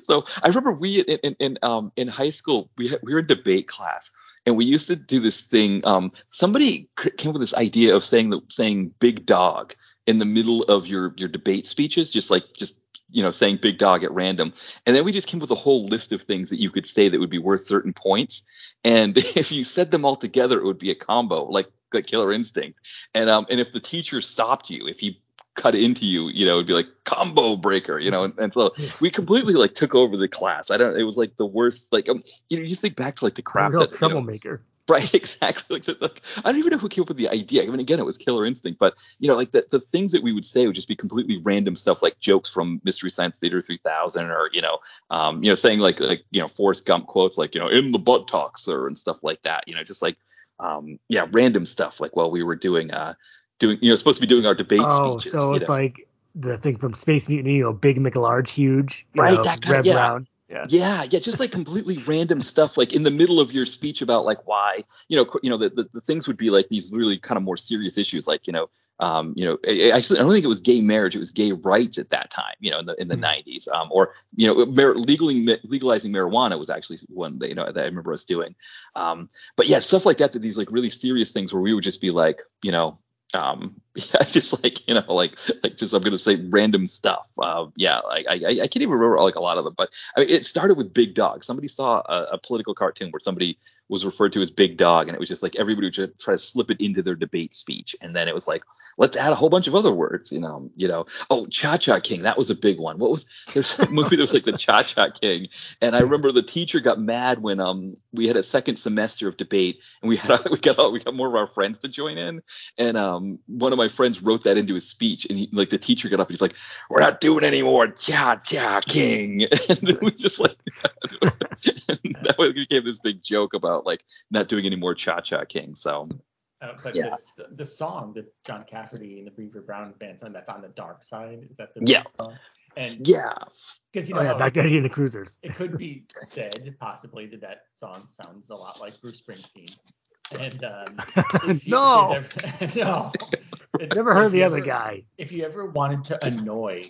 [SPEAKER 4] So I remember we in, in, in um in high school we had, we were in debate class and we used to do this thing. Um, somebody cr- came up with this idea of saying the saying big dog in the middle of your your debate speeches, just like just you know saying big dog at random. And then we just came up with a whole list of things that you could say that would be worth certain points. And if you said them all together, it would be a combo like like Killer Instinct. And um and if the teacher stopped you, if he cut into you, you know, it'd be like combo breaker, you know, and, and so we completely like took over the class. I don't, it was like the worst, like, um, you know, you just think back to like the crap
[SPEAKER 3] real
[SPEAKER 4] that, you know,
[SPEAKER 3] troublemaker.
[SPEAKER 4] right, exactly. Like, so, like, I don't even know who came up with the idea. I mean, again, it was Killer Instinct, but you know, like the, the things that we would say would just be completely random stuff, like jokes from Mystery Science Theater 3000, or you know, um, you know, saying like like you know, Forrest Gump quotes, like you know, in the butt talk, sir, and stuff like that. You know, just like um, yeah, random stuff. Like while we were doing uh. Doing, you know, supposed to be doing our debate
[SPEAKER 3] Oh,
[SPEAKER 4] speeches.
[SPEAKER 3] so
[SPEAKER 4] you
[SPEAKER 3] it's
[SPEAKER 4] know.
[SPEAKER 3] like the thing from Space Mutiny, you know, big McLarge, huge, you
[SPEAKER 4] Right,
[SPEAKER 3] know,
[SPEAKER 4] that kinda-
[SPEAKER 3] Red
[SPEAKER 4] yeah.
[SPEAKER 3] Brown.
[SPEAKER 4] Yeah, yeah, just like completely random stuff, like in the middle of your speech about like why, you know, qu- you know, the, the, the things would be like these really kind of more serious issues, like you know, um, you know, a- a- actually, I don't think it was gay marriage, it was gay rights at that time, you know, in the in the
[SPEAKER 3] Mhm.
[SPEAKER 4] 90s, um, or you know, mar- legally legalizing marijuana was actually one that you know that I remember us doing, um, but yeah, stuff like that, that these like really serious things where we would just be like, you know. Um, yeah, just like you know, like like just I'm gonna say random stuff. Uh, yeah, like I I I can't even remember like a lot of them, but I mean, it started with Big Dog. Somebody saw a, a political cartoon where somebody was referred to as Big Dog, and it was just like everybody would just try to slip it into their debate speech, and then it was like, let's add a whole bunch of other words, you know, you know. Oh, Cha Cha King, that was a big one. What was there's a movie that was like the Cha Cha King, and I remember the teacher got mad when um we had a second semester of debate, and we had we got all, we got more of our friends to join in, and um one of my friends wrote that into his speech, and he, like the teacher got up, and he's like we're not doing any more Cha Cha King. And then we just like that way it became this big joke about like not doing any more Cha Cha King. So
[SPEAKER 2] Uh, but
[SPEAKER 4] Yeah.
[SPEAKER 2] this, the song that John Cafferty and the Beaver Brown band song that's on the dark side is that the
[SPEAKER 4] Yeah.
[SPEAKER 2] song? And
[SPEAKER 4] yeah,
[SPEAKER 2] because you know
[SPEAKER 3] Oh yeah,
[SPEAKER 2] how
[SPEAKER 3] back to Eddie and the Cruisers.
[SPEAKER 2] it could be said possibly that that song sounds a lot like Bruce Springsteen. And um, if you-
[SPEAKER 3] No.
[SPEAKER 2] if there's ever- no, If-
[SPEAKER 3] Never heard
[SPEAKER 2] if
[SPEAKER 3] of the
[SPEAKER 2] you
[SPEAKER 3] other
[SPEAKER 2] ever-
[SPEAKER 3] guy.
[SPEAKER 2] If you ever wanted to annoy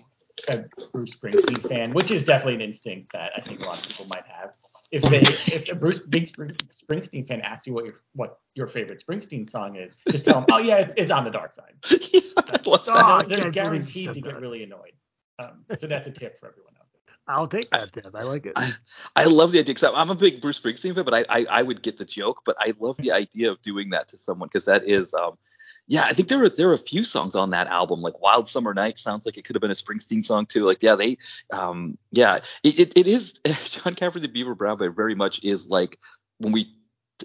[SPEAKER 2] a Bruce Springsteen fan, which is definitely an instinct that I think a lot of people might have, if they, if a Bruce big Spring- Springsteen fan asks you what your what your favorite Springsteen song is, just tell them, oh yeah, it's, it's on the dark side.
[SPEAKER 4] yeah I
[SPEAKER 2] They're-
[SPEAKER 4] love that.
[SPEAKER 3] Ah, Oh,
[SPEAKER 2] they're
[SPEAKER 3] I can't believe you
[SPEAKER 2] guaranteed
[SPEAKER 3] said
[SPEAKER 2] to get
[SPEAKER 3] that.
[SPEAKER 2] really annoyed. Um, so that's a tip for everyone out there.
[SPEAKER 3] I'll take that tip. I like it.
[SPEAKER 4] I love the idea because I'm a big Bruce Springsteen fan, but I, I I would get the joke, but I love the idea of doing that to someone because that is um yeah I think there were there were a few songs on that album like Wild Summer Night sounds like it could have been a Springsteen song too like yeah they um yeah it it, it is John Cafferty the Beaver Brown Band very much is like when we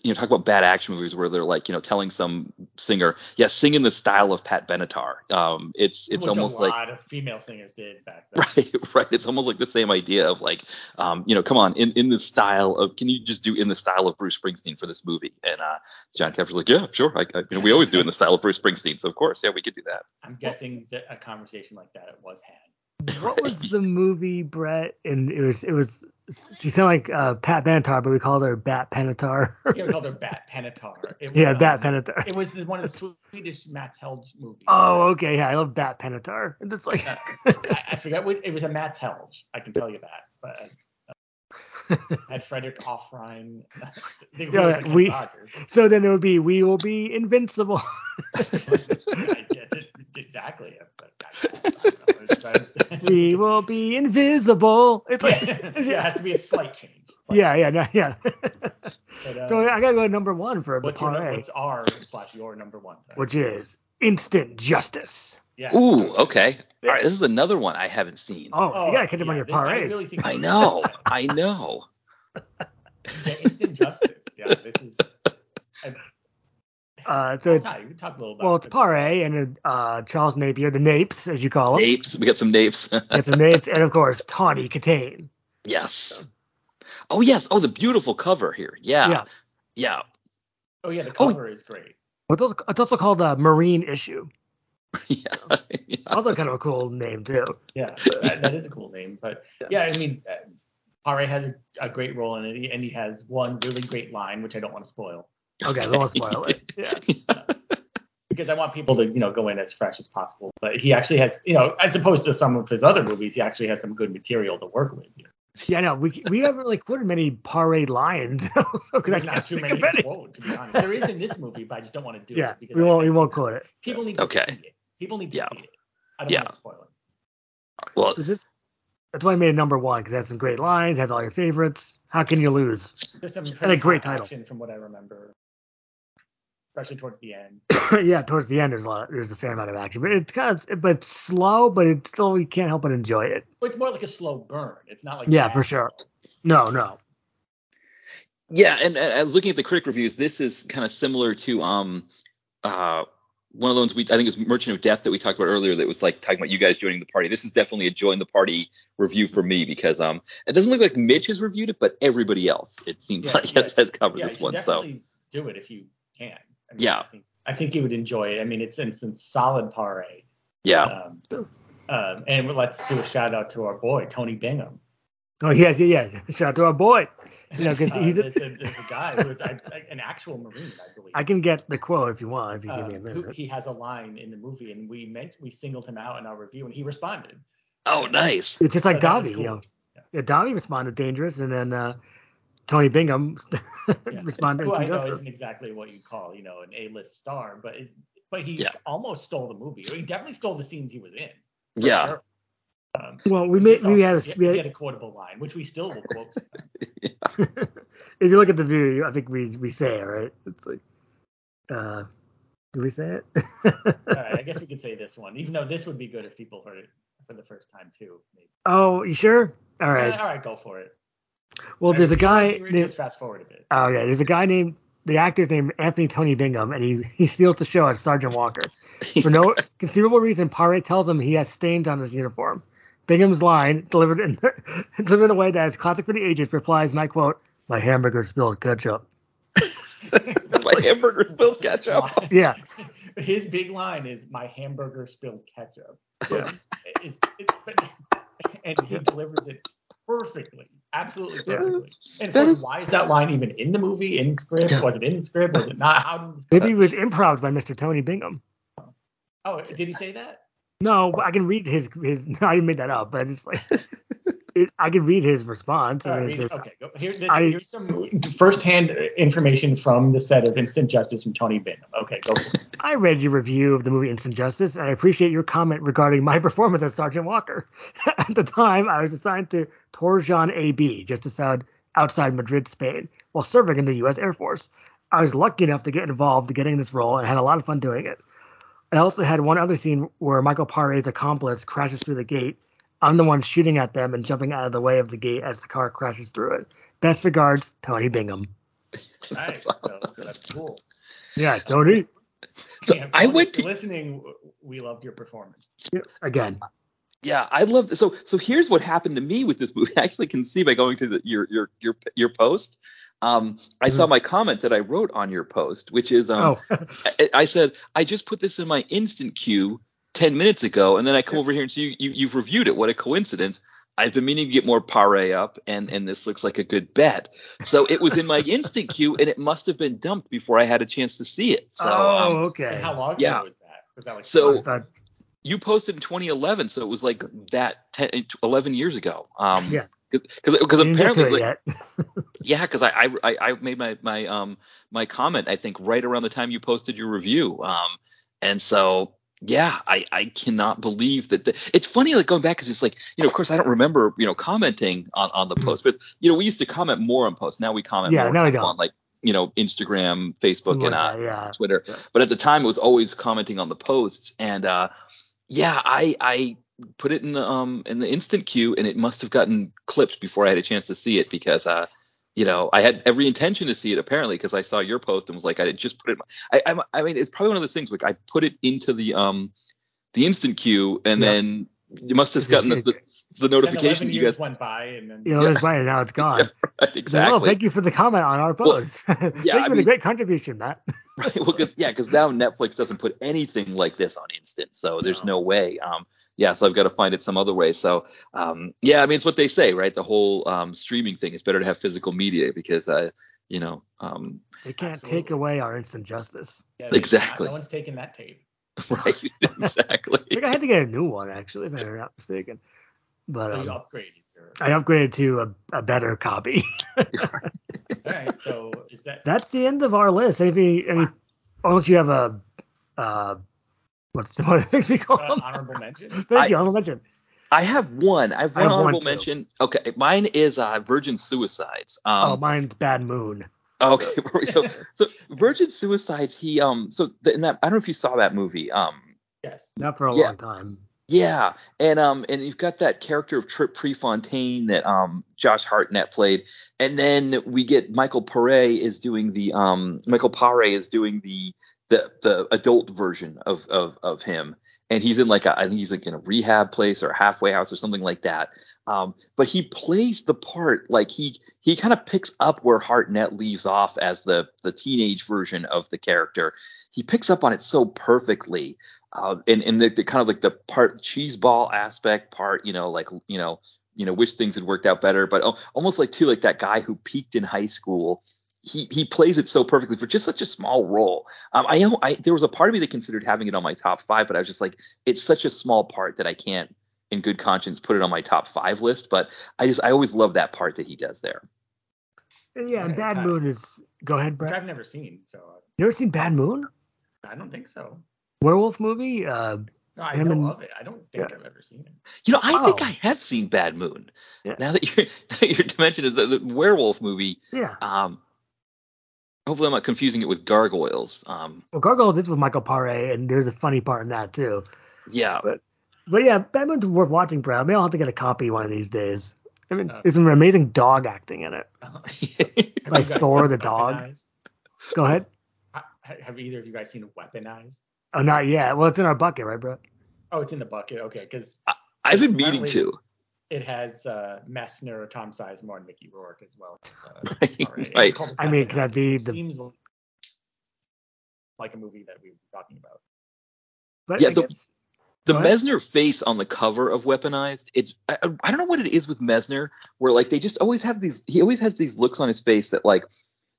[SPEAKER 4] you know talk about bad action movies where they're like you know telling some singer yeah sing in the style of Pat Benatar um it's it's
[SPEAKER 2] Which
[SPEAKER 4] almost
[SPEAKER 2] a
[SPEAKER 4] like
[SPEAKER 2] lot of female singers did back then.
[SPEAKER 4] Right, right. It's almost like the same idea of like, um, you know, come on, in in the style of, can you just do in the style of Bruce Springsteen for this movie? And uh, John Kepler's like, yeah, sure. I, I, you know, we always do in the style of Bruce Springsteen, so of course, yeah, we could do that.
[SPEAKER 2] I'm guessing that a conversation like that was had.
[SPEAKER 3] What was the movie, Brett? And it was it was she sounded like uh, Pat Benatar, but we called her Bat Penatar.
[SPEAKER 2] Yeah, we called her Bat Penatar. It
[SPEAKER 3] yeah,
[SPEAKER 2] was,
[SPEAKER 3] Bat
[SPEAKER 2] um,
[SPEAKER 3] Penatar.
[SPEAKER 2] It was the, one of the Swedish Mats Helge movies.
[SPEAKER 3] Oh, okay. Yeah, I love Bat Penatar. That's like
[SPEAKER 2] Uh, I, I forget what it was. A Mats Helge, I can tell you that. But uh, had Frederick Offrein. They were
[SPEAKER 3] Yeah,
[SPEAKER 2] always like
[SPEAKER 3] we-
[SPEAKER 2] Rogers.
[SPEAKER 3] so. Then it would be we will be invincible.
[SPEAKER 2] I get it. exactly. it, but I- I don't know. It's- I-
[SPEAKER 3] we will be invisible. It's like
[SPEAKER 2] yeah, it has to be a slight change. Slight
[SPEAKER 3] yeah, yeah, no, yeah.
[SPEAKER 2] change. But, uh,
[SPEAKER 3] so I gotta go to number one for the
[SPEAKER 2] what's, your,
[SPEAKER 3] par
[SPEAKER 2] num-
[SPEAKER 3] A,
[SPEAKER 2] what's R slash your number one?
[SPEAKER 3] which is instant justice.
[SPEAKER 2] yeah.
[SPEAKER 4] Ooh, okay. All right, this is another one I haven't seen.
[SPEAKER 3] Oh, you gotta catch up
[SPEAKER 2] yeah,
[SPEAKER 3] on your
[SPEAKER 2] this-
[SPEAKER 3] par
[SPEAKER 2] I
[SPEAKER 3] A's.
[SPEAKER 2] really think
[SPEAKER 4] I
[SPEAKER 2] this-
[SPEAKER 4] know, I know.
[SPEAKER 2] Yeah, instant justice. Yeah, this is.
[SPEAKER 3] uh, so
[SPEAKER 2] So
[SPEAKER 3] it's
[SPEAKER 2] you can talk a little about.
[SPEAKER 3] Well, it's
[SPEAKER 2] it.
[SPEAKER 3] par A and uh, Charles Napier, the Napes, as you call him.
[SPEAKER 4] Napes, we got some napes.
[SPEAKER 3] It's a Napes, and of course Tawny Catane.
[SPEAKER 4] yes. Oh yes. Oh, the beautiful cover here. Yeah.
[SPEAKER 3] Yeah.
[SPEAKER 4] Yeah.
[SPEAKER 2] Oh yeah, the
[SPEAKER 4] Oh.
[SPEAKER 2] cover is great.
[SPEAKER 3] But those- it's also called a Marine issue.
[SPEAKER 4] Yeah.
[SPEAKER 3] Also kind of a cool name too.
[SPEAKER 2] Yeah, uh, that, that is a cool name. But yeah, I mean, uh, Pare has a, a great role in it, and he has one really great line, which I don't want to spoil.
[SPEAKER 3] Okay, we won't spoil it. Yeah.
[SPEAKER 2] because I want people to, you know, go in as fresh as possible. But he actually has, you know, as opposed to some of his other movies, he actually has some good material to work with. Here.
[SPEAKER 3] Yeah, no, we we haven't really quoted many Parade Lions, so 'cause I
[SPEAKER 2] There's
[SPEAKER 3] can't
[SPEAKER 2] not too many
[SPEAKER 3] think of
[SPEAKER 2] to
[SPEAKER 3] any.
[SPEAKER 2] quote, to be honest. There is in this movie, but I just don't want to do
[SPEAKER 3] Yeah,
[SPEAKER 2] it.
[SPEAKER 3] we
[SPEAKER 2] I-
[SPEAKER 3] won't we won't quote it.
[SPEAKER 2] People need to
[SPEAKER 4] Okay.
[SPEAKER 2] see it. People need to
[SPEAKER 4] Yeah.
[SPEAKER 2] see it. I don't
[SPEAKER 4] Yeah.
[SPEAKER 2] want to spoil it.
[SPEAKER 4] Well,
[SPEAKER 3] So this that's why I made it number one because it has some great lines, has all your favorites. How can you lose?
[SPEAKER 2] There's some
[SPEAKER 3] a great
[SPEAKER 2] hot
[SPEAKER 3] title.
[SPEAKER 2] action from what I remember, especially towards the end.
[SPEAKER 3] yeah, towards the end there's a lot, there's a fair amount of action, but it's kind of but it's slow, but it's still we can't help but enjoy it.
[SPEAKER 2] But it's more like a slow burn. It's not like
[SPEAKER 3] Yeah, for
[SPEAKER 2] fast.
[SPEAKER 3] sure. No, no.
[SPEAKER 4] Yeah, and, and I was looking at the critic reviews. This is kind of similar to um, uh, one of the ones we I think it was Merchant of Death that we talked about earlier. That was like talking about you guys joining the party. This is definitely a join the party review for me because um, it doesn't look like Mitch has reviewed it, but everybody else it seems
[SPEAKER 2] Yeah,
[SPEAKER 4] like
[SPEAKER 2] yeah.
[SPEAKER 4] has, has covered
[SPEAKER 2] Yeah,
[SPEAKER 4] this
[SPEAKER 2] you
[SPEAKER 4] one.
[SPEAKER 2] should
[SPEAKER 4] So
[SPEAKER 2] definitely do it if you can. I
[SPEAKER 4] Yeah.
[SPEAKER 2] I think, I think you would enjoy it. I mean, it's in some solid parade.
[SPEAKER 4] yeah,
[SPEAKER 2] Um, um, and let's do a shout out to our boy Tony Bingham.
[SPEAKER 3] Oh yes, yeah, yeah. Shout out to our boy. You know, 'cause
[SPEAKER 2] Uh,
[SPEAKER 3] he's a,
[SPEAKER 2] there's a, there's a guy who's I, I- an actual Marine, I believe.
[SPEAKER 3] I can get the quote if you want, if you give
[SPEAKER 2] um,
[SPEAKER 3] me a
[SPEAKER 2] who,
[SPEAKER 3] minute.
[SPEAKER 2] he has a line in the movie, and we meant we singled him out in our review, and he responded.
[SPEAKER 4] oh nice.
[SPEAKER 3] It's just like
[SPEAKER 2] So that was
[SPEAKER 3] Dobby,
[SPEAKER 2] cool.
[SPEAKER 3] you know.
[SPEAKER 2] Yeah.
[SPEAKER 3] Yeah. Dobby responded dangerous, and then uh, Tony Bingham responded
[SPEAKER 2] Who I
[SPEAKER 3] to
[SPEAKER 2] know
[SPEAKER 3] justice.
[SPEAKER 2] isn't exactly what you call, you know, an A-list star, but it, but he
[SPEAKER 4] Yeah.
[SPEAKER 2] almost stole the movie. He definitely stole the scenes he was in. for
[SPEAKER 4] Yeah,
[SPEAKER 2] sure. Um,
[SPEAKER 3] Well, we
[SPEAKER 2] he's
[SPEAKER 3] made
[SPEAKER 2] also-
[SPEAKER 3] we had,
[SPEAKER 2] he,
[SPEAKER 3] a, we
[SPEAKER 2] he had
[SPEAKER 3] had
[SPEAKER 2] a quotable line, which we still will quote.
[SPEAKER 3] if you look at the view, I think we we say it right. It's like, uh, did we say it?
[SPEAKER 2] All right, I guess we could say this one, even though this would be good if people heard it for the first time too. Maybe. Eh,
[SPEAKER 3] oh, you sure? All right.
[SPEAKER 2] all right, go for it.
[SPEAKER 3] Well, there's a guy.
[SPEAKER 2] You were
[SPEAKER 3] There's,
[SPEAKER 2] just fast forward a bit.
[SPEAKER 3] oh yeah, there's a guy named the actor's named Anthony Tony Bingham, and he he steals the show as Sergeant Walker. For no conceivable reason, Pare tells him he has stains on his uniform. Bingham's line, delivered in, delivered in a way that is classic for the ages, replies, and I quote, My hamburger spilled ketchup.
[SPEAKER 4] my hamburger spills ketchup.
[SPEAKER 3] Yeah.
[SPEAKER 2] His big line is "My hamburger spilled ketchup."
[SPEAKER 3] Yeah.
[SPEAKER 2] It's, it's, but- and he delivers it perfectly, absolutely
[SPEAKER 3] Yeah.
[SPEAKER 2] perfectly. And of
[SPEAKER 4] That
[SPEAKER 2] course,
[SPEAKER 4] is-
[SPEAKER 2] why is that line even in the movie? In script?
[SPEAKER 3] Yeah.
[SPEAKER 2] Was it in the script? Was it not? How did?
[SPEAKER 3] Maybe it was improv by Mr. Tony Bingham.
[SPEAKER 2] Oh, did he say that?
[SPEAKER 3] No, but I can read his his. No, I made that up, but it's like it, I can read his response.
[SPEAKER 2] All
[SPEAKER 3] I
[SPEAKER 2] right,
[SPEAKER 3] mean,
[SPEAKER 2] read
[SPEAKER 3] it's
[SPEAKER 2] it.
[SPEAKER 3] just,
[SPEAKER 2] okay, go. Here, this,
[SPEAKER 3] I-
[SPEAKER 2] here's some firsthand information from the set of Instant Justice from Tony Bingham. Okay, go for it.
[SPEAKER 3] I read your review of the movie Instant Justice, and I appreciate your comment regarding my performance as Sergeant Walker. At the time, I was assigned to Torjan AB, just outside, outside Madrid, Spain, while serving in the U.S. Air Force. I was lucky enough to get involved in getting this role and had a lot of fun doing it. I also had one other scene where Michael Pare's accomplice crashes through the gate. I'm the one shooting at them and jumping out of the way of the gate as the car crashes through it. Best regards, Tony Bingham.
[SPEAKER 2] Nice. So that's cool.
[SPEAKER 3] Yeah, Tony.
[SPEAKER 4] So
[SPEAKER 2] Yeah,
[SPEAKER 4] I
[SPEAKER 2] Tony, if
[SPEAKER 4] went
[SPEAKER 2] you're
[SPEAKER 4] to-
[SPEAKER 2] listening. We loved your performance.
[SPEAKER 3] Again.
[SPEAKER 4] Yeah, I love so so here's what happened to me with this movie. I actually can see by going to the, your your your your post. Um, I saw my comment that I wrote on your post, which is um,
[SPEAKER 3] Mm-hmm. oh.
[SPEAKER 4] I, I said I just put this in my instant queue ten minutes ago, and then I come over here and see you, you you've reviewed it. What a coincidence! I've been meaning to get more pare up, and and this looks like a good bet. So it was in my instant queue, and it must have been dumped before I had a chance to see it. So um,
[SPEAKER 3] oh, okay.
[SPEAKER 2] And how long
[SPEAKER 4] Yeah.
[SPEAKER 2] ago was that? Was that like
[SPEAKER 4] So-
[SPEAKER 3] But-
[SPEAKER 4] you posted in 2011, so it was like that 10, 11 years ago. Um,
[SPEAKER 3] Yeah.
[SPEAKER 4] Because because
[SPEAKER 3] we didn't get to
[SPEAKER 4] apparently
[SPEAKER 3] it
[SPEAKER 4] like,
[SPEAKER 3] yet.
[SPEAKER 4] yeah because I, I- I I made my my um my comment I think right around the time you posted your review um and so yeah I I cannot believe that the, it's funny like going back because it's like you know of course I don't remember you know commenting on on the post but you know we used to comment more on posts now we comment
[SPEAKER 3] Mm-hmm. Yeah,
[SPEAKER 4] more
[SPEAKER 3] now we
[SPEAKER 4] on
[SPEAKER 3] don't.
[SPEAKER 4] like you know Instagram Facebook
[SPEAKER 3] Something
[SPEAKER 4] and uh,
[SPEAKER 3] like that, yeah.
[SPEAKER 4] Twitter.
[SPEAKER 3] Yeah.
[SPEAKER 4] But at the time, it was always commenting on the posts, and uh, yeah, I I put it in the um in the instant queue, and it must have gotten clipped before I had a chance to see it because uh you know I had every intention to see it apparently because I saw your post and was like I just put it. in my- I, I I mean it's probably one of those things like I put it into the um the instant queue and
[SPEAKER 3] Yeah.
[SPEAKER 4] then you must have
[SPEAKER 3] It's
[SPEAKER 4] gotten the,
[SPEAKER 3] just-
[SPEAKER 4] the, the
[SPEAKER 2] Then 11
[SPEAKER 4] notification that you
[SPEAKER 2] years
[SPEAKER 4] guys
[SPEAKER 2] went by, and then
[SPEAKER 3] You know,
[SPEAKER 4] Yeah.
[SPEAKER 3] there's mine, and now it's gone.
[SPEAKER 4] exactly
[SPEAKER 3] Oh, thank you for the comment on our
[SPEAKER 4] Well,
[SPEAKER 3] post. thank you
[SPEAKER 4] I
[SPEAKER 3] for the
[SPEAKER 4] mean-
[SPEAKER 3] great contribution, Matt.
[SPEAKER 4] Right, well, 'cause- yeah, because now Netflix doesn't put anything like this on instant, so there's no, way. Um, yeah, so I've got to find it some other way. So, um, yeah, I mean, it's what they say, right? The whole um, streaming thing is better to have physical media because, uh, you know, um,
[SPEAKER 3] They can't take
[SPEAKER 2] Absolutely.
[SPEAKER 3] away our instant justice.
[SPEAKER 2] Yeah, they-
[SPEAKER 4] Exactly.
[SPEAKER 2] No one's taking that tape.
[SPEAKER 4] right?
[SPEAKER 3] I
[SPEAKER 4] exactly.
[SPEAKER 3] think I had to get a new one actually, if I'm not mistaken. But
[SPEAKER 2] So you
[SPEAKER 3] um,
[SPEAKER 2] upgraded your.
[SPEAKER 3] I upgraded to a, a better copy.
[SPEAKER 2] All right. So is that
[SPEAKER 3] That's the end of our list. Any, any unless you have a uh, what's the what things we call
[SPEAKER 2] uh,
[SPEAKER 3] them?
[SPEAKER 2] honorable mention?
[SPEAKER 3] Thank
[SPEAKER 4] I-
[SPEAKER 3] you. I'll mention.
[SPEAKER 4] I have one. I have
[SPEAKER 3] I
[SPEAKER 4] one
[SPEAKER 3] have one,
[SPEAKER 4] honorable
[SPEAKER 3] too.
[SPEAKER 4] mention. Okay, mine is uh, Virgin Suicides. Um,
[SPEAKER 3] oh, mine's Bad Moon.
[SPEAKER 4] Okay, so so Virgin Suicides. He um so th- in that I don't know if you saw that movie. Um
[SPEAKER 2] Yes.
[SPEAKER 3] Not for a
[SPEAKER 4] Yeah.
[SPEAKER 3] long time.
[SPEAKER 4] yeah, and um and you've got that character of Trip Prefontaine that um Josh Hartnett played, and then we get Michael Pare is doing the um Michael Pare is doing the the the adult version of of of him, and he's in like a I think he's like in a rehab place or a halfway house or something like that. Um, but he plays the part like he he kind of picks up where Hartnett leaves off as the the teenage version of the character. He picks up on it so perfectly, uh, and and the, the kind of like the part cheese ball aspect part, you know, like you know you know wish things had worked out better, but al- almost like too like that guy who peaked in high school. He, he plays it so perfectly for just such a small role. Um, I know I there was a part of me that considered having it on my top five, but I was just like, it's such a small part that I can't, in good conscience, put it on my top five list. But I just I always love that part that he does there.
[SPEAKER 3] And Yeah, and
[SPEAKER 2] Alright,
[SPEAKER 3] Bad
[SPEAKER 2] Ty.
[SPEAKER 3] Moon is. Go ahead,
[SPEAKER 2] Which
[SPEAKER 3] Brad.
[SPEAKER 2] I've never seen, so
[SPEAKER 3] You ever seen Bad Moon?
[SPEAKER 2] I don't think so.
[SPEAKER 3] Werewolf movie? Uh,
[SPEAKER 2] No, I
[SPEAKER 3] Him
[SPEAKER 2] know
[SPEAKER 3] and-
[SPEAKER 2] of it. I don't think I've ever seen it.
[SPEAKER 4] You know, I think
[SPEAKER 3] Oh.
[SPEAKER 4] I have seen Bad Moon.
[SPEAKER 3] Yeah.
[SPEAKER 4] Now that you're now that you're mentioning the, the werewolf movie,
[SPEAKER 3] yeah.
[SPEAKER 4] um, hopefully I'm not confusing it with Gargoyles. Um,
[SPEAKER 3] Well, Gargoyles is with Michael Paré, and there's a funny part in that too.
[SPEAKER 4] yeah,
[SPEAKER 3] But yeah, Bad Moon's worth watching, Brad. Maybe I'll have to get a copy one of these days. I mean,
[SPEAKER 2] Uh,
[SPEAKER 3] there's some amazing dog acting in it.
[SPEAKER 2] Have
[SPEAKER 3] Like
[SPEAKER 2] you guys
[SPEAKER 3] Thor
[SPEAKER 2] seen
[SPEAKER 3] the dog?
[SPEAKER 2] Weaponized?
[SPEAKER 3] Go ahead.
[SPEAKER 2] Ha- Have either of you guys seen Weaponized?
[SPEAKER 3] Oh, not yet. Well, it's in our bucket, right, Brad?
[SPEAKER 2] Oh, it's in the bucket. Okay, because
[SPEAKER 4] I've been meaning to.
[SPEAKER 2] it has uh, Messner, Tom Sizemore, and Mickey Rourke as well. Uh,
[SPEAKER 4] Right,
[SPEAKER 2] alright. It's
[SPEAKER 4] right.
[SPEAKER 2] called
[SPEAKER 3] I mean, can I
[SPEAKER 2] Weaponized,
[SPEAKER 3] be
[SPEAKER 2] which
[SPEAKER 3] the-
[SPEAKER 2] Seems like a movie that we were talking about.
[SPEAKER 3] But
[SPEAKER 4] Yeah,
[SPEAKER 3] I
[SPEAKER 4] the-
[SPEAKER 3] guess-
[SPEAKER 4] The
[SPEAKER 3] Go ahead.
[SPEAKER 4] Mesner face on the cover of Weaponized, it's I, I I don't know what it is with Mesner where like they just always have these he always has these looks on his face that like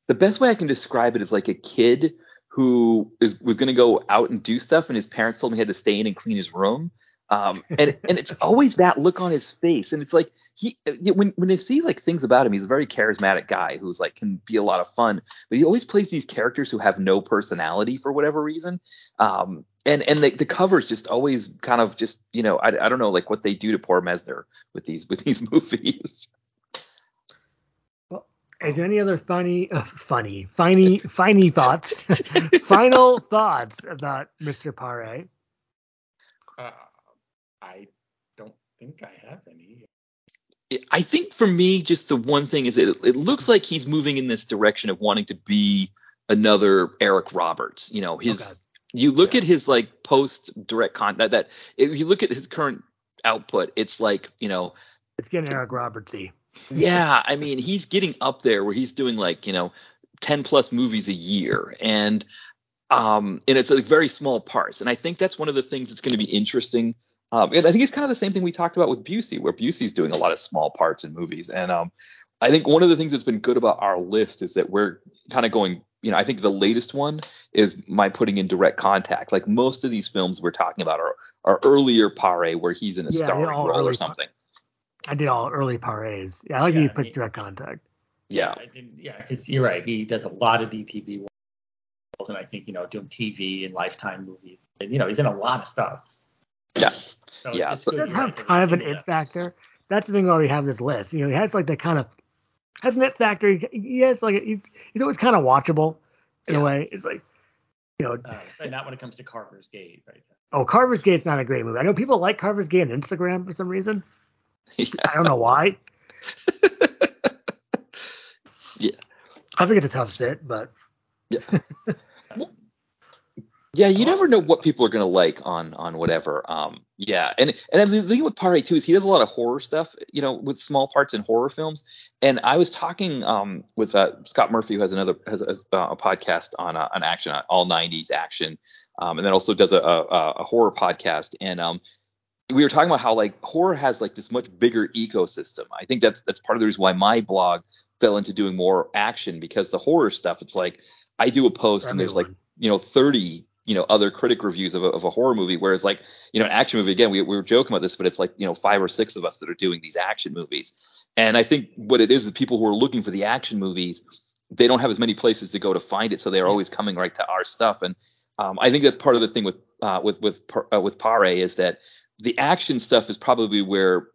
[SPEAKER 4] the best way I can describe it is like a kid who is was going to go out and do stuff and his parents told him he had to stay in and clean his room. Um, and and it's always that look on his face and it's like he when when they see like things about him he's a very charismatic guy who's like can be a lot of fun but he always plays these characters who have no personality for whatever reason um and and the, the covers just always kind of just you know I, I don't know like what they do to poor Mesner with these with these movies
[SPEAKER 3] Is there any other funny, uh, funny, finey, finey thoughts, final thoughts about Mr. Paré?
[SPEAKER 2] Uh, I don't think I have any.
[SPEAKER 4] It- I think for me just the one thing is it it looks like he's moving in this direction of wanting to be another Eric Roberts you know his
[SPEAKER 3] God.
[SPEAKER 4] you look at his like post direct contact that if you look at his current output it's like you know
[SPEAKER 3] It's getting Eric Robertsy.
[SPEAKER 4] yeah i mean he's getting up there where he's doing like you know 10 plus movies a year and um and it's like very small parts and i think that's one of the things that's going to be interesting um and i think it's kind of the same thing we talked about with busey where busey's doing a lot of small parts in movies and um i think one of the things that's been good about our list is that we're kind of going you know i think the latest one is my putting in direct contact like most of these films we're talking about are are earlier pare where he's in a
[SPEAKER 3] Yeah, they're
[SPEAKER 4] starring
[SPEAKER 3] all
[SPEAKER 4] role or
[SPEAKER 3] early-
[SPEAKER 4] something
[SPEAKER 3] I did all early Parés. Yeah, I like that
[SPEAKER 2] Yeah,
[SPEAKER 3] you put
[SPEAKER 2] he-
[SPEAKER 3] direct contact.
[SPEAKER 4] yeah
[SPEAKER 2] I didn't, yeah, it's, you're right. He does a lot of DTV roles, and I think you know doing TV and Lifetime movies. And, you know, he's in a lot of stuff.
[SPEAKER 4] Yeah.
[SPEAKER 2] So
[SPEAKER 4] Yeah,
[SPEAKER 2] it's
[SPEAKER 4] so-
[SPEAKER 2] good,
[SPEAKER 3] Does
[SPEAKER 2] you're
[SPEAKER 3] have
[SPEAKER 2] right, that
[SPEAKER 3] kind of an
[SPEAKER 2] we've seen
[SPEAKER 3] it
[SPEAKER 2] that.
[SPEAKER 3] factor. That's the thing why we have this list. You know, he has like that kind of has an it factor. He, he has like he, he's always kind of watchable in a
[SPEAKER 4] Yeah.
[SPEAKER 3] way. It's like you know,
[SPEAKER 2] Uh, and not when it comes to Carver's Gate, right?
[SPEAKER 3] oh, Carver's Gate's not a great movie. I know people like Carver's Gate on Instagram for some reason. I don't know why.
[SPEAKER 4] Yeah.
[SPEAKER 3] I think it's a tough sit, but
[SPEAKER 4] Yeah, you never know what people are gonna like on on whatever. Um, yeah, and and the thing with Pare too is he does a lot of horror stuff, you know, with small parts in horror films. And I was talking um with uh, Scott Murphy, who has another has, has, uh, a podcast on uh, on action, on all '90s action, um, and then also does a, a a horror podcast. And um, we were talking about how like horror has like this much bigger ecosystem. I think that's that's part of the reason why my blog fell into doing more action because the horror stuff. It's like I do a post and there's like
[SPEAKER 3] Everyone.
[SPEAKER 4] you know 30 you know other critic reviews of a, of a horror movie whereas like you know an action movie again we, we were joking about this but it's like you know five or six of us that are doing these action movies and i think what it is is people who are looking for the action movies they don't have as many places to go to find it so they're always coming right to our stuff and um, i think that's part of the thing with uh, with with Par- uh, with pare is that the action stuff is probably where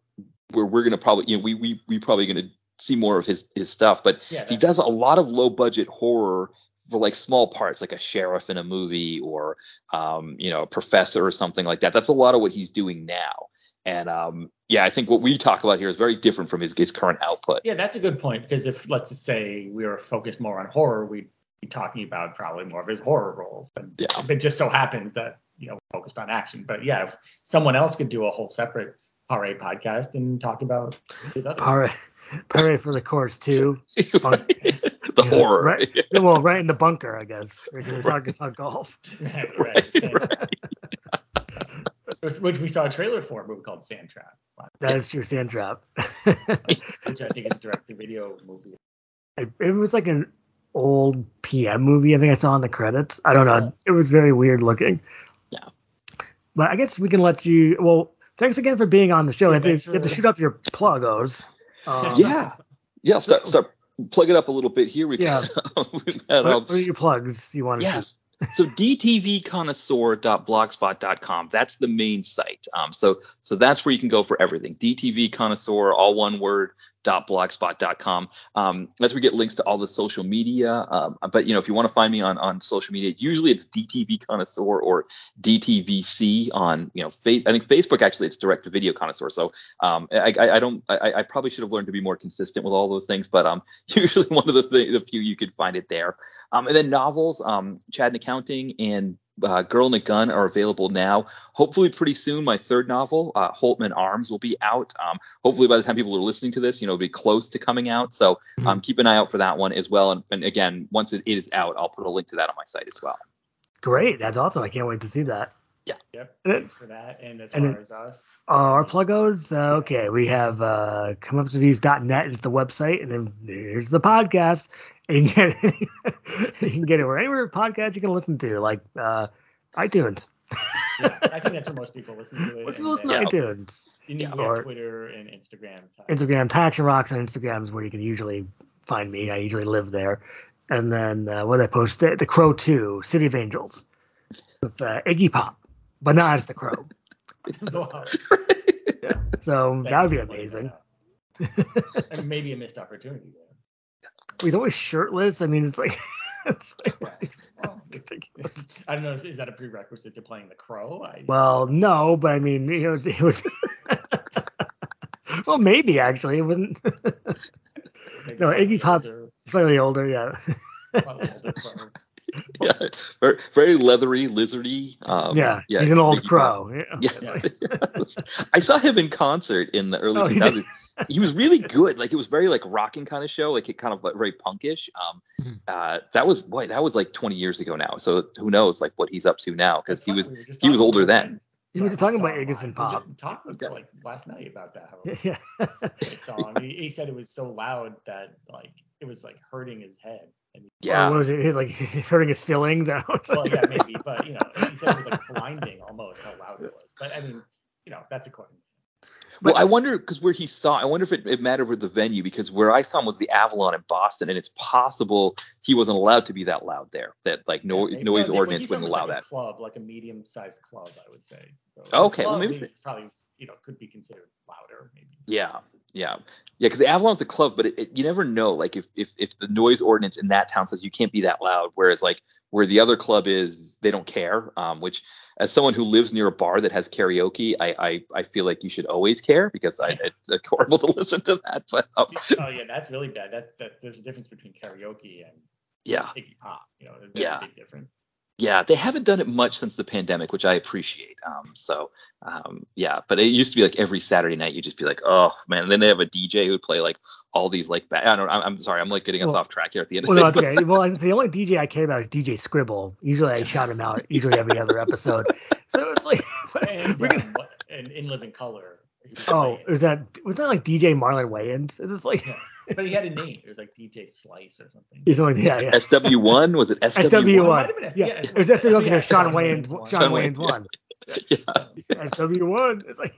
[SPEAKER 4] where we're gonna probably you know we we, we probably gonna see more of his his stuff but
[SPEAKER 2] Yeah,
[SPEAKER 4] he
[SPEAKER 2] that,
[SPEAKER 4] does a lot of low budget horror for like small parts like a sheriff in a movie or um, you know a professor or something like that that's a lot of what he's doing now and um, yeah i think what we talk about here is very different from his, his current output
[SPEAKER 2] yeah, that's a good point because if let's just say we were focused more on horror, we'd be talking about probably more of his horror roles. And
[SPEAKER 4] Yeah.
[SPEAKER 2] if it just so happens that you know we're focused on action, but yeah, if someone else could do a whole separate Pare podcast and talk about his other.
[SPEAKER 3] Pare, pare for the course too. Fun-
[SPEAKER 4] the
[SPEAKER 3] Yeah,
[SPEAKER 4] horror
[SPEAKER 3] Right, well, right in the bunker, I guess. We're gonna talk about golf.
[SPEAKER 2] right,
[SPEAKER 4] Right,
[SPEAKER 2] Which- Which we saw a trailer for a movie called Sandtrap,
[SPEAKER 3] That is true, sand trap.
[SPEAKER 2] which I think is a direct-to-video movie.
[SPEAKER 3] it, it was like an old PM movie. I think I saw in the credits. I don't know. It was very weird looking.
[SPEAKER 4] Yeah.
[SPEAKER 3] But I guess we can let you. Well, thanks again for being on the show.
[SPEAKER 2] Yeah,
[SPEAKER 3] You have to,
[SPEAKER 2] thanks
[SPEAKER 3] you have to
[SPEAKER 2] for-
[SPEAKER 3] shoot up your plugos. Um,
[SPEAKER 4] yeah yeah start start plug it up a little bit here we
[SPEAKER 3] Yeah.
[SPEAKER 4] we've got um, all
[SPEAKER 3] What, what are your plugs you want to
[SPEAKER 4] Yes. so dtvconnoisseur.blogspot.com that's the main site um, so so that's where you can go for everything dtvconnoisseur all one word dot blogspot.com um, that's where we get links to all the social media um, but you know if you want to find me on on social media usually it's dtv connoisseur or dtvc on you know face i think facebook actually it's direct to video connoisseur so um, I, I i don't I, I probably should have learned to be more consistent with all those things but um usually one of the th- the few you could find it there um, and then novels, um, Chad and Accounting and uh, Girl in a Gun are available now. Hopefully, pretty soon, my third novel, uh, Holtman Arms, will be out. Um, hopefully, by the time people are listening to this, you know, it'll be close to coming out. So
[SPEAKER 3] Mm-hmm.
[SPEAKER 4] um, keep an eye out for that one as well. And, and again, once it is out, I'll put a link to that on my site as well.
[SPEAKER 3] Great. That's awesome. I can't wait to see that.
[SPEAKER 2] Yep,
[SPEAKER 3] And-
[SPEAKER 2] thanks for that. And as
[SPEAKER 3] and-
[SPEAKER 2] far as us,
[SPEAKER 3] Uh, our plugos, uh, okay, we have uh, comeuptofviews.net is the website, and then here's the podcast. And you can get it, you can get it wherever podcast you can listen to, like uh, iTunes.
[SPEAKER 2] yeah, I think that's where most people listen to it.
[SPEAKER 3] What you
[SPEAKER 2] and
[SPEAKER 3] listen
[SPEAKER 2] then
[SPEAKER 3] to iTunes?
[SPEAKER 2] You need to
[SPEAKER 3] Yeah.
[SPEAKER 2] have
[SPEAKER 3] Or-
[SPEAKER 2] Twitter and Instagram.
[SPEAKER 3] Instagram, Tax and Rocks on Instagram is where you can usually find me. I usually live there. And then uh, what did I post? The, the Crow 2, City of Angels, with uh, Iggy Pop, but not as the Crow.
[SPEAKER 2] Wow.
[SPEAKER 3] So that would be
[SPEAKER 2] Thank you for
[SPEAKER 3] amazing.
[SPEAKER 2] pointing that out. uh, And maybe a missed opportunity there.
[SPEAKER 3] He's always shirtless. I mean, it's like, it's like
[SPEAKER 2] I don't know. Is that a prerequisite to playing the crow? I,
[SPEAKER 3] Well, no, but I mean, you know, it was. well, maybe actually, it wasn't
[SPEAKER 2] maybe
[SPEAKER 3] no,
[SPEAKER 2] slightly
[SPEAKER 3] Iggy Pop-
[SPEAKER 2] older-
[SPEAKER 3] slightly older. Yeah,
[SPEAKER 2] slightly older crow.
[SPEAKER 4] Yeah. Very, very leathery, lizardy. Um,
[SPEAKER 3] yeah, he's an old
[SPEAKER 4] Iggy Pop.
[SPEAKER 3] crow. Yeah.
[SPEAKER 4] Yeah. I saw him in concert in the early
[SPEAKER 3] Oh, he
[SPEAKER 4] 2000s.
[SPEAKER 3] did?
[SPEAKER 4] He was really good. Like it was very like rocking kind of show. Like it kind of like very punkish. Um,
[SPEAKER 2] Hmm.
[SPEAKER 3] Mhm.
[SPEAKER 4] uh, that was boy, that was like 20 years ago now. So who knows like what he's up to now? Because
[SPEAKER 2] It's
[SPEAKER 4] he
[SPEAKER 2] funny,
[SPEAKER 4] was
[SPEAKER 2] we were just
[SPEAKER 4] he was
[SPEAKER 2] talking
[SPEAKER 4] older
[SPEAKER 2] about-
[SPEAKER 4] then.
[SPEAKER 3] We were just
[SPEAKER 2] Yeah,
[SPEAKER 3] talking
[SPEAKER 2] saw
[SPEAKER 3] about
[SPEAKER 2] him
[SPEAKER 3] Iggy and
[SPEAKER 2] live. We
[SPEAKER 3] Pop.
[SPEAKER 2] just talked with, like last night about that. How
[SPEAKER 3] yeah,
[SPEAKER 2] they saw him. He, he said it was so loud that like it was like hurting his head. And
[SPEAKER 3] Or
[SPEAKER 4] Yeah,
[SPEAKER 3] what was it? He's like he's hurting his feelings. I was
[SPEAKER 2] well,
[SPEAKER 3] like,
[SPEAKER 2] yeah, maybe, but you know, he said it was like blinding almost how loud it was. But I mean, you know, that's according.
[SPEAKER 4] well, I wonder because where he saw, I wonder if it, it mattered with the venue because where I saw him was the Avalon in Boston, and it's possible he wasn't allowed to be that loud there. That like no,
[SPEAKER 2] Yeah, maybe-
[SPEAKER 4] noise
[SPEAKER 2] well, they- well,
[SPEAKER 4] ordinance
[SPEAKER 2] he's
[SPEAKER 4] wouldn't
[SPEAKER 2] almost
[SPEAKER 4] allow
[SPEAKER 2] like
[SPEAKER 4] that.
[SPEAKER 2] A club, like a medium-sized club, I would say. So a
[SPEAKER 4] Okay, well,
[SPEAKER 2] club
[SPEAKER 4] maybe
[SPEAKER 2] is
[SPEAKER 4] it's-
[SPEAKER 2] probably you know could be considered louder, maybe.
[SPEAKER 4] Yeah, yeah, yeah. Because the Avalon's a club, but it, it, you never know. Like if, if if the noise ordinance in that town says you can't be that loud, whereas like where the other club is, they don't care. Um, which as someone who lives near a bar that has karaoke, I I, I feel like you should always care because I, it, it's horrible to listen to that. But um,
[SPEAKER 2] Oh yeah, that's really bad. That that there's a difference between karaoke and
[SPEAKER 4] yeah,
[SPEAKER 2] Iggy Pop. You know, there's
[SPEAKER 4] Yeah.
[SPEAKER 2] a big difference.
[SPEAKER 4] yeah, they haven't done it much since the pandemic, which I appreciate. Um, so um, yeah, but it used to be like every Saturday night you'd just be like, oh man, and then they have a DJ who would play like all these like ba- I don't I'm, I'm sorry, I'm like getting us
[SPEAKER 3] Well-
[SPEAKER 4] off track here at the end.
[SPEAKER 3] Well, no,
[SPEAKER 4] of
[SPEAKER 3] it's okay. Well, it's the only DJ I care about is DJ Scribble. Usually I shout him out. Usually every other episode. So it's like
[SPEAKER 2] And, uh,
[SPEAKER 3] we're
[SPEAKER 2] um,
[SPEAKER 3] gonna,
[SPEAKER 2] what- and in living color. he was
[SPEAKER 3] Oh,
[SPEAKER 2] playing.
[SPEAKER 3] was that was that like DJ Marlon Wayans? Is this like
[SPEAKER 2] Yeah. but he had a name. It was like DJ Slice or something.
[SPEAKER 3] he's like yeah yeah.
[SPEAKER 4] SW1 was it SW1?
[SPEAKER 2] Well,
[SPEAKER 3] SW1
[SPEAKER 2] it might have been S-
[SPEAKER 3] Yeah.
[SPEAKER 2] yeah,
[SPEAKER 3] It was just looking
[SPEAKER 2] yeah,
[SPEAKER 3] at Sean
[SPEAKER 2] Sean
[SPEAKER 3] Wayans.
[SPEAKER 2] Wayans one.
[SPEAKER 3] Sean
[SPEAKER 4] Sean
[SPEAKER 3] Wayans
[SPEAKER 4] Wayans, yeah.
[SPEAKER 3] one. SW one. It's like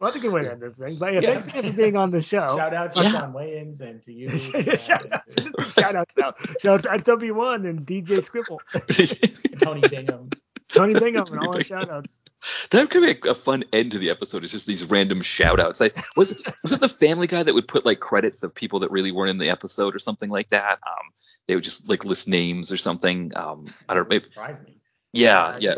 [SPEAKER 3] well, that's a good way to end this thing. But yeah,
[SPEAKER 4] Yeah.
[SPEAKER 3] thanks again for being on the show.
[SPEAKER 2] Shout out to
[SPEAKER 4] Yeah.
[SPEAKER 2] Sean Wayans and to you. uh,
[SPEAKER 3] shout
[SPEAKER 2] Chad,
[SPEAKER 3] out, shout out, no, shout out to SW1 and DJ Scribble,
[SPEAKER 2] and Tony Bingham.
[SPEAKER 3] Tony Bingham, and all our shout outs.
[SPEAKER 4] That could be a, a fun end to the episode. It's just these random shout outs. Like was was it the Family Guy that would put like credits of people that really weren't in the episode or something like that? Um, they would just like list names or something. Um, I don't. Maybe,
[SPEAKER 2] Surprise me.
[SPEAKER 4] yeah, yeah.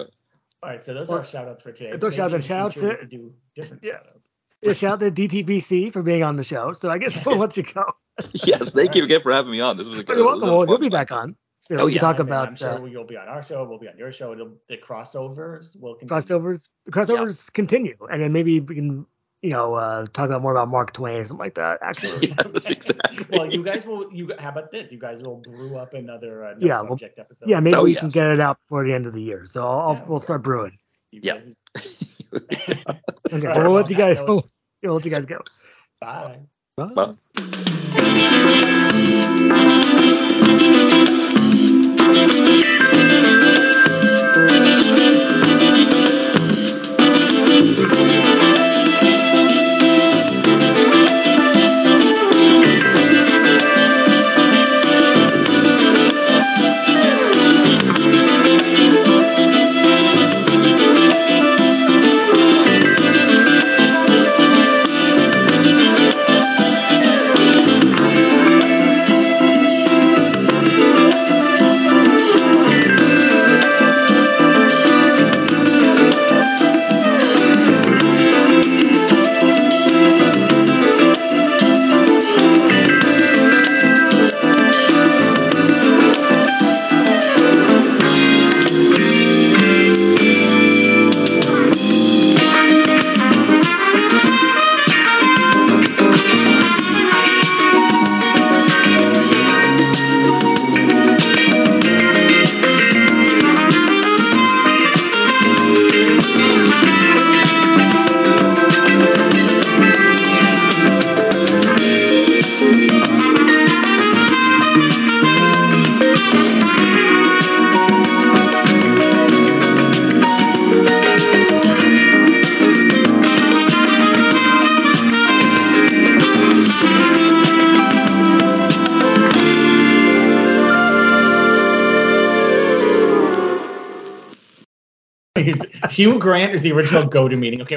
[SPEAKER 2] All right, so those
[SPEAKER 3] Well,
[SPEAKER 2] are our shout outs for today.
[SPEAKER 3] those shout-outs,
[SPEAKER 2] Maybe in the
[SPEAKER 3] shout-outs
[SPEAKER 2] future we
[SPEAKER 3] to-
[SPEAKER 2] could do different
[SPEAKER 3] Yeah.
[SPEAKER 2] shout outs.
[SPEAKER 3] Yeah, shout out to DTBC for being on the show. So I guess we'll let you go.
[SPEAKER 4] Yes, thank you again for having me on. This was a good.
[SPEAKER 3] You're welcome.
[SPEAKER 4] a lot
[SPEAKER 3] Well,
[SPEAKER 4] of
[SPEAKER 3] you'll
[SPEAKER 4] fun.
[SPEAKER 3] be back on. So
[SPEAKER 4] Oh,
[SPEAKER 3] we
[SPEAKER 4] yeah.
[SPEAKER 3] can talk
[SPEAKER 2] And I'm
[SPEAKER 3] about
[SPEAKER 2] sure
[SPEAKER 3] uh,
[SPEAKER 2] we- you'll be on our show. We'll be on your show. It'll, the crossovers will continue.
[SPEAKER 3] uh, crossovers. The crossovers continue, and then maybe we can, you know, uh, talk about more about Mark Twain or something like that. Actually,
[SPEAKER 4] Yes, exactly.
[SPEAKER 2] Well, you guys will. You how about this? You guys will brew up another uh, no
[SPEAKER 3] Yeah, well,
[SPEAKER 2] subject episode.
[SPEAKER 3] yeah, maybe
[SPEAKER 4] Oh,
[SPEAKER 3] we
[SPEAKER 4] yes.
[SPEAKER 3] can get it out before the end of the year. So I'll,
[SPEAKER 2] Yeah,
[SPEAKER 3] we'll
[SPEAKER 2] okay.
[SPEAKER 3] start brewing.
[SPEAKER 2] You
[SPEAKER 4] Yeah.
[SPEAKER 2] guys-
[SPEAKER 3] Okay,
[SPEAKER 2] All
[SPEAKER 3] well,
[SPEAKER 2] right,
[SPEAKER 3] we'll
[SPEAKER 2] well,
[SPEAKER 3] let you
[SPEAKER 2] on that
[SPEAKER 3] guys.
[SPEAKER 2] note-
[SPEAKER 3] we'll let you guys go.
[SPEAKER 2] Bye.
[SPEAKER 4] Well,
[SPEAKER 2] Here's- Hugh Grant is the original go-to meeting. Okay.